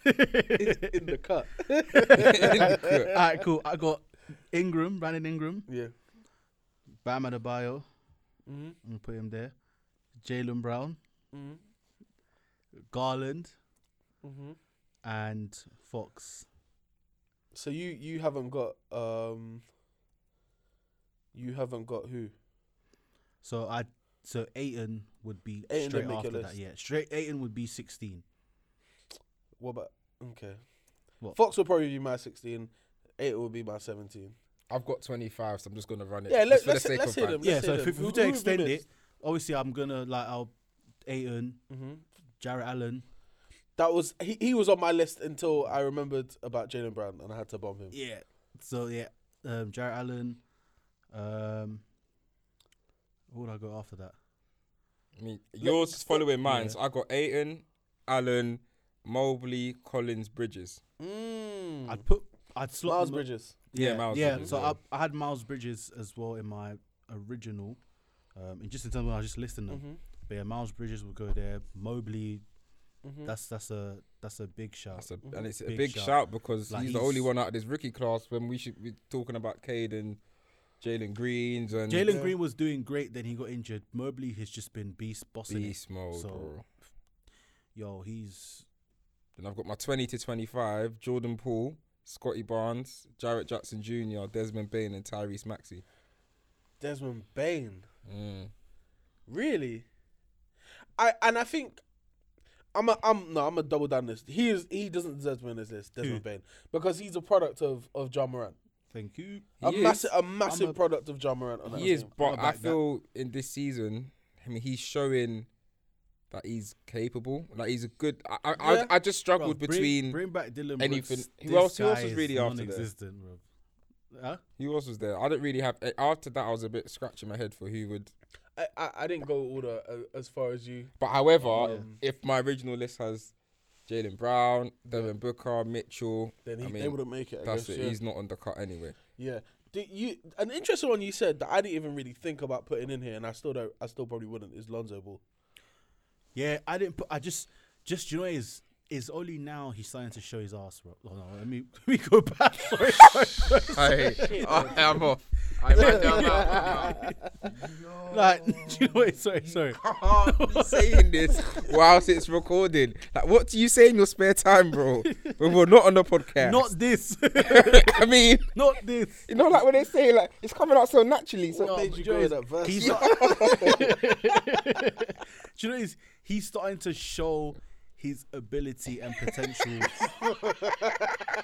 C: In the cut.
D: all right, cool. I got Ingram, Brandon Ingram,
C: Yeah.
D: Bam Adebayo.
C: Mm-hmm.
D: I'm gonna put him there. Jalen Brown,
C: Mhm.
D: Garland,
C: Mm-hmm.
D: and Fox.
C: So you you haven't got um. You haven't got who?
D: So I so Aiton would be
C: Ayton
D: straight
C: don't make your
D: after
C: list.
D: that. Yeah, straight Aiton would be 16.
C: What about okay?
D: What?
C: Fox will probably be my sixteen. Eight will be my seventeen.
E: I've got 25, so I'm just going to run it.
C: Yeah,
E: just
C: let,
E: for the
C: let's
E: sake
C: let's
E: of
C: hear
E: fun.
C: them.
D: yeah,
C: let's
D: so
C: hear
D: if,
C: them.
D: if we were to extend it, obviously I'm gonna like I'll Aiton,
C: hmm
D: Jarrett Allen.
C: that was he, he was on my list until I remembered about Jalen Brown and I had to bomb him.
D: Yeah. So yeah, um, Jarrett Allen. Um, what would I go after that?
E: I mean, yours is following mine. So I got Aiton, Allen, Mobley, Collins, Bridges.
C: Mm.
D: I'd put I'd slot
C: Miles
D: Mo-
C: Bridges.
E: Yeah,
D: Yeah,
E: Miles
D: yeah.
E: Bridges,
D: so
E: yeah.
D: I, I had Miles Bridges as well in my original, um, and just in terms of I was just listing
C: Mm-hmm.
D: them. But yeah, Miles Bridges will go there. Mobley,
C: Mm-hmm.
D: that's that's a that's a big shout.
E: That's a, and it's a
D: Mm-hmm. Big
E: big,
D: shout.
E: shout. because
D: Like,
E: he's, the only
D: he's-
E: one out of this rookie class when we should be talking about Cade and Jalen Greens
C: Mm-hmm.
E: and
D: Jalen Green was doing great, then he got injured. Mobley has just been beast bossing. it.
E: Beast mode,
D: So-
E: bro.
D: Yo, he's
E: Then I've got my 20 to 25, Jordan Poole, Scotty Barnes, Jarrett Jackson Jr., Desmond Bain, and Tyrese Maxey.
C: Desmond Bain.
E: Mm.
C: Really? I and I think I'm a, I'm no I'm a double down this. He is he doesn't deserve to be on this list, Desmond Bain, because he's a product of of John Moran.
D: thank you.
C: A
E: He is.
C: massive a massive
D: a-
C: product of John Moran. on that
E: He is,
C: team.
E: but
D: I'll
E: I
D: back that.
E: feel in this season, I mean, he's showing that he's capable. Like he's a good. I I,
C: Yeah.
E: I, I just
D: Bro,
E: struggled
D: bring-
E: between
D: bring back Dylan.
E: anything-
D: Brooks.
E: who
D: This
E: else- who else
D: guy
E: is really after there?
D: non-existent, bro. Huh?
E: who else was there. I didn't really have. eh, After that, I was a bit scratching my head for who would
C: I, I I didn't go all the uh, as far as you.
E: But however, if my original list has Jalen Brown, Devin Booker, Mitchell,
C: Then he,
E: I
C: they
E: mean,
C: wouldn't make it. I
E: that's
C: guess,
E: it.
C: Yeah.
E: He's not on the cut anyway.
C: yeah. Do you an interesting one you said that I didn't even really think about putting in here, and I still don't. I still probably wouldn't. Is Lonzo Ball?
D: Yeah, I didn't put. I just, just you know, is is only now he's starting to show his ass. Bro. Oh no, let me let me go back. Sorry, sorry, sorry.
E: I, am off. I
D: like, do you know what? Sorry, sorry.
E: can't be saying this whilst it's recording. Like, what do you say in your spare time, bro? When we're not on the podcast.
D: Not this.
E: I mean,
D: Not this.
E: you know, like when they say, like, it's coming out so naturally. So
C: What made you
E: go
C: go that verse?
D: He's. do you know what is he's starting to show his ability and potential.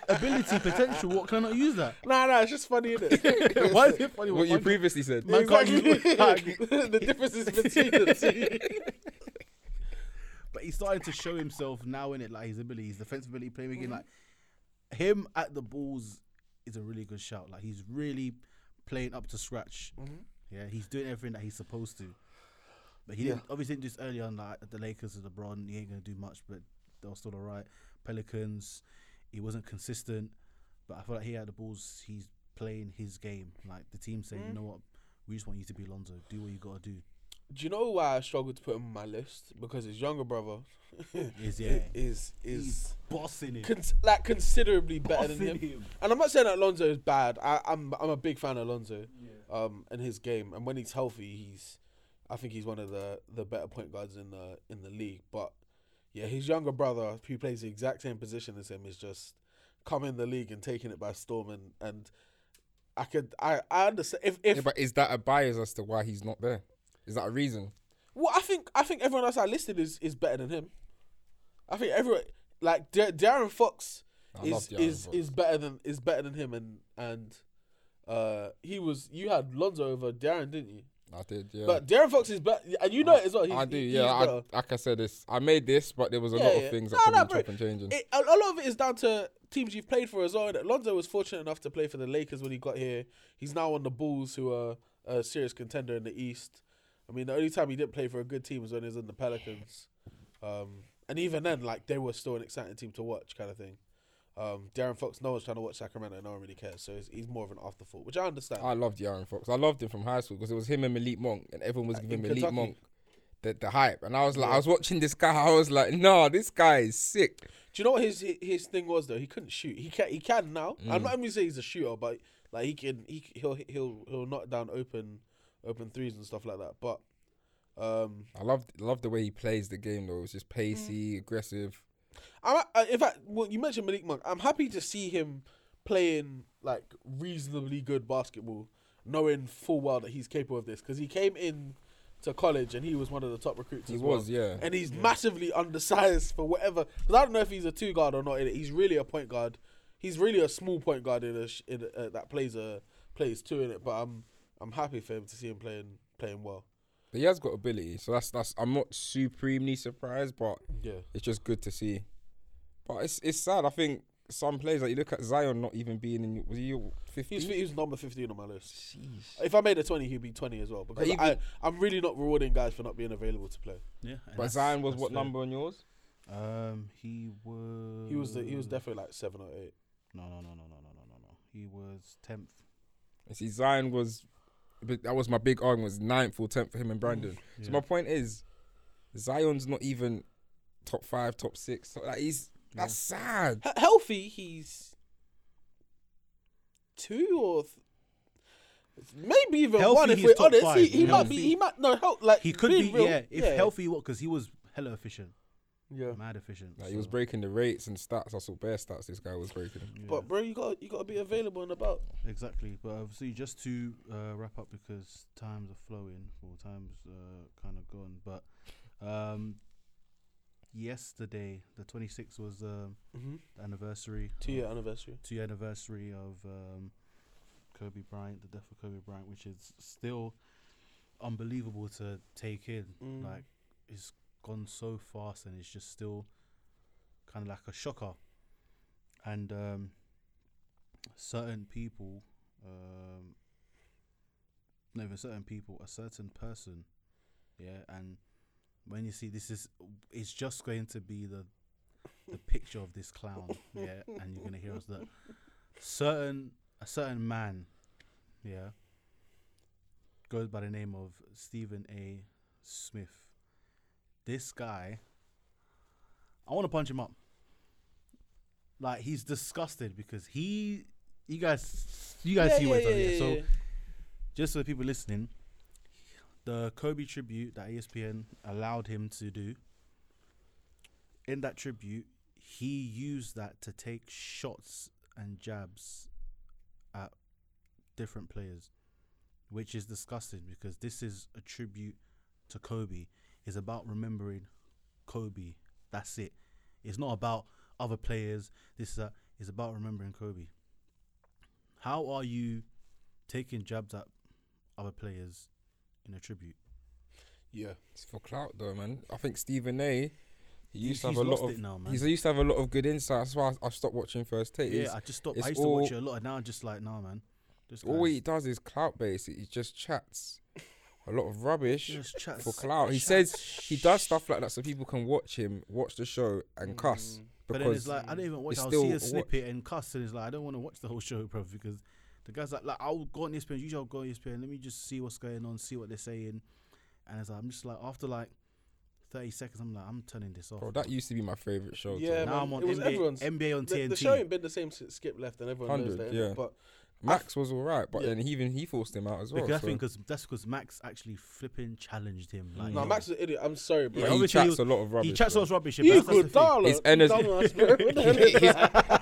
D: ability, potential. What can I not use that?
C: Nah, nah, it's just funny, isn't it?
D: Why is it funny?
E: What you
D: monkey-
E: previously said.
D: man can't use what-
C: the difference is between the two.
D: But he's starting to show himself now in it, like his ability, his defensive ability, playing again. Like him at the balls is a really good shout. Like he's really playing up to scratch. Yeah, he's doing everything that he's supposed to. But he didn't, obviously didn't do this early on. Like at the Lakers and LeBron, he ain't gonna do much, but they were still alright. Pelicans, he wasn't consistent. But I feel like he had the balls. He's playing his game. Like the team saying, you know what, we just want you to be Lonzo. Do what you gotta do.
C: Do you know why I struggled to put him on my list? Because his younger brother
D: Is yeah,
C: is is
D: bossing it.
C: cons- like considerably better than him.
D: Bossing him.
C: And I'm not saying that Lonzo is bad. I, I'm I'm a big fan of Lonzo, um, and his game. And when he's healthy, he's, I think he's one of the the better point guards in the in the league. But yeah, his younger brother, who plays the exact same position as him, is just coming in the league and taking it by storm. And and I could I I understand if if
E: Yeah, but is that a bias as to why he's not there? Is that a reason?
C: Well, I think I think everyone else I listed is is better than him. I think everyone like Da- Darren Fox
E: I
C: is
E: love De'Aaron
C: is
E: Fox.
C: is better than is better than him and and uh he was you had Lonzo over Darren didn't you?
E: I did, yeah.
C: But Darren Fox is better and Oh, you know it as well. He's,
E: I do,
C: he-
E: yeah.
C: he's
E: I,
C: better.
E: like I said, this I made this, but there was a
C: Yeah,
E: lot
C: yeah.
E: of things
C: Nah,
E: that could
C: nah,
E: have
C: bro.
E: been chopping and changing.
C: It, a a lot of it is down to teams you've played for as well. innit? Lonzo was fortunate enough to play for the Lakers when he got here. He's now on the Bulls, who are a serious contender in the East. I mean, the only time he didn't play for a good team was when he was in the Pelicans. Um, and even then, like they were still an exciting team to watch, kind of thing. Um, Darren Fox, no one's trying to watch Sacramento. No one really cares, so he's, he's more of an afterthought, which I understand.
E: I loved Yaron Fox. I loved him from high school because it was him and Malik Monk, and everyone was giving
C: Uh, in
E: Malik
C: Kentucky.
E: Monk the, the hype. And I was like, I was watching this guy. I was like, no, this guy is sick.
C: Do you know what his his- his thing was though? He couldn't shoot. He can he can now. I'm not even gonna say he's a shooter, but like he can he c- he'll he'll he'll knock down open open threes and stuff like that. But um,
E: I loved loved the way he plays the game though. It was just pacey,
C: Mm.
E: aggressive.
C: I'm uh, in fact well you mentioned Malik Monk. I'm happy to see him playing like reasonably good basketball, knowing full well that he's capable of this because he came in to college and he was one of the top recruits.
E: He
C: as
E: was,
C: well.
E: yeah.
C: and he's massively undersized for whatever. Because I don't know if he's a two guard or not. innit? He's really a point guard. He's really a small point guard in a, sh- in a uh, that plays a plays two in it. But I'm I'm happy for him to see him playing playing well.
E: But he has got ability, so that's that's. I'm not supremely surprised, but
C: Yeah.
E: it's just good to see. But it's it's sad. I think some players like you look at Zion not even being in. Was he
C: He's,
E: 50?
C: he's number 15 on my list. If I made a 20, he'd be 20 as well. Because
E: even-
C: I, I'm really not rewarding guys for not being available to play.
D: Yeah, and
E: But
D: that's-
E: Zion was
D: that's
E: what
D: fair.
E: number on yours?
D: Um, he was.
C: He was the, he
D: Mm.
C: was definitely like 7 or 8.
D: No, no, no, no, no, no, no, no, no. He was tenth.
E: You see, Zion was, but that was my big argument was ninth or tenth for him and Brandon.
D: Mm,
E: So my point is, Zion's not even top five, top six. So like he's that's sad.
C: He- healthy, he's two or th- maybe even
D: Healthy,
C: one. If
D: he's
C: we're
D: top
C: honest, he,
D: five.
C: he might be.
D: Healthy.
C: He might no help. Like
D: He could be
C: being real,
D: yeah. If healthy, what? Because he was hella efficient,
C: Yeah.
D: mad efficient.
E: Like he was
D: so-
E: breaking the rates and stats. I saw bare stats. This guy was breaking.
C: But bro, you got you got to be available and about.
D: exactly. But obviously, just to uh, wrap up because times are flowing or times uh, kind of gone. But um, yesterday, the twenty sixth was um,
C: Mm-hmm.
D: the anniversary.
C: Two
D: of-
C: year anniversary.
D: to the anniversary of um, Kobe Bryant, the death of Kobe Bryant, which is still unbelievable to take in. Like, it's gone so fast and it's just still kind of like a shocker. And um, certain people, um, not even certain people, a certain person, yeah, and when you see this is, it's just going to be the the picture of this clown, yeah, and you're gonna hear us that certain a certain man, yeah, goes by the name of Stephen A. Smith. This guy, I want to punch him up. Like he's disgusted because he, you guys, you guys see what he's done. Yeah. So just for the people listening, the Kobe tribute that E ESPN allowed him to do, in that tribute, he used that to take shots and jabs at different players, which is disgusting because this is a tribute to Kobe. It's about remembering Kobe. That's it. It's not about other players. This is that. It's about remembering Kobe. How are you taking jabs at other players in a tribute?
C: Yeah.
E: It's for clout though, man. I think Stephen A. He used to have
D: he's
E: a lot
D: lost
E: of.
D: it now, man.
E: He's used to have a lot of good insights. That's why I- I've stopped watching First Take.
D: yeah,
E: It's-
D: I just stopped.
E: it's
D: I used to watch
E: all-
D: it a lot, and now I'm just like, nah, man. This
E: all
D: guy's
E: he does is clout based. He just chats a lot of rubbish
D: just chats-
E: for clout. He
D: chats
E: says he does stuff like that so people can watch him, watch the show, and cuss.
D: But
E: Because
D: then it's like I don't even watch.
E: it's
D: I'll
E: still
D: see
E: a
D: a
E: watch.
D: snippet and cuss, and it's like I don't want to watch the whole show, bro, because the guys like, like I'll go on E ESPN. Usually I'll go on ESPN. Let me just see what's going on, see what they're saying, and it's like I'm just like after like thirty seconds, I'm like I'm turning this off.
E: bro, that used to be my favorite show.
C: Yeah,
E: Yeah,
C: man.
D: now I'm on
C: it was
D: NBA,
C: everyone's-
D: NBA on
C: The,
D: TNT.
C: the show ain't been the same since Skip left, and everyone knows
E: 100,
C: that.
E: yeah.
C: innit? But
E: Max was alright, but
C: Yeah.
E: then he even he forced him out as well.
D: because I
E: so-
D: think cause that's because Max actually flipping challenged him. Like,
C: no,
D: yo,
C: Max is an idiot. I'm sorry,
E: Mm.
C: bro.
E: Yeah, he
D: obviously
E: chats a lot of rubbish.
D: he chats
E: bro.
D: all this rubbish. Yeah,
C: You
D: but that's,
C: good
D: that's the thing.
C: dollar.
E: His ener-
C: dumbass, bro. What the hell is
E: his,
C: that?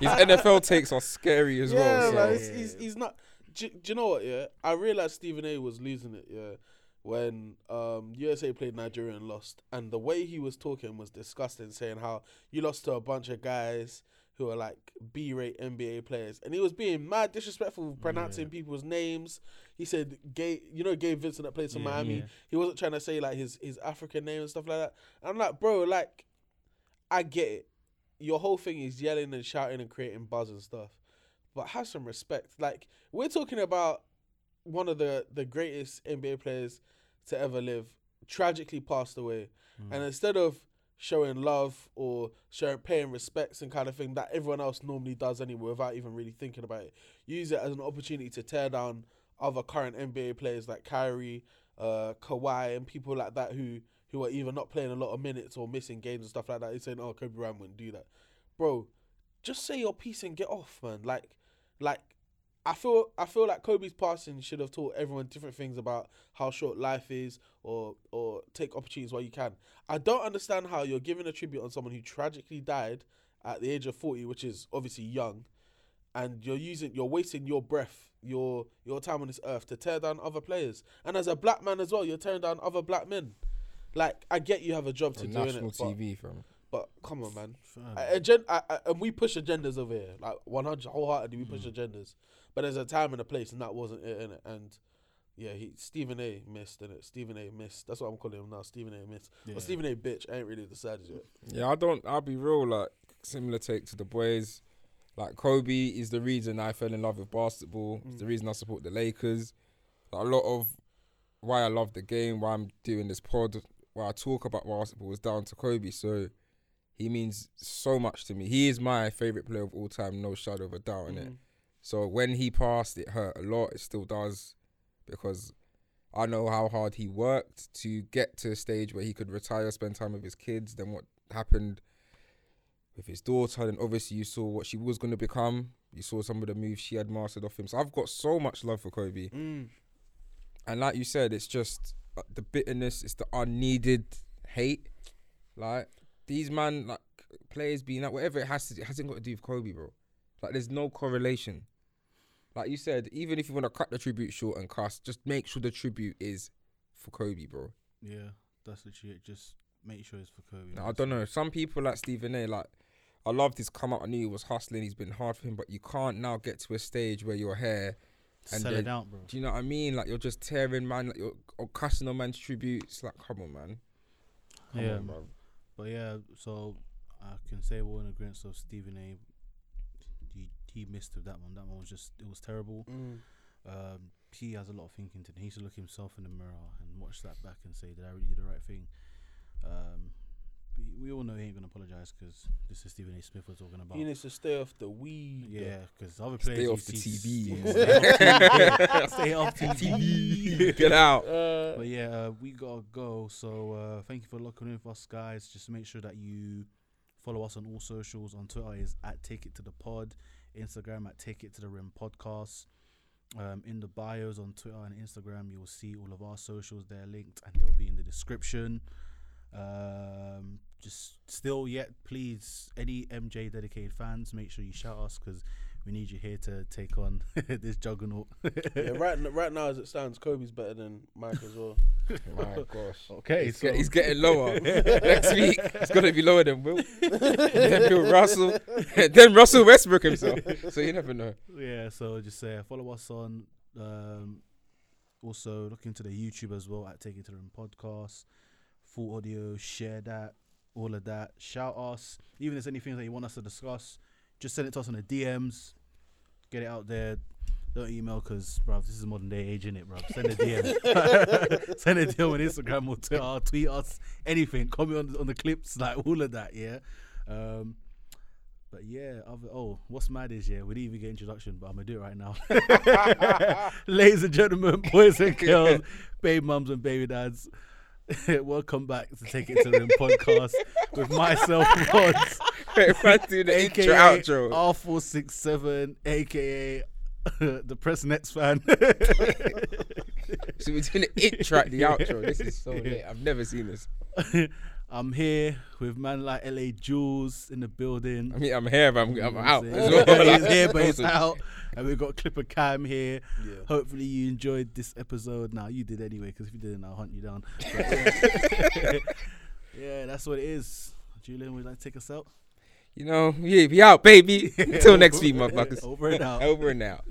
E: his NFL takes are scary as
C: Yeah,
E: well. so.
C: man, he's, he's, he's not. Do, do you know what? Yeah, I realized Stephen A. was losing it. Yeah, when um, USA played Nigeria and lost, and the way he was talking was disgusting, saying how you lost to a bunch of guys who are like B-rate NBA players, and he was being mad disrespectful, pronouncing people's names. He said, "Gay," you know, Gabe Vincent that plays for Miami. He wasn't trying to say like his his African name and stuff like that. And I'm like, bro, like, I get it. Your whole thing is yelling and shouting and creating buzz and stuff but have some respect. Like we're talking about one of the the greatest NBA players to ever live, tragically passed away, and instead of showing love or showing paying respects and kind of thing that everyone else normally does anyway without even really thinking about it, use it as an opportunity to tear down other current NBA players like Kyrie, uh, Kawhi, and people like that who who are either not playing a lot of minutes or missing games and stuff like that. They're saying, "Oh, Kobe Bryant wouldn't do that," bro just say your piece and get off, man. Like, like, I feel I feel like Kobe's passing should have taught everyone different things about how short life is, or or take opportunities while you can. I don't understand how you're giving a tribute on someone who tragically died at the age of forty, which is obviously young, and you're using you're wasting your breath, your your time on this earth to tear down other players. And as a black man as well, you're tearing down other black men. Like, I get you have a job to
E: On
C: do in
E: national
C: it,
E: TV, fam.
C: but come on, man. A- Agen- I, I, and we push agendas over here, like 100 wholeheartedly. We push
E: Mm.
C: agendas, but there's a time and a place, and that wasn't it, innit? And yeah, he Stephen A. missed, innit? Stephen A. missed. That's what I'm calling him now. Stephen A. missed. Or Stephen A. bitch. I ain't really decided yet.
E: Yeah, I don't. I'll be real. Like similar take to the boys. Like Kobe is the reason I fell in love with basketball. It's the reason I support the Lakers. Like, a lot of why I love the game, why I'm doing this pod, why I talk about basketball is down to Kobe. So he means so much to me. He is my favorite player of all time, no shadow of a doubt in it. So when he passed, it hurt a lot. It still does because I know how hard he worked to get to a stage where he could retire, spend time with his kids. Then what happened with his daughter, and obviously you saw what she was going to become. You saw some of the moves she had mastered off him. So I've got so much love for Kobe. And like you said, it's just uh, the bitterness, it's the unneeded hate. Like these man, like players being out, whatever it has to, do, it hasn't got to do with Kobe, bro. Like there's no correlation like you said, even if you want to cut the tribute short and cast, just make sure the tribute is for Kobe, bro.
D: Yeah, that's literally it. Just make sure it's for Kobe.
E: Now, I
D: man.
E: don't know. Some people like Stephen A. Like, I loved his come up. I knew he was hustling. He's been hard for him, but you can't now get to a stage where your hair and
D: Sell it
E: then-
D: out, bro.
E: Do you know what I mean? Like you're just tearing man, like you're or cussing on man's tributes. Like, come on, man. Come
D: Yeah.
E: on, bro.
D: But yeah, so I can say we're in agreement of Stephen A. He, he missed with that one. That one was just it was terrible.
E: Mm.
D: Um, he has a lot of thinking to do. He needs to look himself in the mirror and watch that back and say, "Did I really do the right thing?" Um, we, we all know he ain't gonna apologize because this is Stephen A. Smith we're talking about.
C: He needs to stay off the weed.
D: Yeah, because other players
E: Stay
D: you
E: off the
D: see-
E: TV.
D: yeah, stay off TV. Stay off TV.
E: Get out.
D: But yeah, uh, we gotta go. So uh, thank you for locking in with us, guys. Just make sure that you follow us on all socials. On Twitter is at Take It To The Pod, Instagram at Take It To The Rim Podcast. Um, in the bios on Twitter and Instagram, you will see all of our socials. They're linked and they'll be in the description. Um, just still yet, please, any MJ dedicated fans, make sure you shout us because we need you here to take on this juggernaut.
C: Yeah, right, n- right now as it stands, Kobe's better than Mike as well.
E: My gosh.
D: Okay,
E: He's,
D: so
E: get- he's getting lower. Next week, it's going to be lower than Will. then Bill Russell. then Russell Westbrook himself. So you never know.
D: yeah, so just say follow us on. Um, also look into the YouTube as well at Take It to the Room podcast, full audio, share that, all of that. Shout us, even if there's anything that you want us to discuss, just send it to us on the DMs. Get it out there. Don't email because, bruv, this is modern day age, innit, bruv? Send a DM. Send a DM on Instagram or Twitter, tweet us, anything. Comment on, the- on the clips, like all of that, yeah? Um, But yeah, other, oh, what's mad is yeah, we didn't even get introduction, but I'm gonna do it right now. Ladies and gentlemen, boys and girls, baby mums and baby dads, welcome back to Take It to the Rim podcast with myself, Rods,
E: if I do the intro,
D: aka
E: outro.
D: R four six seven, aka the Press Nets fan.
E: So we're doing the intro, the outro. This is so lit. I've never seen this.
D: I'm here with man like LA Jules in the building.
E: I mean, I'm here, but I'm, I'm out.
D: Yeah, he's here, but he's out. And we've got Clipper Cam here. Hopefully, you enjoyed this episode. Now, you did anyway, because if you didn't, I'll hunt you down. But, yeah. yeah, that's what it is. Julian, would you like to take us out?
E: You know, yeah, we out, baby. Until next week, motherfuckers.
D: Over and out.
E: Over and out.